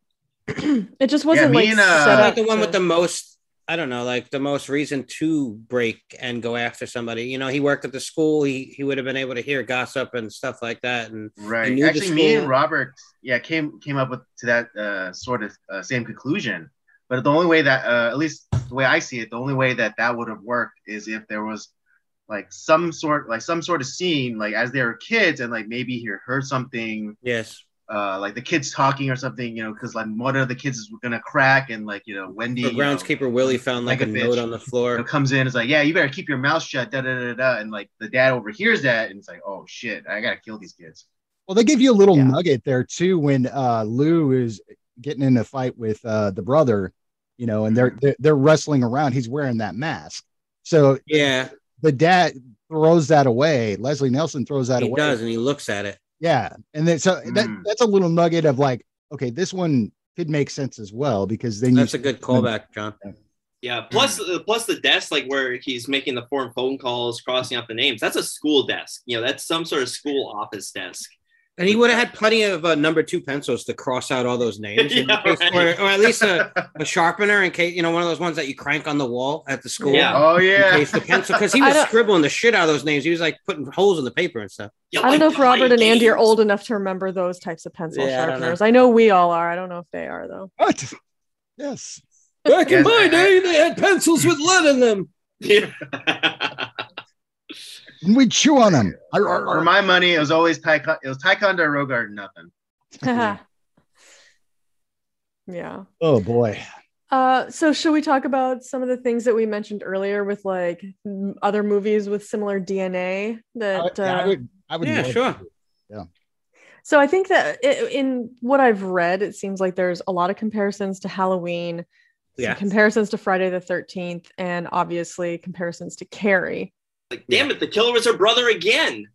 C: it just wasn't
E: me
C: like
E: and, uh,
F: I
C: set
F: like
C: up
F: the one
C: to-
F: with the most I don't know, like the most reason to break and go after somebody. You know, he worked at the school. He he would have been able to hear gossip and stuff like that. And I
E: Right.
F: knew the
E: Actually, me and
F: school-
E: Robert, yeah, came came up with to that uh, sort of uh, same conclusion. But the only way that, uh, at least the way I see it, the only way that that would have worked is if there was like some sort, like some sort of scene, like as they were kids, and like maybe he heard something,
F: yes,
E: uh, like the kids talking or something, you know, because like one of the kids is gonna crack, and like you know, Wendy
F: the
E: you know,
F: groundskeeper Willie found like,
E: Like
F: a,
E: a
F: note
E: bitch.
F: on the
E: you know,
F: floor.
E: comes in, is like, yeah, you better keep your mouth shut, da da da da, and like the dad overhears that, and it's like, oh shit, I gotta kill these kids.
A: well, they give you a little
C: Yeah.
A: nugget there too when uh, Lou is getting in a fight with uh, the brother. You know, and they're, they're they're wrestling around. He's wearing that mask, so
F: Yeah,
A: the dad throws that away. Leslie Nelson throws that
F: he
A: away.
F: does, and he looks at it.
A: Yeah. And then so that
F: Hmm.
E: Mm.
A: that's a little nugget of like, okay, this one could make sense as well because then
F: That's a
A: you
F: good callback, John.
D: Yeah.
F: Mm.
D: Plus, uh, plus the desk like where he's making the foreign phone calls, crossing out the names. That's a school desk. You know, that's some sort of school office desk.
F: And he would have had plenty of uh, number two pencils to cross out all those names, in
D: Yeah,
F: case-
D: right.
F: or, or at least a, a sharpener in case you know one of those ones that you crank on the wall at the school.
D: Yeah.
E: Oh
F: In
E: yeah.
F: case the pencil, because he
C: I
F: was
C: don't-
F: scribbling the shit out of those names. He was like putting holes in the paper and stuff.
D: You
C: I don't
D: like
C: know if
D: the
C: Robert and
D: high
C: Andy are
D: games?
C: old enough to remember those types of pencil
F: Yeah, I don't know.
C: sharpeners. I know we all are. I don't know if they are though.
A: What? Yes.
F: Back
E: in Yes, my I- day,
F: they had pencils with lead in them.
D: Yeah.
A: And we'd chew on them.
E: For for my money, it was always Tycon. It was Ticonderoga or nothing.
C: yeah.
A: Oh boy.
C: Uh, so should we talk about some of the things that we mentioned earlier with like m- other movies with similar DNA
A: I,
C: that uh,
A: I would. I would.
F: Yeah,
A: love
F: sure.
A: to.
C: So I think that i in what I've read, it seems like there's a lot of comparisons to Halloween, some
F: Yeah.
C: comparisons to Friday the 13th, and obviously comparisons to Carrie.
D: like, damn it, the killer was her brother again.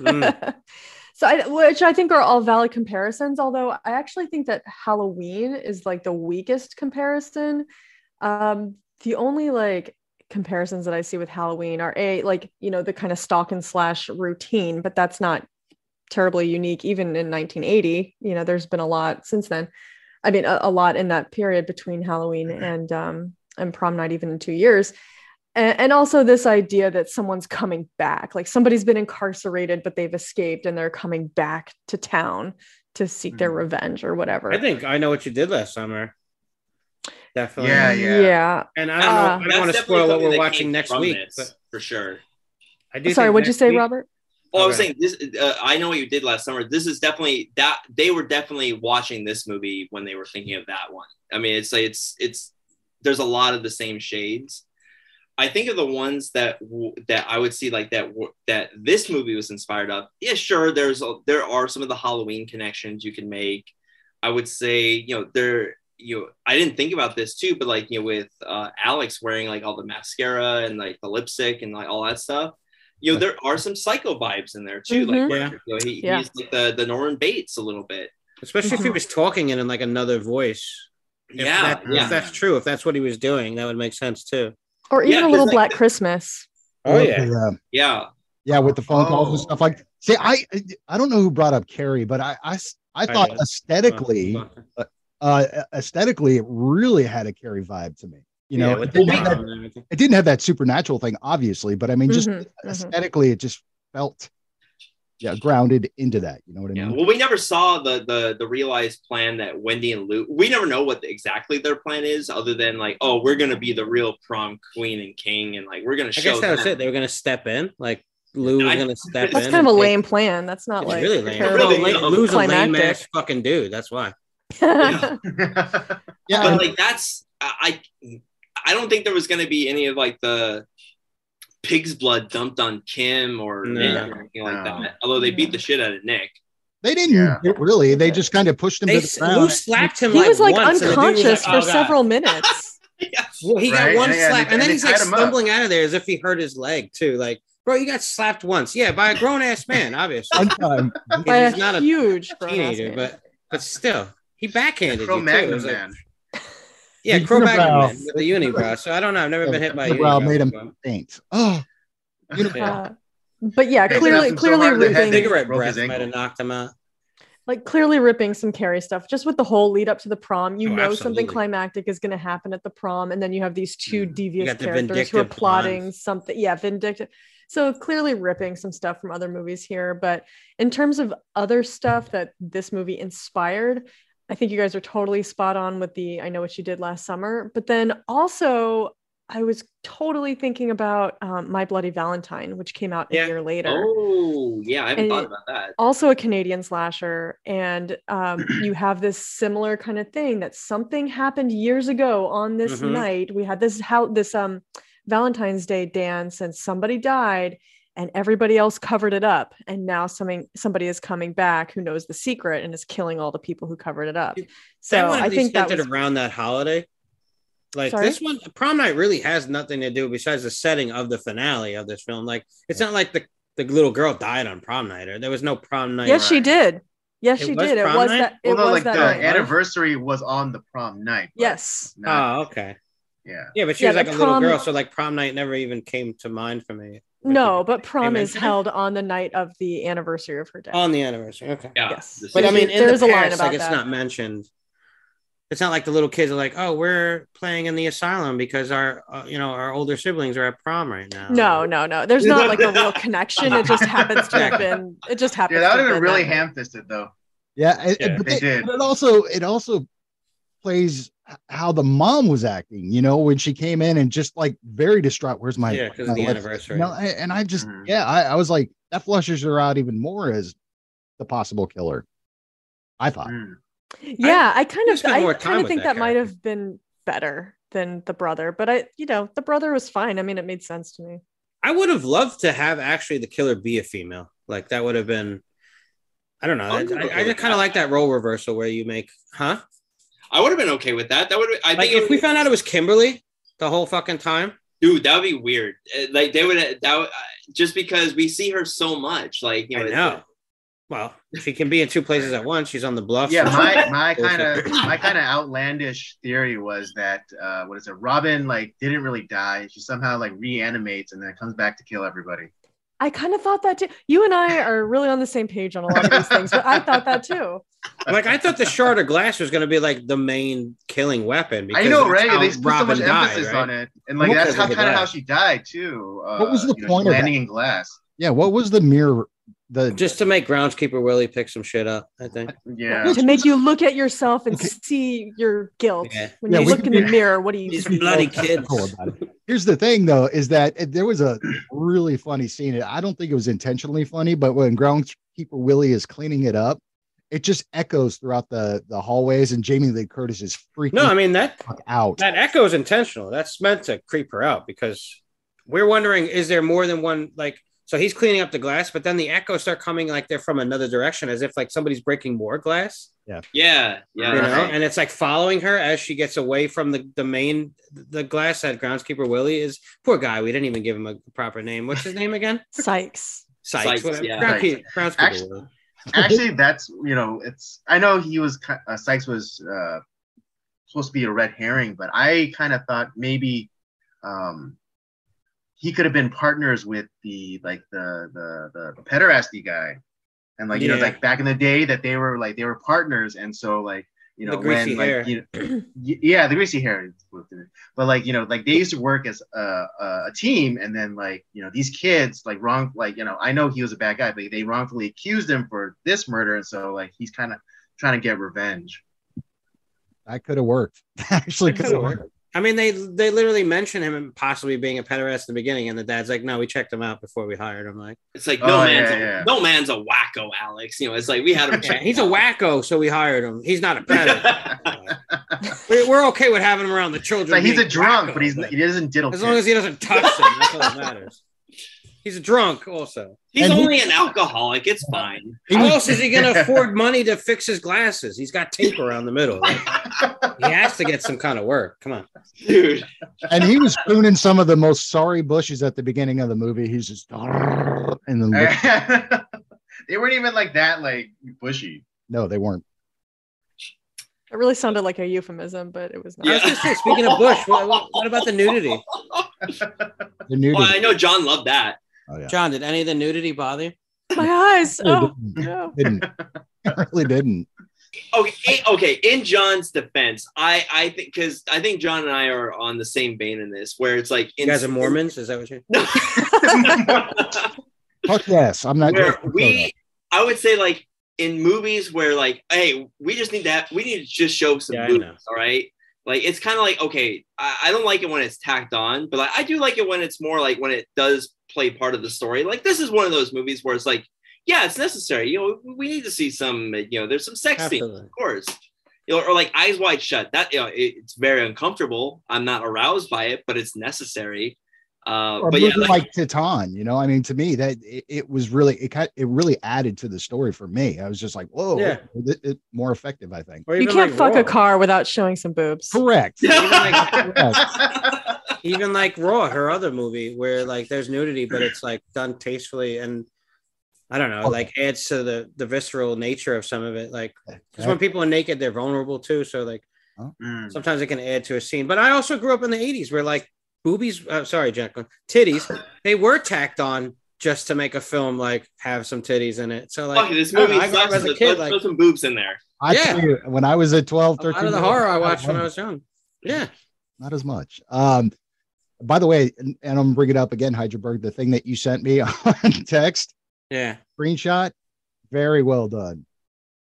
F: Mm.
C: so I, which I think are all valid comparisons, although I actually think that Halloween is like the weakest comparison. Um, the only like comparisons that I see with Halloween are a like you know the kind of stalk and slash routine, but that's not terribly unique even in 1980. You know, there's been a lot since then. I mean, a, a lot in that period between Halloween
E: Mm-hmm.
C: and um, and prom night, even in two years. And, and also this idea that someone's coming back, like somebody's been incarcerated, but they've escaped and they're coming back to town to seek their
E: Mhm.
C: revenge or whatever.
F: I think I know what you did last summer. Definitely.
E: Yeah, yeah.
C: yeah.
F: And I don't
C: Ah.
F: know. I
D: That's
F: don't want to
D: definitely
F: spoil what
D: something
F: we're
D: that
F: watching
D: came
F: next
D: from
F: week.
D: this,
F: But
D: for sure.
F: I do.
C: Sorry,
F: think
C: what'd you
F: next
C: say,
F: week-
C: Robert?
D: Well, I was
F: Okay.
D: saying this. Uh, I know what you did last summer. This is definitely that they were definitely watching this movie when they were thinking of that one. I mean, it's like it's it's there's a lot of the same shades. I think of the ones that w- that I would see like that w- that this movie was inspired of. Yeah, sure. There's a, there are some of the Halloween connections you can make. I would say you know there you know, I didn't think about this too, but like you know with uh, Alex wearing like all the mascara and like the lipstick and like all that stuff. You know, there are some psycho vibes in there too.
C: Mhm.
D: Like,
F: Yeah.
D: you know, he,
C: Yeah.
D: he's like the, the Norman Bates a little bit.
F: Especially if he was talking in, in like another voice. If
D: yeah,
F: that- If
D: yeah.
F: that's true, if that's what he was doing, that would make sense too.
C: Or
D: Yeah,
C: even a
D: 'cause,
C: little
D: like,
C: Black
D: the-
C: Christmas.
F: Oh,
A: Love the, uh,
D: yeah.
A: yeah, with the phone calls and
E: Oh.
A: stuff like. See, I I don't know who brought up Carrie, but I I, s- I thought
F: did.
A: aesthetically, uh, aesthetically, it really had a Carrie vibe to me. You know,
F: yeah,
A: it,
F: with the
A: didn't have
F: bomb
A: that,
F: and everything.
A: it didn't have that supernatural thing, obviously, but I mean, just
C: Mhm, mhm.
A: aesthetically, it just felt yeah grounded into that. You know what I
D: Yeah.
F: Mm-hmm.
A: mean?
D: Well, we never saw the the the realized plan that Wendy and Luke. We never know what exactly their plan is, other than like, oh, we're gonna be the real prom queen and king, and like we're gonna
F: I
D: show.
F: guess that was
D: them.
F: it. They were gonna step in, like Lou was
D: I-
F: gonna step
C: That's
F: in.
C: kind of a
F: and take-
C: lame plan. That's not
F: It's
C: like
F: really lame.
C: terrible.
D: Really lame.
F: Lou's a lame
C: Climactic.
F: ass fucking dude. That's why.
D: Yeah.
A: Yeah,
D: But
A: and-
D: like that's I I I don't think there was gonna be any of like the pig's blood dumped on Kim or
F: No.
D: Nick or anything like
E: No.
D: that. Although they beat
C: No.
D: the shit out of Nick.
A: they didn't
E: Yeah.
A: do it really. They just kind of pushed him to
F: They,
A: the ground.
F: Lou slapped him.
C: he was like
F: once, and the dude was
C: unconscious
F: like, "Oh,
C: for
F: God."
C: several minutes.
D: Yes.
F: Well, he
E: Right?
F: got one
E: Yeah, yeah,
F: slap,
E: and
F: and,
E: they-
F: then
E: and
F: he's
E: they
F: like
E: tied him up.
F: stumbling out of there as if he hurt his leg too. Like, bro, you got slapped once, yeah, by a grown ass man, obviously.
A: One time,
C: By
F: Yeah,
C: a
F: he's not a
C: huge grown-ass
F: teenager,
C: man.
F: but but still, he backhanded
E: Pro
F: you too. It
E: Magnum
F: was like-
E: man.
F: yeah,
A: The
F: Cro
A: unibrow.
F: Magnum man with the unibrow. So I don't know. I've never been hit by a
A: Unibrow
F: unibrow.
A: made him-
F: before.
A: faint. Oh,
F: Yeah.
C: Uh, but yeah,
E: They
C: clearly,
E: slapped him so
C: clearly
E: hard they had
F: That
E: Thing
C: ripping,
F: cigarette
E: broke his
F: breath might
E: ankle.
F: have knocked him out.
C: like clearly ripping some Carrie stuff. Just with the whole lead up to the prom, you
F: Oh,
C: know
F: absolutely. Mm.
C: something climactic is going to happen at the prom, and then you have these two devious
F: got the
C: characters who are
F: vindictive
C: plotting
F: blondes.
C: something. Yeah, vindictive. So clearly ripping some stuff from other movies here, but in terms of other stuff that this movie inspired, I think you guys are totally spot on with the I know what you did last summer. But then also, I was totally thinking about um, My Bloody Valentine, which came out
F: Yeah.
C: a year later
D: Oh yeah, I haven't
C: And-
D: thought about that.
C: also a Canadian slasher, and um, you have this similar kind of thing that something happened years ago on this
F: Mhm.
C: night. We had this how this um Valentine's Day dance, and somebody died, and everybody else covered it up, and now something somebody is coming back who knows the secret and is killing all the people who covered it up.
F: That
C: So
F: one at
C: I
F: least
C: think that
F: centered
C: was
F: around that holiday. Like
C: Sorry?
F: this one, prom night really has nothing to do besides the setting of the finale of this film. Like it's not like the, the little girl died on prom night, or there was no prom night.
C: yes, she
E: Right.
C: did. Yes,
F: It
C: she
F: was
C: did. It
F: prom
C: was
F: night?
C: that. It
E: Well, no,
C: was
E: like the
C: that. night.
E: anniversary was on the prom night. but
C: Yes.
E: not-
F: Oh, okay.
E: Yeah.
F: Yeah, but she
C: Yeah,
F: was
C: the
F: like a little
C: prom-
F: girl, so like prom night never even came to mind for me.
C: No, but prom
F: Amen.
C: is held on the night of the anniversary of her death.
F: on the anniversary. Okay.
D: Yeah.
C: Yes.
D: Ah, this
F: But I
D: is-
F: mean, in
C: There's
F: the
C: a line
F: parents,
C: about
F: like it's
C: that.
F: not mentioned. It's not like the little kids are like, "Oh, we're playing in the asylum because our, uh, you know, our older siblings are at prom right now."
C: No, no, no. There's not like a real connection. It just happens to have been. It just happens.
E: Yeah, that
C: to
E: would have been really
C: that night.
E: ham fisted though.
A: Yeah, and- and-
F: Yeah,
A: but,
E: they
A: they-
E: did.
A: but it also it also plays h- how the mom was acting. You know, when she came in and just like very distraught. Where's my
F: Yeah, 'cause of
A: my
F: the
A: life?"
F: anniversary.
A: You know, and, and I just
E: Mhm.
A: yeah, I, I was like that flushes her out even more as the possible killer. I
F: Uh,
A: thought.
E: Mm.
C: Yeah, I, kind
F: we
C: of,
F: spent
C: I
F: more time
C: kind of
F: with
C: think that,
F: that
C: might
F: character.
C: have been better than the brother. But I, you know, the brother was fine. I mean, it made sense to me.
F: I would have loved to have actually the killer be a female. Like that would have been. I don't know.
D: I would've been
F: I, I,
D: okay with
F: just kind
D: that.
F: of like that role reversal where you make, huh?
D: I would have been okay with that. That would I
F: Like
D: think
F: if we found out it was Kimberly the whole fucking time.
D: dude, that would be weird. Uh, Like they would that would, uh, just because we see her so much. Like you
F: I
D: know,
F: know. Well, she can be in two places at once. She's on the bluff.
E: Yeah, my
F: she's-
E: my kind of my kind of outlandish theory was that uh, what is it? Robin like didn't really die. She somehow like reanimates and then comes back to kill everybody.
C: I kind of thought that too. You and I are really on the same page on a lot of these things, but I thought that too.
F: like I thought the shard of glass was going to be like the main killing weapon.
E: I know,
F: that's
E: right?
F: how
E: They put so
F: Robin
E: much
F: died,
E: emphasis
F: right?
E: on it, and like
F: Well,
E: that's how
F: because of
E: kind of
F: that.
E: how she died too. Uh,
A: What was the
E: you know,
A: point of
E: landing in glass?
A: Yeah, what was the mirror? The
F: Just to make groundskeeper Willie pick some shit up, I think.
E: Yeah,
C: To make you look at yourself and see your guilt.
F: Yeah.
C: When
A: Yeah,
C: you
A: we
C: look in
A: can
C: the
A: be-
C: mirror, what do you
F: These
C: see?
F: bloody kids.
A: Cool about it. Here's the thing, though, is that it- there was a really funny scene. I don't think it was intentionally funny, but when groundskeeper Willie is cleaning it up, it just echoes throughout the the hallways, and Jamie Lee Curtis is freaking
F: No, I mean that
A: fuck out.
F: that echo is intentional. That's meant to creep her out because we're wondering is there more than one like so he's cleaning up the glass, but then the echoes start coming like they're from another direction, as if like somebody's breaking more glass,
D: Yeah, yeah.
F: you know,
E: Right.
F: and it's like following her as she gets away from the, the main the glass that groundskeeper Willie is poor guy. We didn't even give him a proper name. What's his name again?
C: Sykes.
F: Sykes.
D: Sykes,
F: whatever.
D: yeah.
F: Groundkeeper- groundskeeper
E: Actually-
F: Willie.
E: actually, that's you know, it's. I know he was ki- uh, Sykes was uh, supposed to be a red herring, but I kind of thought maybe um, he could have been partners with the like the the the, the pederasty guy, and like you know,
F: Yeah.
E: like back in the day that they were like they were partners, and so like you know
F: The greasy
E: when like
F: hair.
E: you y- yeah the greasy hair, but like you know like they used to work as a, a, a team, and then like you know these kids like wrong like you know I know he was a bad guy, but they wrongfully accused him for this murder, and so like he's kind of trying to get revenge.
A: That could have worked. Actually,
F: That
A: could have
F: coulda worked.
A: worked.
F: I mean, they they literally mention him possibly being a pederast at the beginning, and the dad's like, "No, we checked him out before we hired him." Like,
D: It's like
E: Oh,
D: no
E: yeah,
D: man's a,
E: yeah.
D: no man's a wacko, Alex. You know, it's like we had him.
F: yeah,
D: checked
F: he's a
D: out.
F: wacko, so we hired him. He's not a pederast. we're, we're okay with having him around the
E: It's
F: children.
E: like he's a
F: being
E: drunk,
F: wacko,
E: but he's he doesn't diddle.
F: as long as he doesn't touch them, that's all that matters. He's a drunk, also.
D: He's
A: And he-
D: only an alcoholic. It's fine.
A: He
F: How
A: was-
F: else is he going to afford money to fix his glasses? He's got tape around the middle. Like, he has to get some kind of work. Come on.
D: Dude,
A: and he was spooning some of the most sorry bushes at the beginning of the movie. He's just and then look-
E: they weren't even like that like bushy.
A: no, they weren't.
C: It really sounded like a euphemism, but it was not.
F: I was
D: Yeah.
F: going to say, speaking of Bush, what, what, what about the nudity?
A: The nudity.
D: well, I know John loved that.
A: Oh, yeah.
F: John, did any of the nudity bother you?
C: My eyes.
A: Really
C: Oh no.
A: didn't. Didn't. really didn't.
D: Okay, in, Oh, okay. In John's defense, I I think because I think John and I are on the same vein in this, where it's like
F: You
D: in,
F: guys are Mormons? Is that what you're
A: Fuck yes, I'm not.
D: where
A: I'm
D: we I would say like in movies where like hey we just need that we need to just show some
F: Yeah, I know.
D: boobs all right like it's kind of like okay I, I don't like it when it's tacked on but like, I do like it when it's more like when it does play part of the story like this is one of those movies where it's like yeah it's necessary you know we need to see some you know there's some sex scenes
F: Absolutely.
D: of course you know, or like eyes wide shut that you know it- it's very uncomfortable I'm not aroused by it but it's necessary uh,
A: or
D: but yeah
A: movie
D: like-
A: like, Titan, you know, I mean, to me that it, it was really it kind it really added to the story for me. I was just like, whoa,
F: Yeah.
A: it, it- more effective, I think.
F: Or
C: You
F: even,
C: can't
F: like,
C: fuck
F: Raw.
C: a car without showing some boobs.
A: Correct.
F: Even like,
E: yeah.
F: even like Raw, her other movie, where like there's nudity, but it's like done tastefully and I don't know,
A: Oh.
F: like adds to the the visceral nature of some of it. Like because when people are naked, they're vulnerable too. So like
E: Mm.
F: Sometimes it can add to a scene. But I also grew up in the 80s where like boobies, uh, sorry, Jacqueline, titties, they were tacked on just to make a film like have some titties in it. So like
D: Fuck it, this
F: I don't
D: movie
F: know, I grew up
D: sucks.
F: as a
D: Let's,
F: kid,
D: let's
F: like
D: throw some boobs in there.
A: I
F: Yeah.
A: tell you, when I was at 12,
F: a
A: 13,
F: lot of the horror I watched when I was young. Yeah.
A: not as much. Um, by the way, and, and I'm bringing it up again, Hydraberg, the thing that you sent me on text
F: Yeah.
A: screenshot, very well done.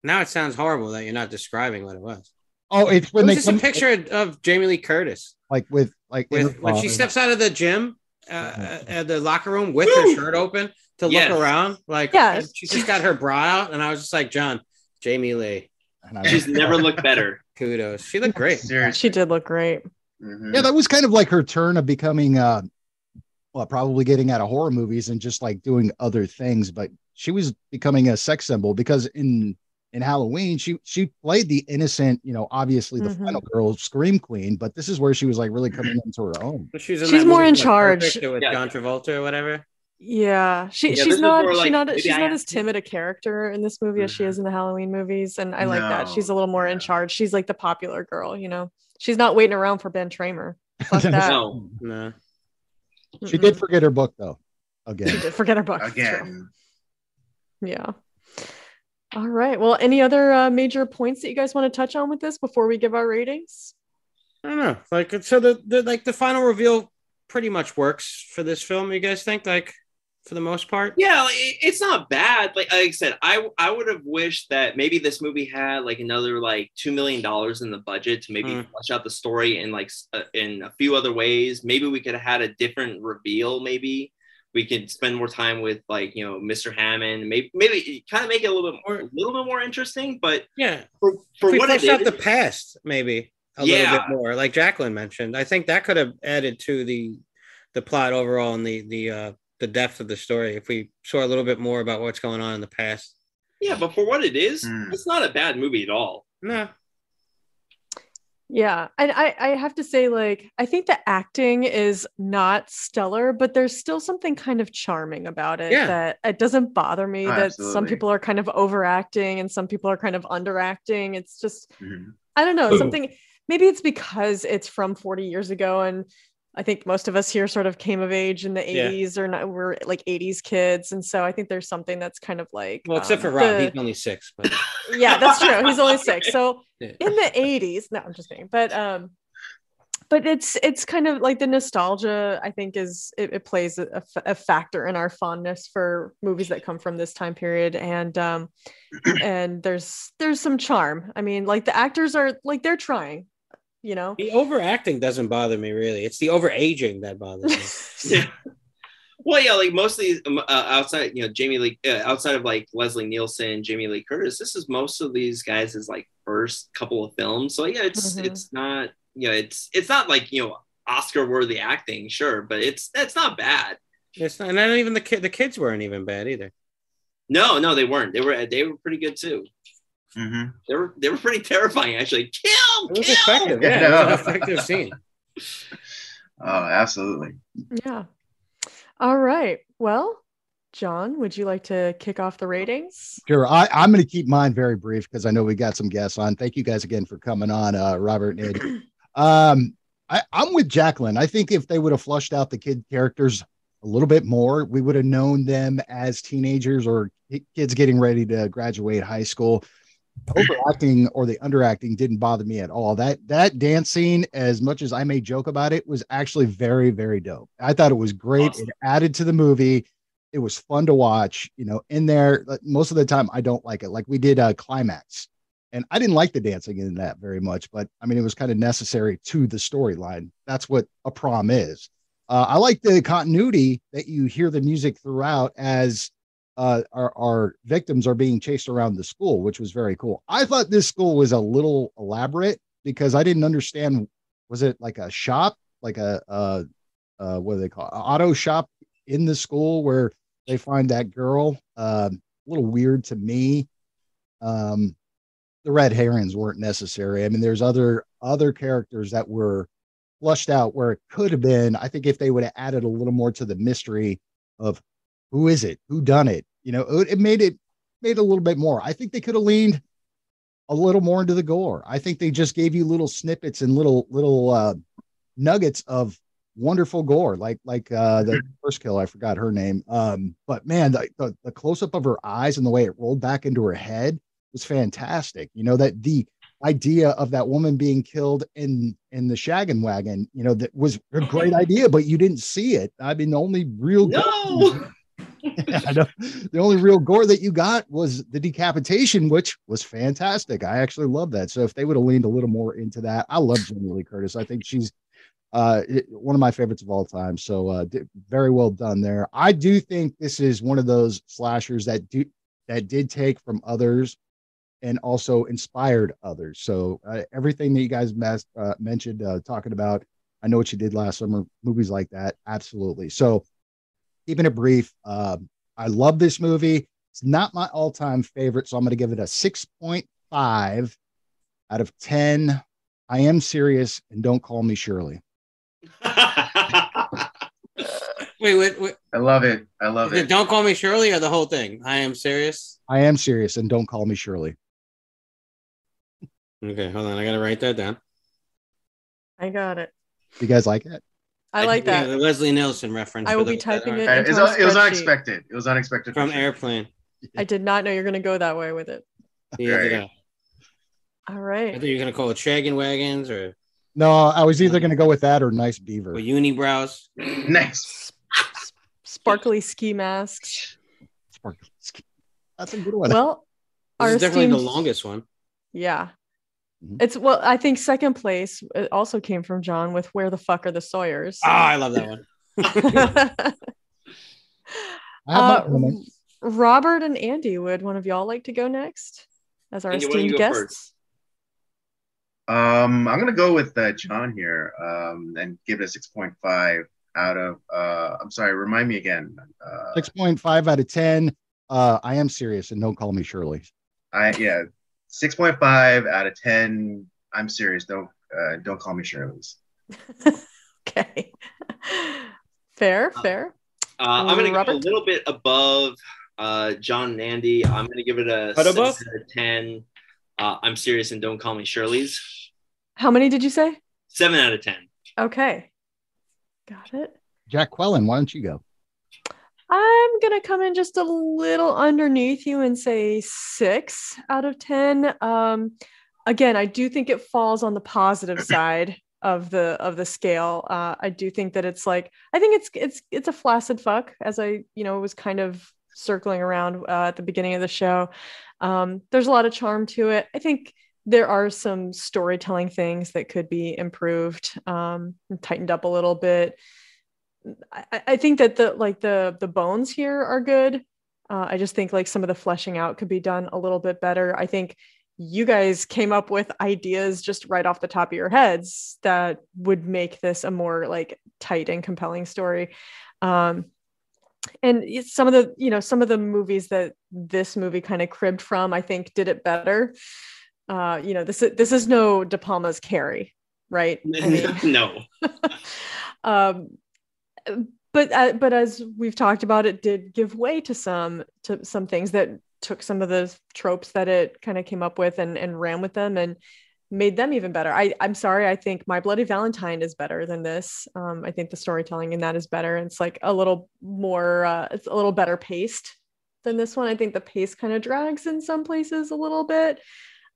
F: Now it sounds horrible that you're not describing what it was.
A: Oh, it's when
F: it was
A: they
F: just
A: come,
F: a picture of- of Jamie Lee Curtis
A: like with like in
F: with
A: her
F: when she
A: father.
F: steps out of the gym, uh, uh, uh, the locker room with
D: Woo!
F: her shirt open to
D: Yes.
F: look around. Like
C: Yes.
F: and she just got her bra out, and I was just like, John, Jamie Lee,
A: And I was
D: She's
A: like,
D: never looked better.
F: kudos. She looked great.
E: Seriously.
C: She did look great.
E: Mhm.
A: yeah, that was kind of like her turn of becoming uh well, probably getting out of horror movies and just like doing other things, but she was becoming a sex symbol because in in Halloween, she she played the innocent, you know, obviously the
C: Mhm.
A: final girl scream queen, but this is where she was like really coming into her own.
F: She was in
C: She's
F: that
C: more
F: movie
C: in
F: with
C: charge.
F: Perfect with
D: Yeah.
F: John Travolta or whatever.
C: Yeah, she
D: Yeah, this
C: she's
D: is
C: not
D: more
C: she's
D: like,
C: not
D: maybe
C: she's
D: I
C: not
D: am. Mm-hmm.
C: as timid a character in this movie as she is in the Halloween movies, and I like that.
E: No,
C: She's a little more in
E: yeah.
C: charge. She's like the popular girl, you know. She's not waiting around for Ben Tramer. Fuck that.
D: No.
F: No.
A: She did
C: Mm-mm.
A: forget her book though.
C: She
A: Again.
C: did forget her book. That's true.
E: Again.
C: Yeah. All right. Well, any other uh, major points that you guys want to touch on with this before we give our ratings?
F: I don't know. Like it's- so the, the like the final reveal pretty much works for this film, you guys think? Like for the most part?
D: Yeah, like, it- it's not bad. Like, like I said, I I would have wished that maybe this movie had like another like two million dollars in the budget to maybe
F: Mm.
D: flesh out the story in like s- uh, in a few other ways. Maybe we could have had a different reveal. Maybe we could spend more time with like you know Mr. Hammond. Maybe maybe kind of make it a little bit more, a little bit more interesting. But
F: Yeah.
D: for,
F: If
D: for
F: we
D: what it
F: fleshed out
D: is,
F: the past, maybe a
D: Yeah.
F: little bit more, like Jacqueline mentioned. I think that could have added to the the plot overall and the the uh the depth of the story if we saw a little bit more about what's going on in the past.
D: yeah, but for what it is,
F: Hmm.
E: Mm.
D: it's not a bad movie at all.
F: No.
C: Yeah. And I, I have to say, like, I think the acting is not stellar, but there's still something kind of charming about it
F: Yeah.
C: that it doesn't bother me
E: Oh,
C: that some
E: absolutely.
C: people are kind of overacting and some people are kind of underacting. It's just,
E: Mhm.
C: I don't know,
F: Ooh.
C: something maybe it's because it's from 40 years ago and I think most of us here sort of came of age in the
F: Yeah.
C: 80s or not, we're like 80s kids and so I think there's something that's kind of like
F: Well, except
C: um,
F: for Rob,
C: the-
F: he's only six, but
C: yeah, that's true. He's only six. So
F: Yeah.
C: in the 80s, no, I'm just kidding. But um but it's it's kind of like the nostalgia I think is it, it plays a, a f- a factor in our fondness for movies that come from this time period and um and there's there's some charm. I mean, like the actors are like they're trying, you know.
F: the overacting doesn't bother me really. It's the overaging that bothers me.
D: Yeah. Well, yeah, like mostly um, uh, outside, you know, Jamie Lee, uh, outside of like Leslie Nielsen, Jamie Lee Curtis, this is most of these guys' is like first couple of films. So yeah, it's
F: Mm-hmm.
C: Mhm.
D: it's not, you know, it's it's not like you know Oscar worthy acting, sure, but it's it's not bad.
F: It's not, and not even the kid. The kids weren't even bad either.
D: No, no, they weren't. They were they were pretty good too.
E: Mhm.
D: They were they were pretty terrifying actually. Kill,
F: It was
D: kill.
F: effective. Yeah, it was an
E: Yeah.
F: effective scene.
E: Oh, absolutely.
C: Yeah. All right. Well, John, would you like to kick off the ratings?
A: Sure. I, I'm going to keep mine very brief because I know we got some guests on. Thank you guys again for coming on, uh, Robert and Ed. Um, I, I'm with Jacqueline. I think if they would have flushed out the kid characters a little bit more, we would have known them as teenagers or ki- kids getting ready to graduate high school. Overacting or the underacting didn't bother me at all. That that dance scene, as much as I may joke about it, was actually very, very dope. I thought it was great.
D: Awesome.
A: It added to the movie it was fun to watch you know in there like, most of the time i don't like it like we did uh climax and i didn't like the dancing in that very much but i mean it was kind of necessary to the storyline that's what a prom is uh, i like the continuity that you hear the music throughout as uh, our, our victims are being chased around the school which was very cool i thought this school was a little elaborate because i didn't understand was it like a shop like a uh, uh, what do they call it? auto shop in the school where they find that girl. Um, a little weird to me. Um, the red herrings weren't necessary. I mean, there's other other characters that were flushed out where it could have been. I think if they would have added a little more to the mystery of who is it, who done it, you know, it, it made it made it a little bit more. I think they could have leaned a little more into the gore. I think they just gave you little snippets and little little uh, nuggets of wonderful gore, like like uh, the first kill. I forgot her name, um, but man, the, the, the close up of her eyes and the way it rolled back into her head was fantastic. You know that the idea of that woman being killed in in the shaggin wagon, you know, that was a great idea, but you didn't see it. I mean, the only real
D: No.
A: Yeah, I know. the only real gore that you got was the decapitation, which was fantastic. I actually love that. So if they would have leaned a little more into that, I love Jamie Lee Curtis. I think she's uh, it- one of my favorites of all time. So uh, d- very well done there. I do think this is one of those slashers that do that did take from others and also inspired others. So uh, everything that you guys mas- uh, mentioned uh, talking about, I know what you did last summer, movies like that, absolutely. So keeping it brief, um, I love this movie. It's not my all-time favorite, so I'm going to give it a 6.5 out of 10. I am serious, and don't call me Shirley.
F: Wait, wait, wait.
E: I love it. I love it.
F: Don't call me Shirley or the whole thing. I am serious.
A: I am serious, and don't call me Shirley.
F: Okay, hold on. I gotta write that down.
C: I got it.
A: You guys like it?
C: I like
F: Yeah,
C: that.
F: the Leslie Nielsen reference.
C: I
F: for
C: will
F: those
C: be
F: that
C: typing
F: aren't-
E: Uh, it's-
C: into a
E: it was
C: spreadsheet.
E: unexpected. It was unexpected. for
F: from
E: sure.
F: airplane.
C: I did not know you're going to go that way with it.
F: Yeah,
E: Right.
F: did I.
C: All
F: I
C: right.
F: thought you were gonna call it Shaggin' Wagons or,
A: No, I was either going to go with that or Nice
F: or
A: Beaver.
F: Unibrows.
E: Nice.
C: Sparkly ski masks.
A: Sparkle. That's a good one.
C: Well,
F: This
C: our
F: is definitely the Mm-hmm.
C: esteemed-
F: longest one.
C: Yeah.
A: Mhm.
C: It's well, I think second place uh, also came from John with Where the Fuck Are the Sawyers?
F: Ah, I love that one.
A: I have my
C: Uh,
A: moment.
C: Robert and Andy, would one of y'all like to go next as our
D: Andy, why don't you
C: esteemed
D: go
C: guests?
D: first?
E: Um, I'm gonna go with uh, John here um, and give it a 6.5 out of. Uh, I'm sorry. Remind me again. Uh,
A: 6.5 out of 10. Uh, I am serious, and don't call me Shirley.
E: I yeah, 6.5 out of 10. I'm serious. Don't uh, don't call me Shirley's.
C: Okay. fair,
D: Uh,
C: fair.
D: Uh, I'm going to go a
C: Robert?
D: little bit above uh, John and Andy. I'm going to give it a
F: But
D: six
F: above?
D: out of ten. Uh, I'm serious and don't call me Shirley's.
C: How many did you say?
D: Seven out of ten.
C: Okay. Got it.
A: Jack Quellen, why don't you go?
C: I'm going to come in just a little underneath you and say six out of 10. Um, again, I do think it falls on the positive side of the of the scale. Uh, I do think that it's like I think it's it's it's a flaccid fuck as I you know was kind of circling around uh, at the beginning of the show. Um, there's a lot of charm to it. I think there are some storytelling things that could be improved, um, and tightened up a little bit. I, I- I think that the like the the bones here are good. Uh, I just think like some of the fleshing out could be done a little bit better. I think you guys came up with ideas just right off the top of your heads that would make this a more like tight and compelling story. Um, and it's some of the you know some of the movies that this movie kind of cribbed from, I think, did it better. Uh, you know, this is this is no De Palma's Carrie, right? I mean-
D: no.
C: um, but uh, but as we've talked about, it did give way to some to some things that took some of those tropes that it kind of came up with and and ran with them and made them even better. I I'm sorry, I think My Bloody Valentine is better than this. Um, I think the storytelling in that is better. and It's like a little more, uh, it's a little better paced than this one. I think the pace kind of drags in some places a little bit.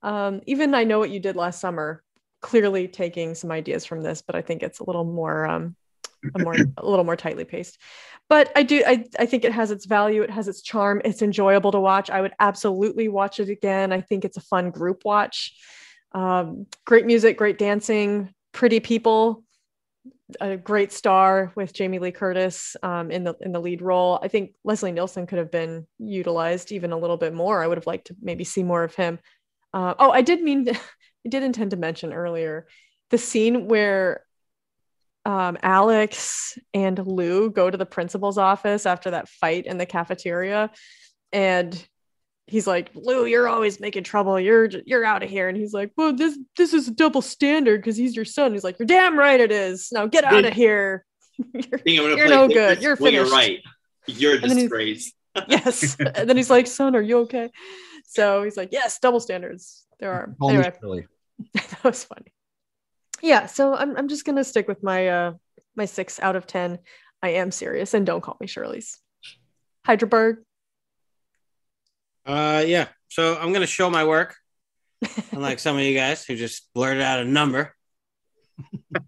C: Um, even I know what you did last summer, clearly taking some ideas from this, but I think it's a little more um a more a little more tightly paced. But I do I, I think it has its value, it has its charm, it's enjoyable to watch. I would absolutely watch it again. I think it's a fun group watch. Um, great music, great dancing, pretty people, a great star with Jamie Lee Curtis um, in the in the lead role. I think Leslie Nielsen could have been utilized even a little bit more. I would have liked to maybe see more of him. Uh, oh, I did mean I did intend to mention earlier the scene where um, Alex and Lou go to the principal's office after that fight in the cafeteria, and he's like, "Lou, you're always making trouble. You're j- you're out of here." And he's like, "Well, this this is a double standard because he's your son." He's like, "You're damn right it is. Now get out of here." You're-
D: I think I'm gonna
C: You're
D: play
C: no
D: Victor
C: good. You're
D: Swing,
C: finished.
D: You're right. You're a
C: And then he's-
D: disgrace.
C: yes, and then he's like, "Son, are you okay?" So he's like, "Yes, double standards. There are.
A: Call me
C: Anyway,
A: Shirley.
C: that was funny. Yeah, so I'm I'm just gonna stick with my uh my six out of ten. I am serious, and don't call me Shirley's. Hydraberg.
F: Uh, yeah. So I'm gonna show my work, unlike some of you guys who just blurted out a number. I'd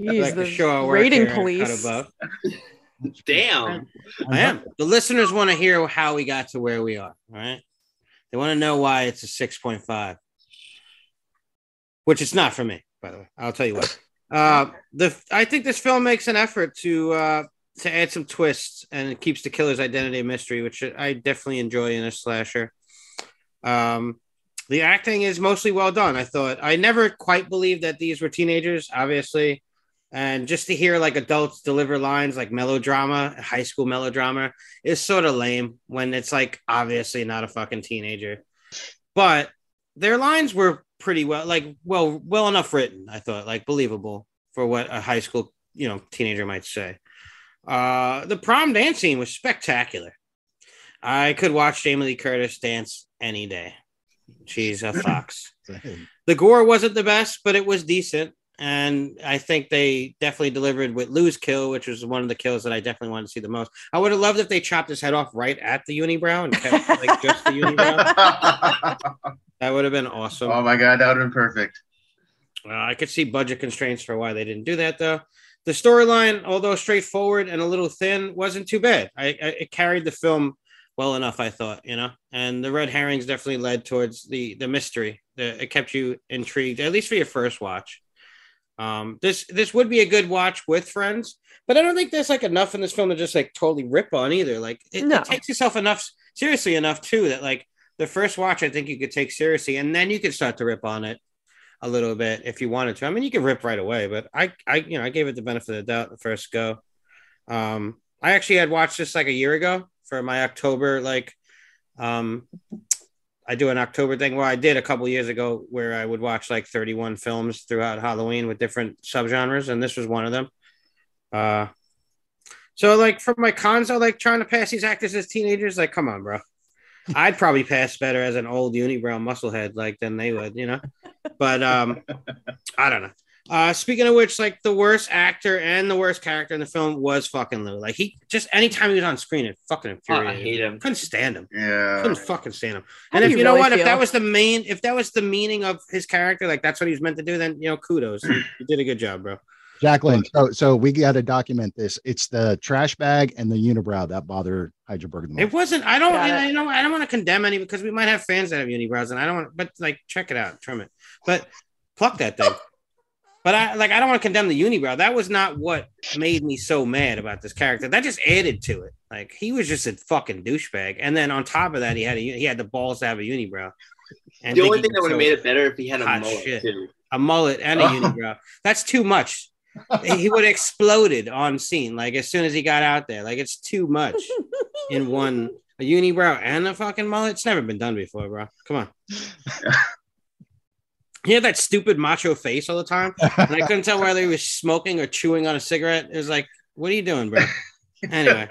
C: Jeez,
F: like to
C: the
F: show our work
C: rating
F: here at Cut
C: police.
F: Above.
D: Damn.
F: I am. The listeners want to hear how we got to where we are. All right. They want to know why it's a 6.5, which it's not for me, by the way. I'll tell you what. Uh, the I think this film makes an effort to uh, to add some twists and it keeps the killer's identity a mystery, which I definitely enjoy in a slasher. Um, the acting is mostly well done. I thought I never quite believed that these were teenagers, obviously and just to hear like adults deliver lines like melodrama high school melodrama is sort of lame when it's like obviously not a fucking teenager but their lines were pretty well like well well enough written i thought like believable for what a high school you know teenager might say uh the prom dance scene was spectacular i could watch jamie lee curtis dance any day she's a fox the gore wasn't the best, but it was decent. And I think they definitely delivered with Lou's kill, which was one of the kills that I definitely wanted to see the most. I would have loved if they chopped his head off right at the unibrow and kept like just the unibrow.
E: oh
F: That would have been awesome.
E: my god, that would have been perfect.
F: Uh, I could see budget constraints for why they didn't do that, though. The storyline, although straightforward and a little thin, wasn't too bad. I, I it carried the film well enough, I thought, you know. And the red herrings definitely led towards the the mystery. The, it kept you intrigued, at least for your first watch. Um, this this would be a good watch with friends, but I don't think there's like enough in this film to just like totally rip on either. Like it,
C: No.
F: it takes yourself enough seriously enough too that like the first watch I think you could take seriously, and then you could start to rip on it a little bit if you wanted to. I mean, you could rip right away, but I, I, you know, I gave it the benefit of the doubt the first go. Um, I actually had watched this like a year ago for my October, like, um, I do an October thing where I did a couple years ago where I would watch like 31 films throughout Halloween with different subgenres, and this was one of them. Uh, so like for my cons, I like trying to pass these actors as teenagers. Like, come on, bro. I'd probably pass better as an old unibrow musclehead like than they would, you know. But um, I don't know. Uh, speaking of which, like the worst actor and the worst character in the film was fucking Lou. Like he just anytime he was on screen, it fucking
D: Oh,
F: infuriated.
D: I hate
F: me.
D: him.
F: Couldn't stand him.
E: Yeah.
F: Couldn't fucking stand him.
C: How
F: and
C: do
F: if you, know
C: really
F: what, if
C: feel?
F: that was the main, if that was the meaning of his character, like that's what he was meant to do, then you know, kudos. you, you did a good job, bro.
A: Jacqueline, so, so we got to document this. It's the trash bag and the unibrow that bother Hydraberg the
F: It
A: most.
F: wasn't. I don't.
C: Got
F: I,
C: it.
F: know. I don't want to condemn any because we might have fans that have unibrows, and I don't want. But like, check it out, trim it. But pluck that thing. But I like. I don't want to condemn the unibrow. That was not what made me so mad about this character. That just added to it. Like he was just a fucking douchebag, and then on top of that, he had a, he had the balls to have a unibrow. And
D: The
F: think
D: only
F: he
D: thing that would
F: could
D: have
F: throw
D: made it better if he had a
F: Hot
D: mullet
F: shit.
D: too.
F: a mullet and a
E: Oh.
F: unibrow. That's too much. he would have exploded on scene, like as soon as he got out there. Like it's too much in one a unibrow and a fucking mullet. It's never been done before, bro. Come on. He had that stupid macho face all the time, and I couldn't tell whether he was smoking or chewing on a cigarette. It was like, what are you doing, bro? Anyway,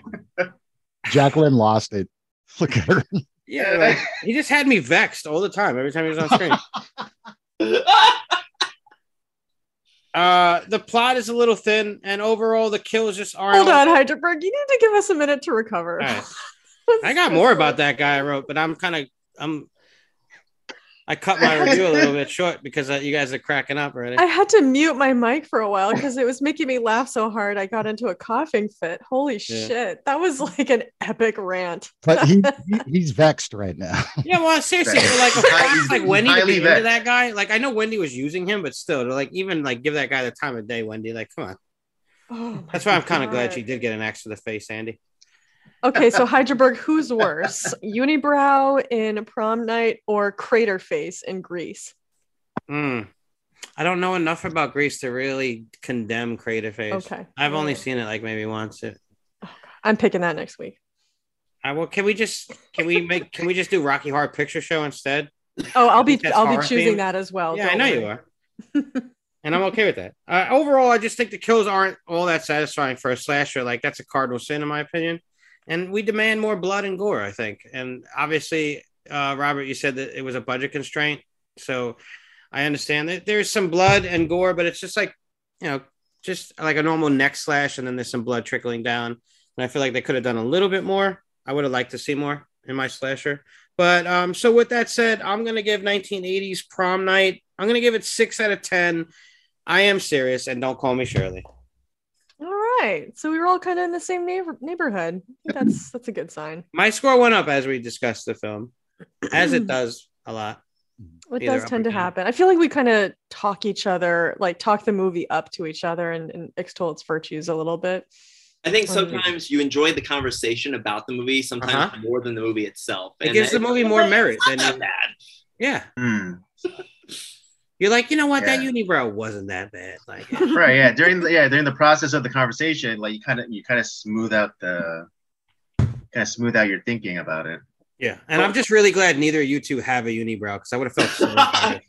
A: Jacqueline lost it. Look at her.
F: yeah, like, he just had me vexed all the time. Every time he was on screen. Uh, the plot is a little thin, and overall, the kills just aren't.
C: Hold on, Hydraberg. You need to give us a minute to recover.
F: All right. I got more about that guy I wrote, but I'm kind of I'm I cut my review a little bit short because uh, you guys are cracking up already.
C: I had to mute my mic for a while because it was making me laugh so hard I got into a coughing fit. Holy shit. That was like an epic rant.
A: But he, he he's vexed right now.
F: yeah, well, seriously,
E: Right.
F: for like a
E: Highly-
F: fox like Wendy to
E: highly
F: be into
E: vexed.
F: that guy. Like I know Wendy was using him, but still, to like even like give that guy the time of day, Wendy. Like, come on.
C: Oh my
F: That's why I'm kind of glad
C: God.
F: she did get an axe to the face, Andy.
C: Okay, so Hydraberg, who's worse? Unibrow in prom night or crater face in Greece?
F: Mm. I don't know enough about Greece to really condemn Creative Face.
C: Okay.
F: I've only seen it like maybe once. It,
C: I'm picking that next week.
F: I well, can we just can we make can we just do Rocky Horror Picture Show instead?
C: Oh, I'll be
F: That's
C: I'll
F: horror
C: be choosing
F: themed?
C: that as well.
F: Yeah, I
C: don't
F: know
C: worry.
F: you are. and I'm okay with that. Uh, overall, I just think the kills aren't all that satisfying for a slasher. Like that's a cardinal sin, in my opinion. And we demand more blood and gore, I think. And obviously, uh, Robert, you said that it was a budget constraint. So I understand that there's some blood and gore, but it's just like, you know, just like a normal neck slash, and then there's some blood trickling down. And I feel like they could have done a little bit more. I would have liked to see more in my slasher. But um, so with that said, I'm gonna give 1980s prom night. I'm gonna give it six out of ten. I am serious, and don't call me Shirley.
C: All right. So we were all kind of in the same neighbor- neighborhood. I think that's that's a good sign.
F: My score went up as we discussed the film, as it does a lot.
C: It
F: Either
C: does
F: up
C: tend
F: or
C: to
F: down.
C: happen. I feel like we kind of talk each other, like talk the movie up to each other and, and extol its virtues a little bit.
D: I think
C: Mhm.
D: sometimes you enjoy the conversation about the movie, sometimes
F: Uh-huh.
D: more than the movie itself.
F: It gives the
D: that-
F: movie more merit
D: It's not
F: than
D: that
F: you,
D: bad.
F: yeah.
E: Hmm.
F: You're like, you know what? That
E: Yeah.
F: unibrow wasn't that bad. Like,
E: right yeah during the, yeah during the process of the conversation like you kind of you kind of smooth out the kind of smooth out your thinking about it
F: yeah. And I'm just really glad neither of you two have a unibrow because I would have felt so. bad.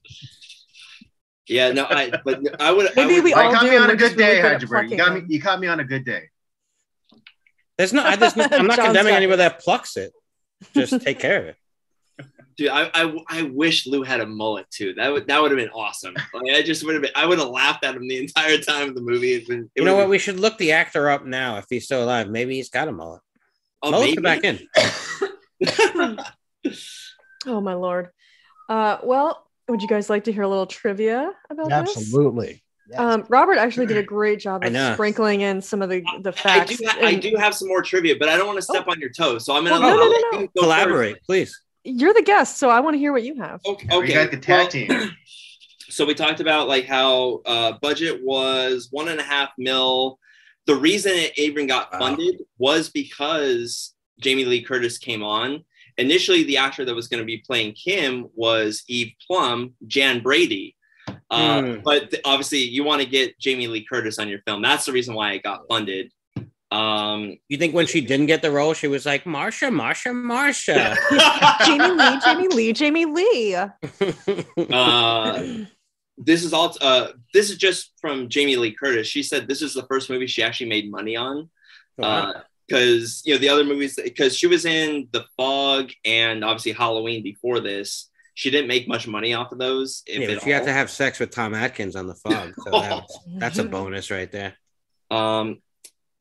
D: Yeah, no, I but I would I
C: Maybe
D: would-
C: we
E: like
C: all
E: got
C: do.
E: me on
C: we're
E: a
C: just
E: good
C: really
E: day
C: good at
E: Hyderberg. you
C: plucking
E: got me
C: them.
E: you caught me on a good day
F: There's no, I, there's no I'm not
C: John's
F: condemning
C: got
F: anybody that plucks it. Just take care of it.
D: Dude, I, I I wish Lou had a mullet too. That would that would have been awesome. Like, I just would have been I would have laughed at him the entire time of the movie. It would, it
F: You know what?
D: would
F: We should look the actor up now if he's still alive. Maybe he's got a mullet.
D: have
F: Mullets
D: been
F: are back in.
D: Oh, amazing.
C: Oh my lord. Uh, well, would you guys like to hear a little trivia about this?
A: Absolutely. Yes.
C: Um, Robert actually did a great job
F: I
C: of
F: know.
C: sprinkling in some of the the
D: I
C: facts.
D: do ha- I
C: and
D: do have some more trivia, but I don't want to step on your toes. So I'm gonna
C: Well, no,
D: I'll
C: no,
D: let
C: no,
D: you go
F: Collaborate, please.
C: You're the guest, so I want to hear what you have.
D: first. Okay,
E: we got the tag
D: well,
E: team
D: so we talked about like how uh, budget was one and a half mil. The reason it even got
F: Wow.
D: funded was because Jamie Lee Curtis came on. Initially, the actor that was going to be playing Kim was Eve Plum, Jan Brady. Uh,
F: Hmm.
D: But th- obviously, you want to get Jamie Lee Curtis on your film. That's the reason why it got funded. Um,
F: You think when she didn't get the role, she was like, Marsha, Marsha, Marsha.
C: Jamie Lee, Jamie Lee, Jamie Lee.
D: uh, this is all. Uh, this is just from Jamie Lee Curtis. She said this is the first movie she actually made money on. Uh, because you know the other movies because she was in the fog and obviously halloween before this she didn't make much money off of those if
F: yeah,
D: at
F: but you have
D: all.
F: to have sex with Tom Atkins on the fog. So that was- that's
D: Mm-hmm.
F: a bonus right there.
D: um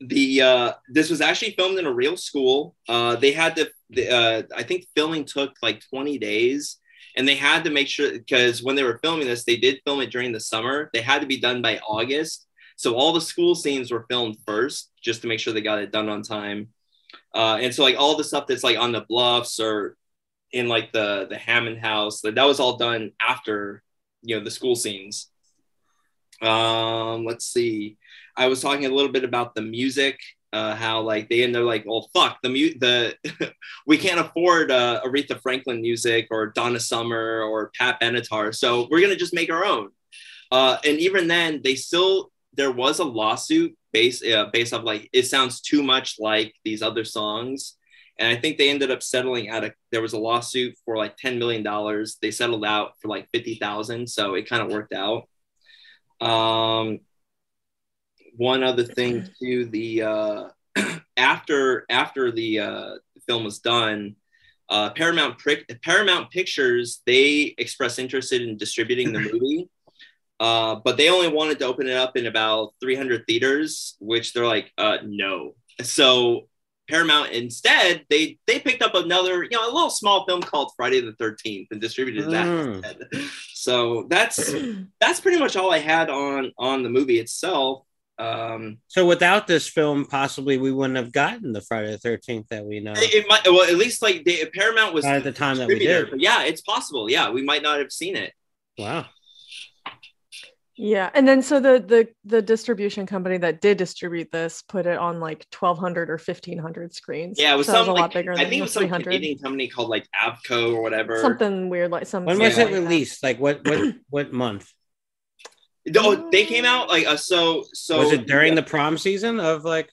D: the uh this was actually filmed in a real school uh they had to the, uh i think filming took like 20 days and they had to make sure because when they were filming this they did film it during the summer they had to be done by august so all the school scenes were filmed first just to make sure they got it done on time uh and so like all the stuff that's like on the bluffs or in like the the hammond house that that was all done after you know the school scenes um let's see I was talking a little bit about the music, uh, how like they end up like, well, fuck the mu- the we can't afford uh, Aretha Franklin music or Donna Summer or Pat Benatar, so we're gonna just make our own. Uh, and even then, they still there was a lawsuit based uh, based off like it sounds too much like these other songs. And I think they ended up settling out. A, there was a lawsuit for like ten million dollars. They settled out for like fifty thousand, so it kind of worked out. Um, one other thing too the uh, after after the uh, film was done uh, paramount Pri- paramount pictures they expressed interest in distributing the movie uh, but they only wanted to open it up in about 300 theaters which they're like uh, no so paramount instead they they picked up another you know a little small film called friday the 13th and distributed that
F: Mm.
D: instead. so that's that's pretty much all i had on on the movie itself um,
F: So without this film, possibly we wouldn't have gotten the Friday the Thirteenth that we know
D: it, it might well at least like the Paramount was
F: Not at the time that we
D: distributor,
F: did.
D: but yeah, it's possible. Yeah, we might not have seen it.
F: Wow.
C: Yeah, and then so the the the distribution company that did distribute this put it on like twelve hundred or fifteen hundred screens.
D: Yeah, it was
C: so that was a
D: some,
C: lot
D: like-
C: bigger.
D: I
C: than
D: think it was
C: three
D: some
C: hundred.
D: Canadian company called like Avco or whatever.
C: Something weird like some.
F: When was
D: Yeah.
F: it released? Like what what what month?
D: Oh, they came out like uh, so. So
F: was it during the prom season of like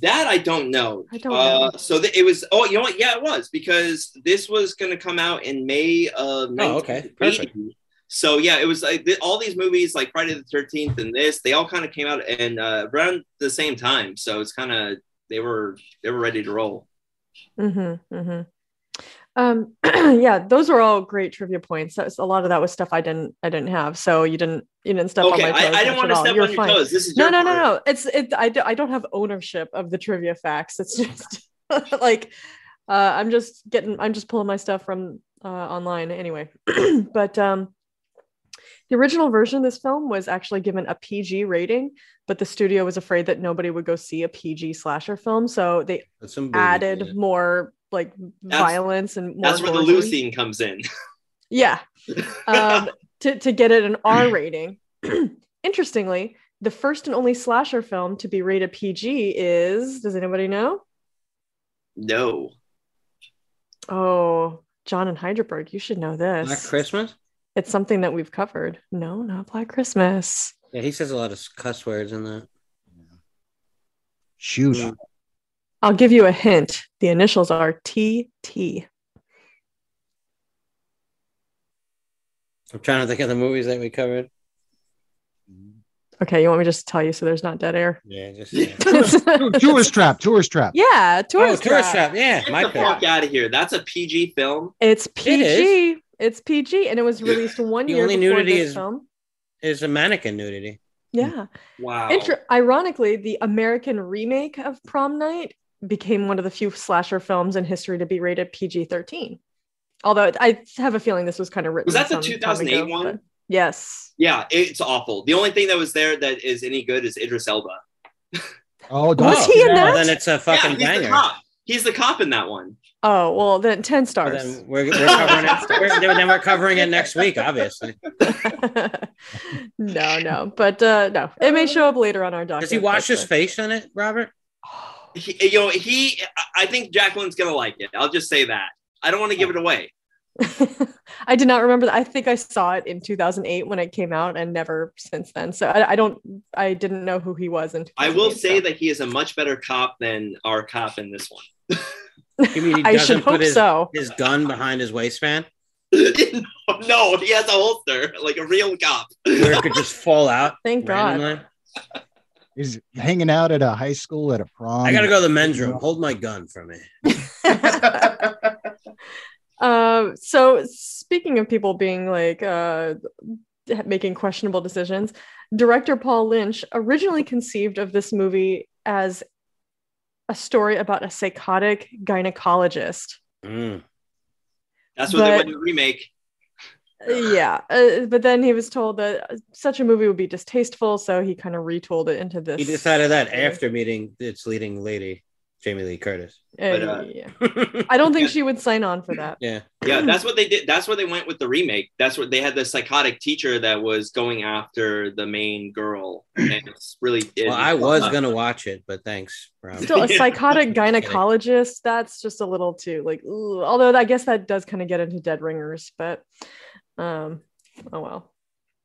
D: that? I don't know.
C: I don't know.
D: uh, So that it was. Oh, you know what? Yeah, it was because this was going to come out in May of.
F: Oh, okay.
D: 1980.
F: Perfect.
D: So yeah, it was like th- all these movies, like Friday the Thirteenth and this, they all kind of came out and uh, around the same time. So it's kind of they were they were ready to roll.
C: Mm-hmm, mm-hmm. Um, yeah, those were all great trivia points. That was, a lot of that was stuff I didn't I didn't have, so you didn't you didn't step
D: okay,
C: on my
D: I,
C: toes.
D: I didn't
C: much
D: want
C: at
D: to
C: all.
D: step
C: You're
D: on
C: fine.
D: your toes. This is
C: No,
D: your
C: no, no,
D: part.
C: no. It's it. I, do, I don't have ownership of the trivia facts. It's just like uh, I'm just getting. I'm just pulling my stuff from uh, online anyway. but um, the original version of this film was actually given a PG rating, but the studio was afraid that nobody would go see a PG slasher film, so they
F: Put some boobies in
C: added
F: it.
C: more like
D: That's-
C: violence and more
D: That's where the
C: gory.
D: leucine comes in.
C: Yeah. Um, to, to get it an R rating. Interestingly, the first and only slasher film to be rated PG is, does anybody know?
D: no.
C: Oh, John and Hyderberg, you should know this.
F: Black Christmas.
C: It's something that we've covered. No, not Black Christmas.
F: Yeah, he says a lot of cuss words in that.
A: Shoot.
F: Mm.
C: I'll give you a hint. The initials are TT.
F: I'm trying to think of the movies that we covered.
C: Okay, you want me just to tell you so there's not dead air?
F: Yeah, just
D: Yeah.
A: Ooh, Tourist trap. Tourist trap.
C: yeah,
F: Oh,
C: tourist
F: Tourist
C: trap.
F: Trap. Yeah,
D: Get
F: my
D: the
F: pick.
D: fuck out of here. That's a PG film.
C: It's
F: It is.
C: PG. it's PG, and it was released one
F: The
C: year
F: only
C: before
F: nudity
C: this
F: is-
C: film.
F: It's a mannequin nudity.
C: Yeah.
D: Wow.
C: Inter- ironically, the American remake of Prom Night became one of the few slasher films in history to be rated PG 13. Although it- I have a feeling this was kind of written.
D: Was that the
C: some time
D: 2008
C: ago,
D: one?
C: but- Yes.
D: yeah, it's awful. The only thing that was there that is any good is Idris Elba.
A: Oh, don't.
C: Was he in
F: no,
C: that?
F: Then it's a fucking
D: yeah, he's the
F: banger.
D: cop. He's the cop in that one.
C: Oh, well, then 10
F: But
C: stars.
F: Then we're, we're covering it. we're- then we're covering it next week, obviously.
C: no, no. But uh, no, it may show up later on our document.
F: Does he wash his face on it, Robert?
D: He, you know, he. I- I think Jacqueline's gonna like it. I'll just say that. I don't want to give it away.
C: I did not remember that. I think I saw it in 2008 when it came out and never since then. So I, I don't, I didn't know who he was. And
D: I will say that he is a much better cop than our cop in this one.
F: You mean he
C: I
F: doesn't
C: should
F: put
C: hope
F: his,
C: so.
F: his gun behind his waistband
D: no, he has a holster like a real cop.
F: where it could just fall out?
C: Thank God.
F: randomly?
A: He's hanging out at a high school at a prom.
F: I gotta go to the men's room. Hold my gun for me.
C: Uh, so speaking of people being like uh, making questionable decisions, director Paul Lynch originally conceived of this movie as a story about a psychotic gynecologist.
F: Mm.
D: That's what they
C: But-
D: went to remake.
C: Yeah, uh, but then he was told that uh, such a movie would be distasteful, so he kind of retooled it into this.
F: He decided that after meeting its leading lady, Jamie Lee Curtis.
C: Uh,
D: but, uh,
C: yeah. I don't think she would sign on for that.
F: yeah.
D: Yeah, that's what they did. That's where they went with the remake. That's what they had the psychotic teacher that was going after the main girl, and it's really.
F: Well, I was gonna watch it, but thanks, Rob.
C: Still, a
D: Yeah.
C: psychotic
F: kidding.
C: gynecologist, that's just a little too like, ooh, although I guess that does kind of get into dead ringers, but um, oh well.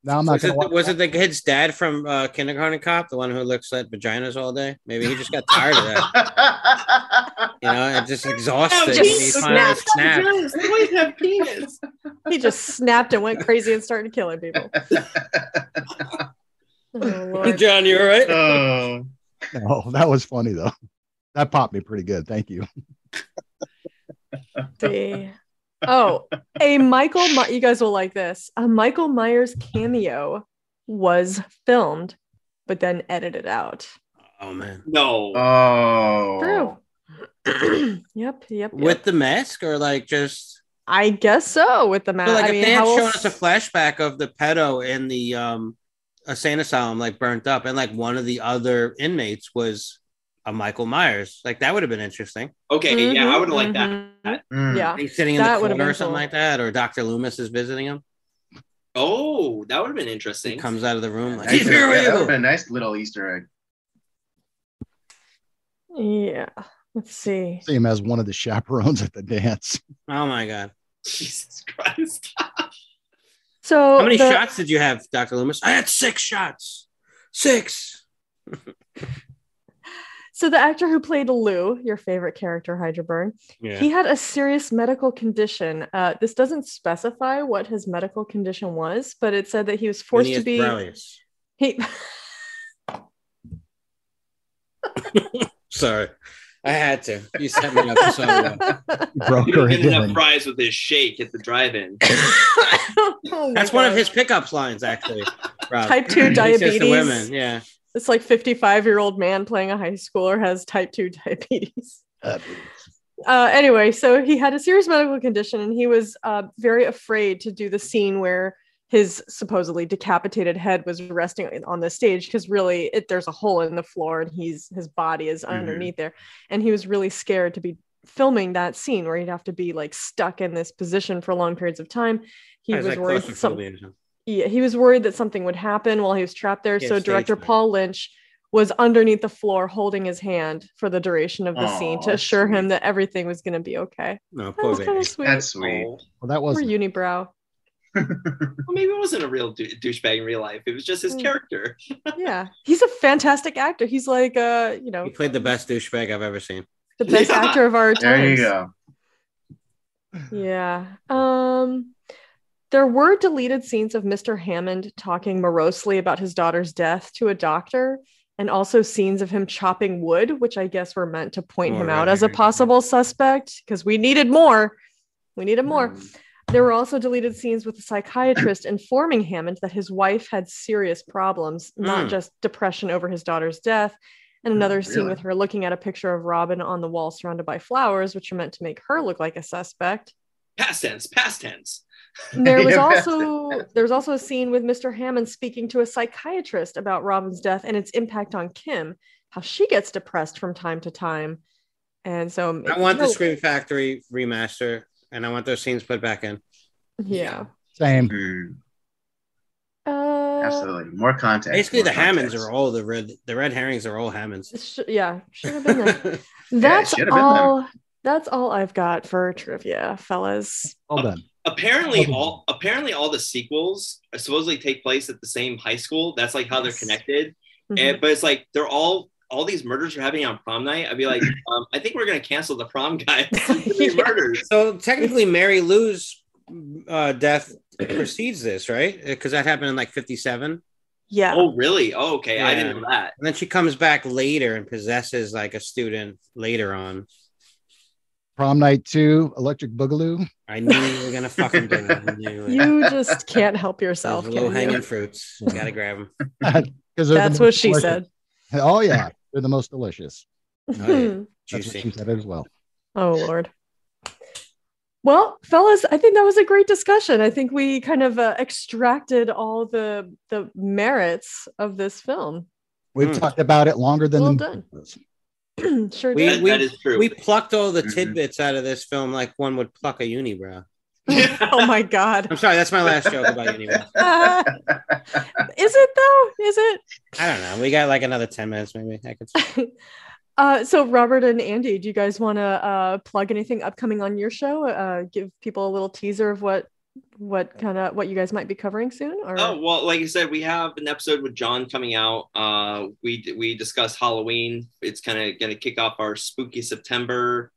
A: Now I'm not
F: Was
A: going
F: it,
A: to watch.
F: was it the kid's dad from uh, Kindergarten Cop, the one who looks at vaginas all day? Maybe he just got tired of that. You know, and just exhausted. and he
C: Jesus.
F: finally snapped.
D: Boys have penis.
C: He just snapped and went crazy and started killing people. Oh, Lord.
F: John, you all right?
E: oh.
A: No, that was funny though. That popped me pretty good. Thank you.
C: The- Oh, a Michael, My- you guys will like this. A Michael Myers cameo was filmed, but then edited out.
F: Oh man.
D: No,
E: Oh.
C: True. yep, yep, yep.
F: With the mask or like just
C: I guess so. With the mask,
F: So, like
C: Uh, I
F: if
C: mean,
F: they had
C: how
F: shown
C: else-
F: us a flashback of the pedo in the um insane asylum like burnt up and like one of the other inmates was a Michael Myers, like that would have been interesting.
D: okay, yeah,
C: Mm-hmm,
D: I would like that.
C: that.
E: Mm.
C: Mm-hmm. Yeah,
F: He's sitting in
C: That
F: the
C: would have
F: corner
C: been
F: or something
C: cool.
F: like that, or Dr. Loomis is visiting him.
D: Oh, that would have been
F: He
D: interesting.
F: comes out of the room like
E: That could've-
F: "Keep your
E: yeah, that would've
F: wiggle."
E: been a nice little Easter egg.
C: yeah. Let's see.
A: See him as one of the chaperones at the dance.
F: Oh my god.
D: Jesus Christ.
C: So
F: How many
C: the-
F: shots did you have, Dr. Loomis? I had six shots. Six.
C: So the actor who played Lou, your favorite character, Hydraburn,
F: Yeah.
C: he had a serious medical condition. Uh, this doesn't specify what his medical condition was, but it said that he was forced to
F: Phineas
C: be
F: Brownius.
C: he
F: Sorry. I had to. You set me up so well.
A: Broker
D: He didn't have
A: again.
D: fries with his shake at the drive-in.
C: Oh my
F: That's one of
C: God.
F: his pickup lines, actually. Rob.
C: Type 2
F: He says to
C: diabetes.
F: women, yeah.
C: It's like 55 year old man playing a high schooler has type 2 diabetes. Uh, anyway, so he had a serious medical condition and he was uh, very afraid to do the scene where his supposedly decapitated head was resting on the stage because really it, there's a hole in the floor and he's his body is underneath there. And he was really scared to be filming that scene where he'd have to be like stuck in this position for long periods of time. He
F: I
C: was
F: like
C: worried
F: claustrophobia
C: some,
F: or something.
C: yeah, he was worried that something would happen while he was trapped there.
F: Yeah,
C: so
F: stage
C: director
F: fright.
C: Paul Lynch was underneath the floor holding his hand for the duration of the
E: Aw,
C: scene to
E: that's
C: assure him
E: sweet.
C: that everything was going to be okay.
F: No,
C: That
F: poor
C: was kind
F: baby.
C: of sweet.
E: That's sweet.
D: Oh.
A: Well, that
C: Poor
A: was
C: unibrow.
D: Well, maybe it wasn't a real dou- douchebag in real life. It was just his
C: Mm.
D: character.
C: yeah, he's a fantastic actor. He's like, uh, you know,
F: He played the best douchebag I've ever seen.
C: the best
D: Yeah.
C: actor of our time.
E: There you go.
C: Yeah. Um there were deleted scenes of Mr. Hammond talking morosely about his daughter's death to a doctor and also scenes of him chopping wood, which I guess were meant to point
F: Oh,
C: him
F: right,
C: out as a
F: right, right.
C: possible suspect because we needed more. We needed more. There were also deleted scenes with the psychiatrist informing Hammond that his wife had serious problems, not
F: Mm.
C: just depression over his daughter's death. And another scene
E: really?
C: with her looking at a picture of Robin on the wall surrounded by flowers, which are meant to make her look like a suspect.
D: Past tense, past tense.
C: And there was
E: Yeah,
C: also there was also a scene with Mr. Hammond speaking to a psychiatrist about Robin's death and its impact on Kim, how she gets depressed from time to time. And so um,
F: I want the
C: no-
F: Scream Factory remaster, and I want those scenes put back in.
C: Yeah.
A: same.
E: Mm,
C: Uh,
E: absolutely. More context.
F: Basically,
E: more
F: the Hammonds
E: context.
F: are all the red. The red herrings are all Hammonds.
C: sh- yeah, should have been there.
F: That's
C: That's
E: should have been
C: all. That's all I've got for trivia, fellas.
A: Well done.
D: Apparently,
A: Okay.
D: all apparently all the sequels are supposedly take place at the same high school. That's like how they're
C: Yes.
D: connected.
C: Mhm.
F: Mm-hmm.
D: And, but it's like they're all all these murders are happening on prom night. I'd be like,
F: Mm-hmm.
D: um, I think we're gonna cancel the prom guy. Three
C: Yeah.
D: murders.
F: so technically, Mary Lou's uh, death precedes this, right? Because that happened in like '57, and
C: Yeah.
D: Oh, really? Oh, okay. I didn't
F: Yeah.
D: know that.
F: then she comes back later and possesses like a student later on.
A: Prom night two, Electric Boogaloo.
F: I knew you were gonna fucking do it. I knew it.
C: You just can't help yourself.
F: Those
C: can
F: low
C: you?
F: hanging fruits. Gotta grab Oh, them.
A: Because
C: That's what she said.
A: Oh yeah, they're the most delicious.
F: yeah.
A: That's what
F: Juicy.
A: she said as well.
C: Oh Lord. Well, fellas, I think that was a great discussion. I think we kind of uh, extracted all the the merits of this film.
A: We've
F: Mm.
A: talked about it longer than
C: Well
A: the
C: done.
A: movies.
C: sure
F: We-
C: did.
D: That- that is true.
F: We plucked all the
E: Mhm.
F: tidbits out of this film like one would pluck a unibrow.
C: oh my God.
F: I'm sorry, that's my last joke about unibrow.
C: Uh, is it though? Is it?
F: I don't know. We got like another 10 minutes, maybe. I could.
C: Uh, so, Robert and Andy, do you guys want to uh, plug anything upcoming on your show? Uh, give people a little teaser of what what kind of what you guys might be covering soon? Or
D: Oh well, like I said, we have an episode with John coming out. Uh, we we discuss Halloween. It's kind of going to kick off our spooky September.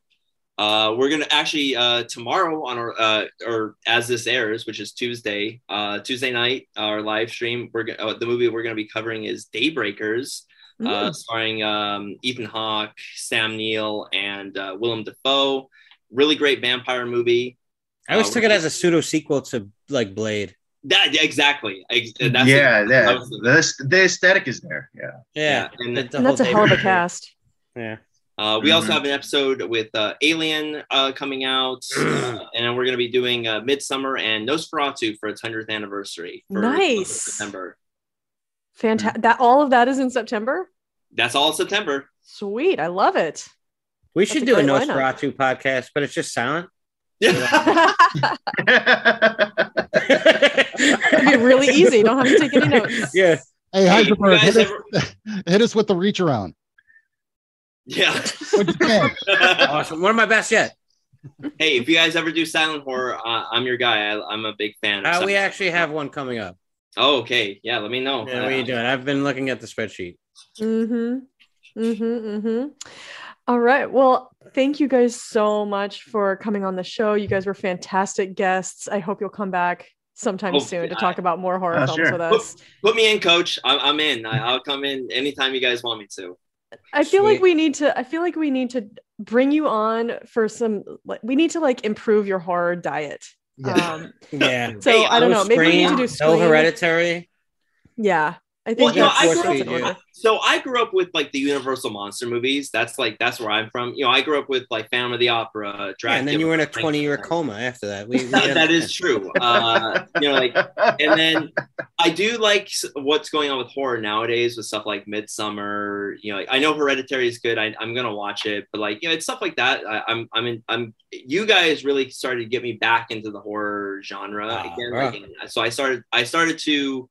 D: Uh, we're gonna actually uh, tomorrow on our uh, or as this airs, which is Tuesday, uh, Tuesday night, our live stream. We're gonna, uh, the movie we're going to be covering is Daybreakers, uh,
E: Hmm.
C: Mm.
D: starring um, Ethan Hawke, Sam Neill, and uh, Willem Dafoe. Really great vampire movie.
F: I always
D: Uh,
F: took it as a pseudo sequel to like Blade.
D: That exactly. Ex- uh, that's
E: yeah, yeah.
D: that's the-
E: The, the aesthetic is there. Yeah.
F: Yeah.
D: and
F: That's
C: and that's a hell of a cast.
F: Yeah.
D: Uh, we also
E: Mhm.
D: have an episode with uh, Alien uh, coming out, uh, and we're going to be doing uh, Midsummer and Nosferatu for its hundredth anniversary. For
C: Nice.
D: September.
C: Fantastic. That all of that is in September.
D: That's all September.
C: Sweet. I love it.
F: We
C: That's
F: should
C: a
F: do a
C: great lineup.
F: Nosferatu podcast, but it's just silent.
D: Yeah.
C: It'd be really easy. Don't have to take any notes.
F: Yeah.
A: Hey,
D: Hey, you
A: Heisenberg,
D: guys
A: hit, us, hit us with the reach around.
D: yeah.
A: What you can.
F: Awesome. One of my best yet.
D: hey, if you guys ever do silent horror, uh, I'm your guy. I, I'm a big fan. Of
F: Uh, we
D: silent-
F: actually have one coming up.
D: Oh, okay. Oh, Yeah. Let me know. Uh,
F: Yeah, what are you doing? I've been looking at the spreadsheet.
C: Mm-hmm. Mm-hmm. Mm-hmm. All right. Well, thank you guys so much for coming on the show. You guys were fantastic guests. I hope you'll come back sometime
D: Oh,
C: soon to
D: yeah.
C: talk about more horror
E: Oh,
C: films
E: sure.
C: with us.
D: Put me in, coach. I'm, I'm in. I, I'll come in anytime you guys want me to.
C: I feel like
F: Sweet.
C: we need to. I feel like we need to bring you on for some. like, We need to like improve your horror diet.
A: Yeah.
C: Um,
F: Yeah.
C: so
D: Hey,
C: I don't know. Maybe we need to do
F: no
C: Scream.
F: hereditary.
C: Yeah, I
D: Well,
C: think
D: no,
C: that's,
D: I
F: force
C: that's
D: grew up,
C: in
F: feed you.
C: order.
D: so I grew up with like the Universal monster movies. That's like that's where I'm from. You know, I grew up with like Phantom of the Opera, Dracula.
F: Yeah, and then you were in a
D: like,
F: 20 year coma after that. We, we
D: that is true. Uh, you know, like and then I do like s- what's going on with horror nowadays with stuff like Midsummer. You know, like, I know Hereditary is good. I, I'm gonna watch it, but like you know, it's stuff like that. I, I'm I'm in, I'm you guys really started to get me back into the horror genre
F: Ah,
D: again.
F: right.
D: Like, and so I started I started to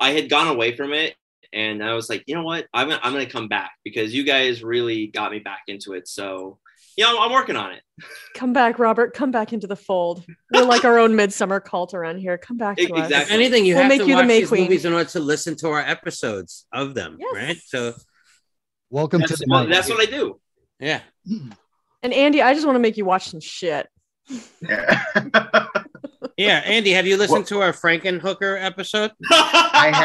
D: I had gone away from it. And I was like, you know what? I'm gonna, I'm gonna come back because you guys really got me back into it. So, you know, I'm working on it.
C: Come back, Robert. Come back into the fold. We're like our own midsummer cult around here. Come back to
F: If
D: Exactly.
F: anything, you
C: We'll
F: have
C: make
F: to
C: you the
F: watch
C: May
F: these
C: Queen.
F: movies in order to listen to our episodes of them,
C: Yes.
F: right? So
A: Welcome to
D: That's,
A: the
D: well,
A: night.
D: that's what I do.
F: yeah,
C: us. And Andy, I just want to make you watch some shit.
E: Yeah.
F: yeah. Andy, have you listened to our Frankenhooker episode?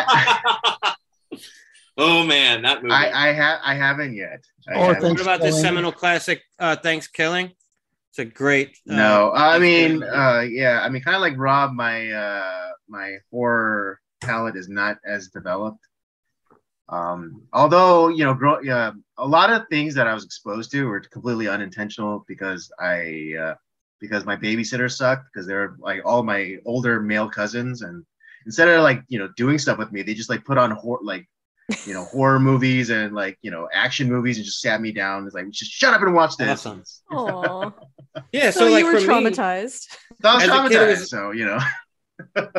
D: oh man, that movie.
E: I, I have I haven't yet. I
A: Oh,
E: haven't.
A: thank-
F: What about this
A: Thanksgiving.
F: seminal classic, uh, Thanksgiving? It's a great. uh,
E: no, I mean,
F: Thanksgiving.
E: uh, yeah, I mean, kind of like Rob, my uh, my horror palette is not as developed. Um, although you know, grow, yeah, a lot of things that I was exposed to were completely unintentional because I uh, because my babysitter sucked because they were like all my older male cousins and instead of like you know doing stuff with me, they just like put on hor- like you know horror movies and like you know action movies and just sat me down. It's like just shut up and watch this.
F: Awesome.
C: Aww.
F: yeah.
C: so
F: So, like
C: you were
F: for me,
C: traumatized.
E: So I was
F: As a kid, it
E: traumatized.
F: was-
E: so you know.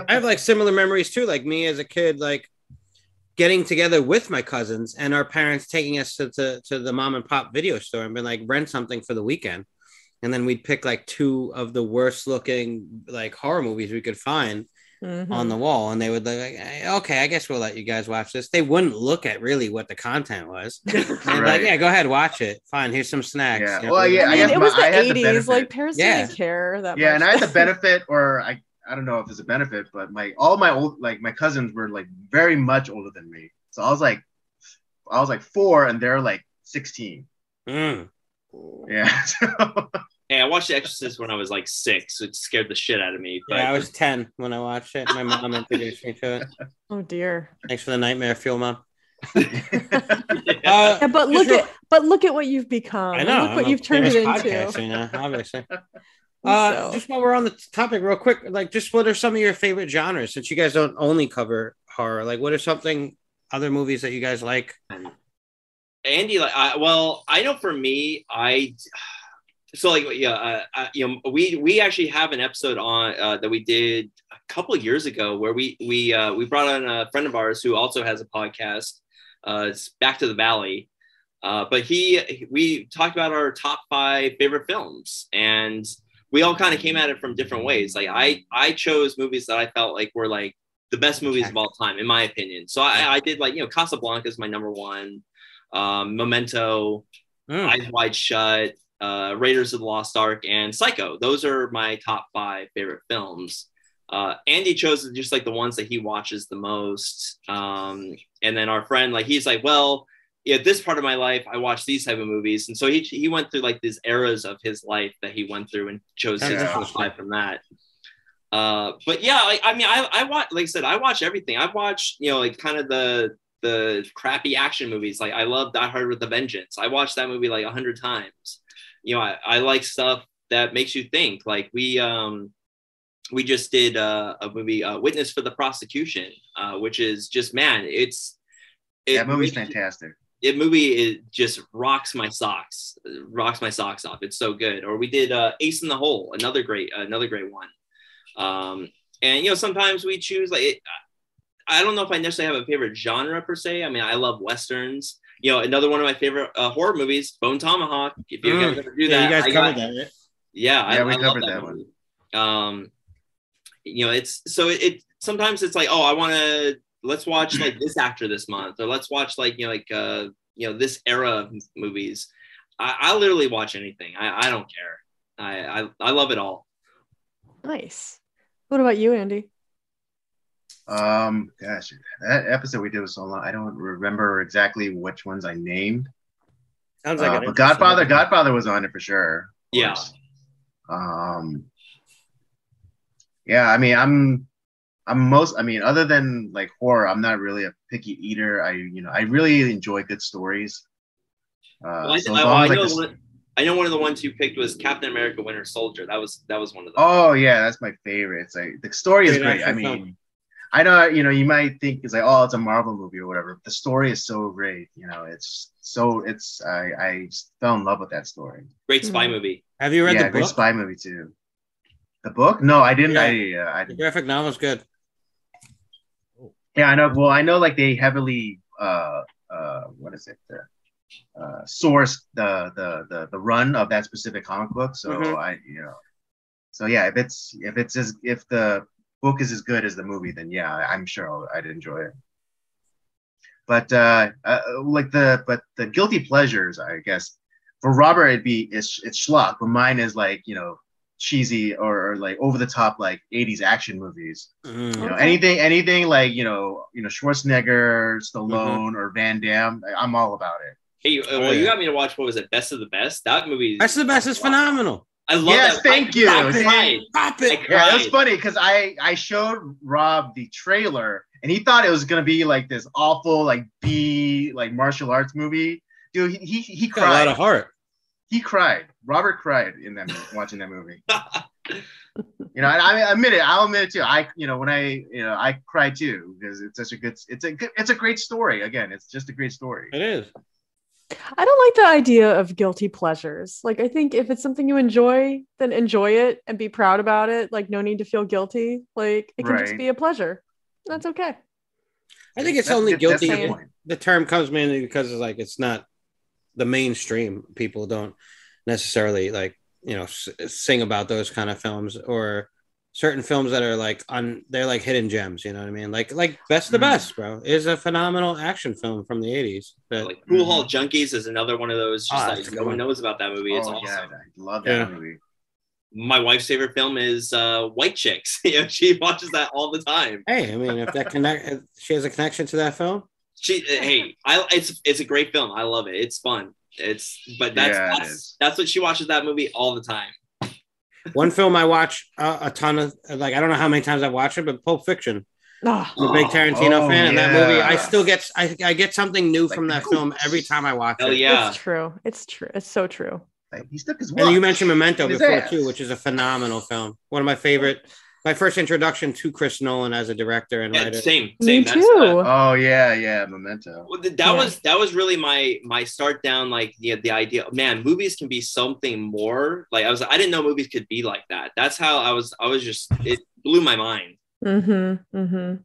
F: I have like similar memories too. Like me as a kid, like getting together with my cousins and our parents taking us to, to, to the mom and pop video store and been like rent something for the weekend. And then we'd pick like two of the worst looking like horror movies we could find
C: Mhm.
F: on the wall. And they would like, "Eh, okay, I guess we'll let you guys watch this. They wouldn't look at really what the content was. And like,
E: Right.
F: yeah, go ahead, watch it. Fine, here's some snacks.
E: Yeah.
F: You know,
E: Well,
F: we-
C: I
E: yeah, I
C: mean,
E: guess
C: it was
E: my- I had
C: the
E: the
C: eighties. Like
E: benefit.
C: parents
F: Yeah.
C: didn't care that
E: yeah,
C: much.
E: and I had the benefit, or I I don't know if it's a benefit, but my all my old like my cousins were like very much older than me, so I was like I was like four, and they're like sixteen.
F: Mm.
E: Yeah, so,
D: hey, I watched The Exorcist when I was like six. It scared the shit out of me. But
F: Yeah, I was 10 when I watched it. My mom introduced me to it.
C: oh dear.
F: Thanks for the nightmare Uh, fuel, mom.
D: Yeah.
F: Uh,
C: Yeah, but
F: Just
C: look
F: real-
C: at but look at what you've become.
F: I
C: and
F: know.
C: Look what
F: I'm a
C: you've turned it
F: famous
C: into.
F: podcaster now, obviously. Uh,
C: So-
F: Just while we're on the topic, real quick, like, just what are some of your favorite genres? Since you guys don't only cover horror, like, what are something other movies that you guys like?
D: Um, Andy, like, I, well, I know for me, I so like yeah, uh, I, you know, we we actually have an episode on uh, that we did a couple of years ago where we we uh, we brought on a friend of ours who also has a podcast. Uh, it's Back to the Valley, uh, but he we talked about our top five favorite films, and we all kind of came at it from different ways. Like I I chose movies that I felt like were like the best movies of all time in my opinion. So I, I did like you know Casablanca is my number one, um, Memento,
F: Mm.
D: Eyes Wide Shut, uh, Raiders of the Lost Ark, and Psycho. Those are my top five favorite films. Uh, Andy chose just like the ones that he watches the most. Um, and then our friend, like, he's like, well, yeah, this part of my life, I watch these type of movies. And so he, he went through like these eras of his life that he went through and chose his
E: That's
D: top
F: interesting.
D: five from that. Uh, but yeah, like, I mean, I, I watch, like I said, I watch everything. I've watched, you know, like kind of the, the crappy action movies. Like I love Die Hard with a Vengeance. I watched that movie like a hundred times. You know, I, I like stuff that makes you think. Like we um we just did uh, a movie, uh, Witness for the Prosecution, uh, which is just man, it's it
E: that movie's
D: makes-
E: fantastic.
D: it movie it just rocks my socks uh, rocks my socks off it's so good or we did uh, ace in the hole another great another great one um, and you know sometimes we choose like it, i don't know if i necessarily have a favorite genre per se i mean i love westerns you know another one of my favorite uh, horror movies bone tomahawk if you guys
F: Mm.
D: ever do
F: yeah,
D: that
F: you guys
D: I
F: covered
D: got-
F: that, right?
D: yeah,
E: Yeah,
D: I,
E: we
D: I love
E: covered that
D: movie. Um, you know, it's so it, it sometimes it's like, oh, I want to let's watch like this actor this month, or let's watch like you know like uh you know this era of m- movies. I, I literally watch anything. I, I don't care. I, I I love it all.
C: Nice. What about you, Andy?
E: Um, gosh, that episode we did was so long. I don't remember exactly which ones I named.
F: Sounds like
E: Uh,
F: an
E: but
F: interesting-
E: Godfather, Godfather was on it for sure. of
D: Yeah.
E: course. Um. Yeah, I mean, I'm, I'm most. I mean, other than like horror, I'm not really a picky eater. I, you know, I really enjoy good stories. Uh,
D: Well, I,
E: so as
D: I-
E: long
D: I
E: as, like,
D: know
E: the-
D: one, I know one of the ones you picked was Captain America: Winter Soldier. That was that was one of them.
E: Oh yeah, that's my favorite. It's like the story is
F: Great
E: great. I
F: action
E: mean,
F: film.
E: I know you know you might think it's like oh it's a Marvel movie or whatever. But the story is so great. You know, it's so it's I I just fell in love with that story.
D: Great spy
F: Hmm.
D: movie.
F: Have you read
E: yeah,
F: the
E: great
F: book?
E: spy movie too. The book? No, I didn't. I yeah, I
F: The
E: didn't.
F: graphic novel's good.
E: Yeah, I know. Well, I know like they heavily uh uh what is it the uh source the the the the run of that specific comic book. So
F: Mhm.
E: I you know so yeah if it's if it's as if the book is as good as the movie then yeah I- I'm sure I'll, I'd enjoy it. But uh, uh like the but the guilty pleasures I guess for Robert it'd be it's it's schlock but mine is like you know cheesy or, or like over the top like 80s action movies
F: Mm.
E: you know,
C: Okay.
E: anything, anything like you know, you know, Schwarzenegger,
F: Mm-hmm.
E: Stallone, or Van Damme, I- I'm all about it.
D: Hey, uh,
E: Oh,
D: well,
F: yeah.
D: you got me to watch what was it? Best of the Best. That movie.
F: That's the best. It's phenomenal.
D: I love
E: Yes,
D: that.
E: thank
D: I-
E: you.
D: I cried.
F: Pop
D: I
F: it.
D: cried.
E: Yeah, it was funny because I I showed Rob the trailer and he thought it was gonna be like this awful like B like martial arts movie. Dude, he he, he
F: Got a lot
E: cried.
F: of heart.
E: he cried. Robert cried in that mo- watching that movie. You know, and I admit it. I'll admit it too. I, you know, when I, you know, I cried too because it's such a good. It's a good. It's a great story. Again, it's just a great story.
F: It is.
C: I don't like the idea of guilty pleasures. Like, I think if it's something you enjoy, then enjoy it and be proud about it. Like, no need to feel guilty. Like, it can just
E: Right.
C: be a pleasure. That's okay.
F: I think it's
E: That's-
F: only
E: that's the
F: guilty.
C: Same.
E: point.
F: the term comes mainly because it's like it's not the mainstream. People don't necessarily like you know s- sing about those kind of films or certain films that are like on they're like hidden gems. You know what I mean? Like like best of the
E: Mm.
F: best, bro, is a phenomenal action film from the eighties. That
D: Like Cool Hall Junkies is another one of those. Just
F: Uh, mm-hmm. Ah, that's a
D: like
F: good
D: no one
F: one.
D: knows about that movie. It's
E: oh,
D: awesome.
E: Yeah, I love that
F: Yeah.
E: movie.
D: My wife's favorite film is uh, White Chicks. you know, she watches that all the time.
F: hey, I mean, if that connect, if she has a connection to that film.
D: She uh, hey, I it's it's a great film. I love it. It's fun. It's but that's
E: Yeah, it
D: that's,
E: is.
D: that's what she watches that movie all the time.
F: One film I watch uh, a ton of, like I don't know how many times I've watched it, but Pulp Fiction.
C: Oh,
F: I'm a big
D: Oh,
F: Tarantino
E: oh,
F: fan, and that
E: yeah.
F: movie I still get I, I get something new
E: Like,
F: from that
E: ooh.
F: film every time I watch
D: Hell
F: it.
D: yeah.
C: It's true. It's true. It's so true.
E: Like, he stuck his
F: And you
E: watch
F: mentioned Memento
E: in his
F: before
E: ass.
F: too, which is a phenomenal film. One of my favorite, my first introduction to Chris Nolan as a director and
D: Yeah,
F: writer.
D: same,
C: Me
D: same. That's, uh,
C: too.
E: Oh yeah, yeah, Memento.
D: well, th- that
C: Yeah.
D: was that was really my my start down like the the idea. Man, movies can be something more. Like I was I didn't know movies could be like that. That's how I was I was just it blew my mind.
C: Mm-hmm. Mm-hmm.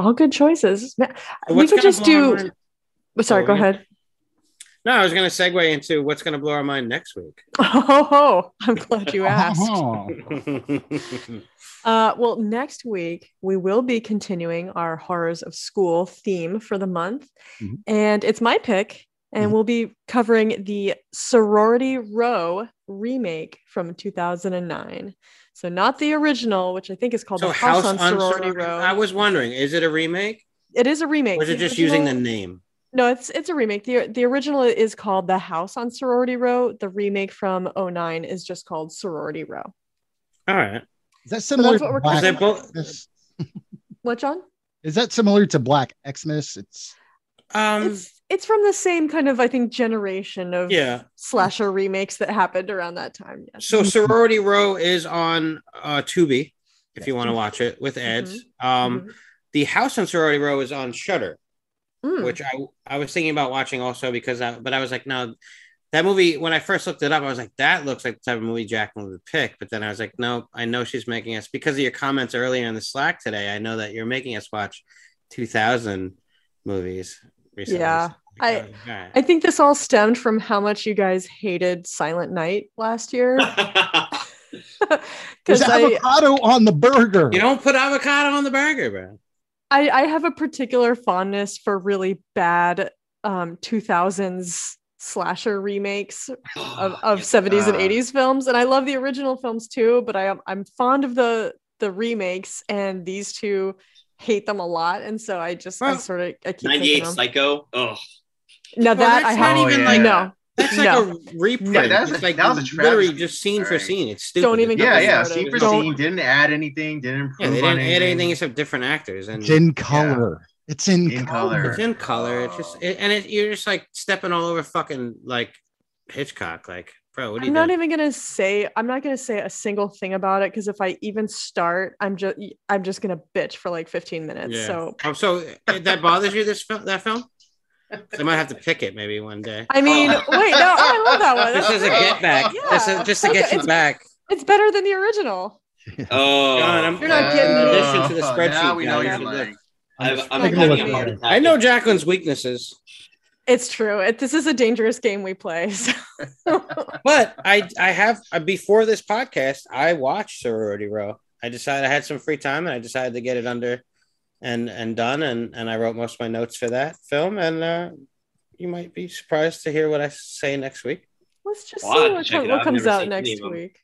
C: All good choices. Ma-
F: So
C: we
F: what's
C: could
F: gonna
C: just
F: blow our
C: do.
F: mind-
C: Sorry,
F: Oh,
C: go
F: yeah.
C: ahead.
F: No, I was going to segue into what's going to blow our mind next week.
C: Oh, I'm glad you asked.
A: Oh,
C: Uh, well, next week we will be continuing our horrors of school theme for the month,
F: Mm-hmm.
A: Mhm.
C: and it's my pick, and
A: Mhm.
C: we'll be covering the Sorority Row remake from 2009. So not the original, which I think is called
F: so
C: the House, on Sorority,
F: Sorority-
C: Row.
F: I was wondering, is it a remake?
C: it is a remake.
F: Or is it
C: The
F: just using the
C: original-
F: name?
C: No, it's it's a remake. the The original is called The House on Sorority Row. The remake from 09 is just called Sorority Row.
F: All right.
A: is that similar?
C: that's what we're
A: to
F: Is
A: Black
F: it both?
A: Xmas?
C: What, John?
A: Is that similar to Black Xmas? It's
F: Um,
C: it's it's from the same kind of I think generation of
F: yeah.
C: slasher remakes that happened around that time. Yes.
F: So Sorority Row is on uh, Tubi if you
C: Mm-hmm.
F: want to watch it with ads. Um,
C: Mhm.
F: The House on Sorority Row is on Shutter.
C: Mm.
F: which I I was thinking about watching also because I but I was like no that movie when I first looked it up I was like that looks like the type of movie Jacqueline would pick but then I was like no I know she's making us because of your comments earlier in the Slack today I know that you're making us watch 2000 movies recently.
C: Yeah.
F: So,
C: I-
F: like, oh, all right.
C: I think this all stemmed from how much you guys hated Silent Night last year.
A: there's
C: Because I,
A: avocado on the burger.
F: you don't put avocado on the burger bro
C: I, I have a particular fondness for really bad um, 2000s slasher remakes
F: Oh,
C: of, of 70s and
E: Ah.
C: 80s films and i love the original films too but i am i'm fond of the the remakes and these two hate them a lot and so i just i
F: Well,
C: sort of i keep
D: ninety
C: picking
D: eight
C: them.
D: Psycho. Oh,
C: Now
F: Well,
C: that
F: that's
C: I
F: not
C: have
E: even,
C: no.
E: like-
F: That's like
C: No.
F: a reprint.
E: Yeah, that's
F: it's
E: a-
F: like
E: that was a
F: literally
E: travesty.
F: just scene for
E: Alright.
F: scene. It's stupid.
C: Don't even-
E: yeah,
C: Don't-
E: yeah. Scene for
C: don't-
E: scene didn't add anything, didn't improve.
F: Yeah, they didn't
E: on
F: add anything except different actors and
A: It's in color. It's in,
E: In
A: color.
E: color.
F: it's in color. It's just it, and it, you're just like stepping all over fucking like Hitchcock. Like, bro, what are you
C: I'm not
F: doing?
C: even gonna say I'm not gonna say a single thing about it because if I even start, I'm just I'm just gonna bitch for like 15 minutes.
F: Yeah.
C: So
F: Oh, so uh, that bothers you? This film? That film? So I might have to pick it maybe one day.
C: I mean,
D: Oh.
C: wait, no, oh, I love that one.
F: This
C: That's
F: is a
C: great.
F: get back.
C: Yeah.
F: This is just to get you
C: It's-
F: back.
C: It's better than the original.
D: Oh,
F: John, I'm-
C: You're not getting
F: in
C: it.
F: addition to the
E: Oh,
F: spreadsheet.
E: Now we know
F: yeah,
E: you're
F: you should
E: lying.
F: look.
D: I've- I'm
A: Like,
D: having
A: look
D: a
A: at
D: heart
A: it.
D: attack.
F: I know Jacqueline's weaknesses,
C: It's true. It, this is a dangerous game we play. So.
F: but I I have uh, before this podcast I watched Sorority Row. I decided I had some free time and I decided to get it under and and done and and I wrote most of my notes for that film and uh, you might be surprised to hear what I say next week.
C: Let's just
D: Well, I'll
C: see what,
D: have to check
C: com-
D: it
C: what
D: out. I've
C: comes
D: never
C: out
D: seen any of
C: next
D: 'em.
C: week.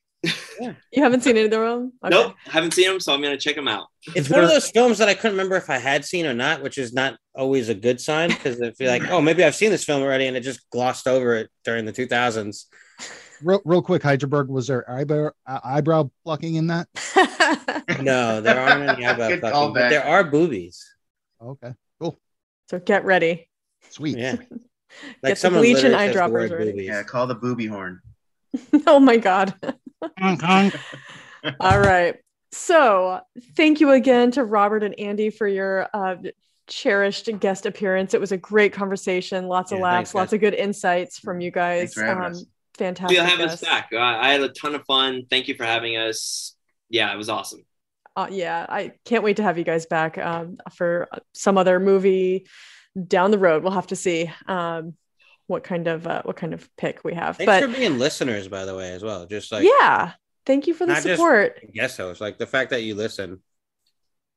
F: Yeah.
C: You haven't seen either of them? Okay.
D: Nope, haven't seen them, so I'm gonna check them out.
F: It's
A: Is
F: one of
A: there-
F: those films that I couldn't remember if I had seen or not, which is not always a good sign because if you're like, oh, maybe I've seen this film already, and it just glossed over it during the 2000s.
A: Real, real quick, Heidelberg, was there eyebrow, uh, eyebrow plucking in that?
F: No, there aren't any eyebrow
E: Good
F: fucking, but
E: callback.
F: there are boobies.
A: Okay,
C: so get ready.
A: sweet.
F: Yeah,
C: Get the bleach and
F: literally says the
C: eyedroppers
F: word
C: ready.
F: boobies.
E: Yeah, call the booby horn.
C: oh my God.
A: Mm, Thank
C: All right. So thank you again to Robert and Andy for your uh, cherished guest appearance. It was a great conversation. Lots of
F: Yeah,
C: laughs,
F: thanks,
C: lots
F: guys.
C: of good insights from you guys. Um,
E: Thanks for having us.
C: Fantastic.
D: We'll have us
C: guests.
D: back. I I had a ton of fun. Thank you for having us. Yeah, it was awesome.
C: Uh, yeah, I can't wait to have you guys back um, for some other movie down the road. We'll have to see um, what kind of uh, what kind of pick we have.
F: Thanks
C: but
F: for being listeners, by the way, as well. Just like
C: yeah, thank you for the
F: Not just-
C: support.
F: guest hosts, like the fact that you listen.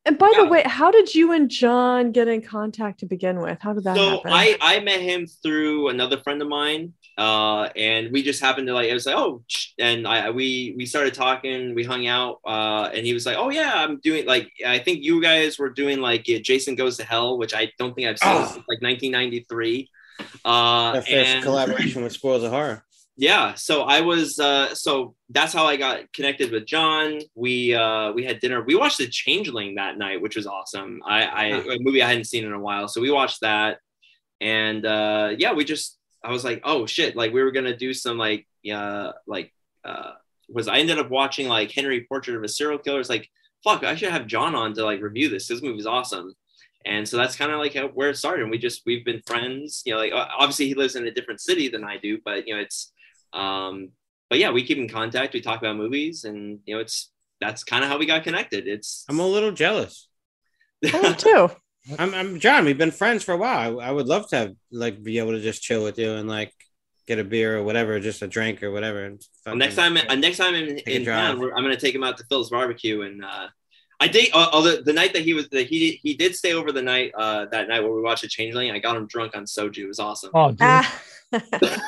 C: and by the
D: Yeah.
C: way, how did you and John get in contact to begin with? How did that
D: so
C: happen?
D: I, I met him through another friend of mine, uh, and we just happened to like. It was like, oh, sh- and I we we started talking, we hung out, uh, and he was like, oh yeah, I'm doing like I think you guys were doing like yeah, Jason Goes to Hell, which I don't think I've seen
F: Oh.
D: since like 1993. Uh,
F: Our first
D: and-
F: collaboration with Spoils of Horror.
D: yeah so i was uh so that's how i got connected with john we uh we had dinner we watched the changeling that night which was awesome i i
F: Huh.
D: a movie i hadn't seen in a while so we watched that and uh yeah we just i was like oh shit like we were gonna do some like uh like uh was i ended up watching like henry portrait of a serial killer it's like fuck i should have john on to like review this this movie's awesome and so that's kind of like how, where it started and we just we've been friends you know like o- obviously he lives in a different city than i do but you know it's um but yeah we keep in contact we talk about movies and you know it's that's kind of how we got connected it's
F: I'm a little jealous.
C: I am too.
F: I'm, I'm John. We've been friends for a while. I, I would love to have, like be able to just chill with you and like get a beer or whatever, just a drink or whatever. and fucking-
D: next time uh, next time in,
F: a
D: in
F: drive.
D: town we're, i'm gonna take him out to phil's barbecue and uh I did. uh, Although the night that he was, that he he did stay over the night. Uh, that night where we watched the Changeling, I got him drunk on soju. It was awesome.
A: Oh, dude.
C: Ah.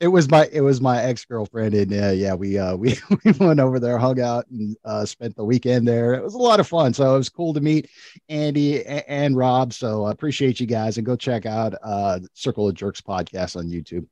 A: it was my it was my ex girlfriend, and yeah, yeah, we uh we we went over there, hung out, and uh, spent the weekend there. It was a lot of fun, so it was cool to meet Andy a- and Rob. So I appreciate you guys, and go check out uh Circle of Jerks podcast on YouTube.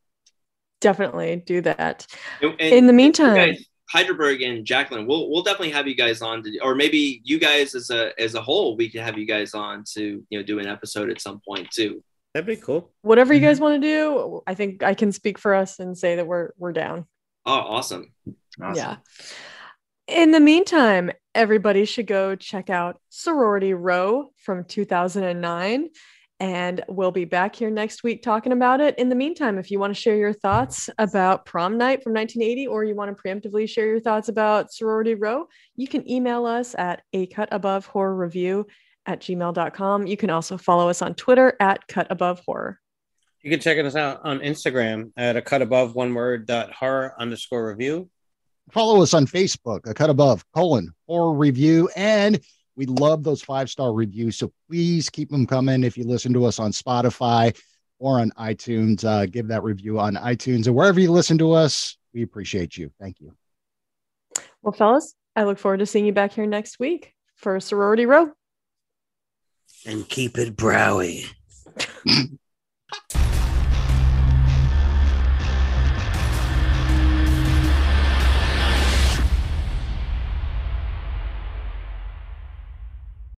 C: Definitely do that.
D: And- and-
C: In the meantime,
D: guys, Heidelberg and Jacqueline, we'll we'll definitely have you guys on, to, or maybe you guys as a as a whole, we could have you guys on to you know do an episode at some point too.
F: that'd be cool.
C: whatever you guys want to do, I think I can speak for us and say that we're we're down.
D: Oh, awesome!
E: Awesome.
C: Yeah. In the meantime, everybody should go check out Sorority Row from 2009. And we'll be back here next week talking about it. In the meantime, if you want to share your thoughts about prom night from 1980 or you want to preemptively share your thoughts about Sorority Row, you can email us at a cut above horror review at gmail.com. You can also follow us on Twitter at cut above horror.
F: You can check us out on Instagram at a cut above one word dot horror underscore review.
A: Follow us on Facebook, a cut above colon horror review, and we love those five star reviews. So please keep them coming. If you listen to us on Spotify or on iTunes, uh, give that review on iTunes and wherever you listen to us. We appreciate you. Thank you.
C: Well, fellas, I look forward to seeing you back here next week for Sorority Row.
F: And keep it browy.
A: Bye.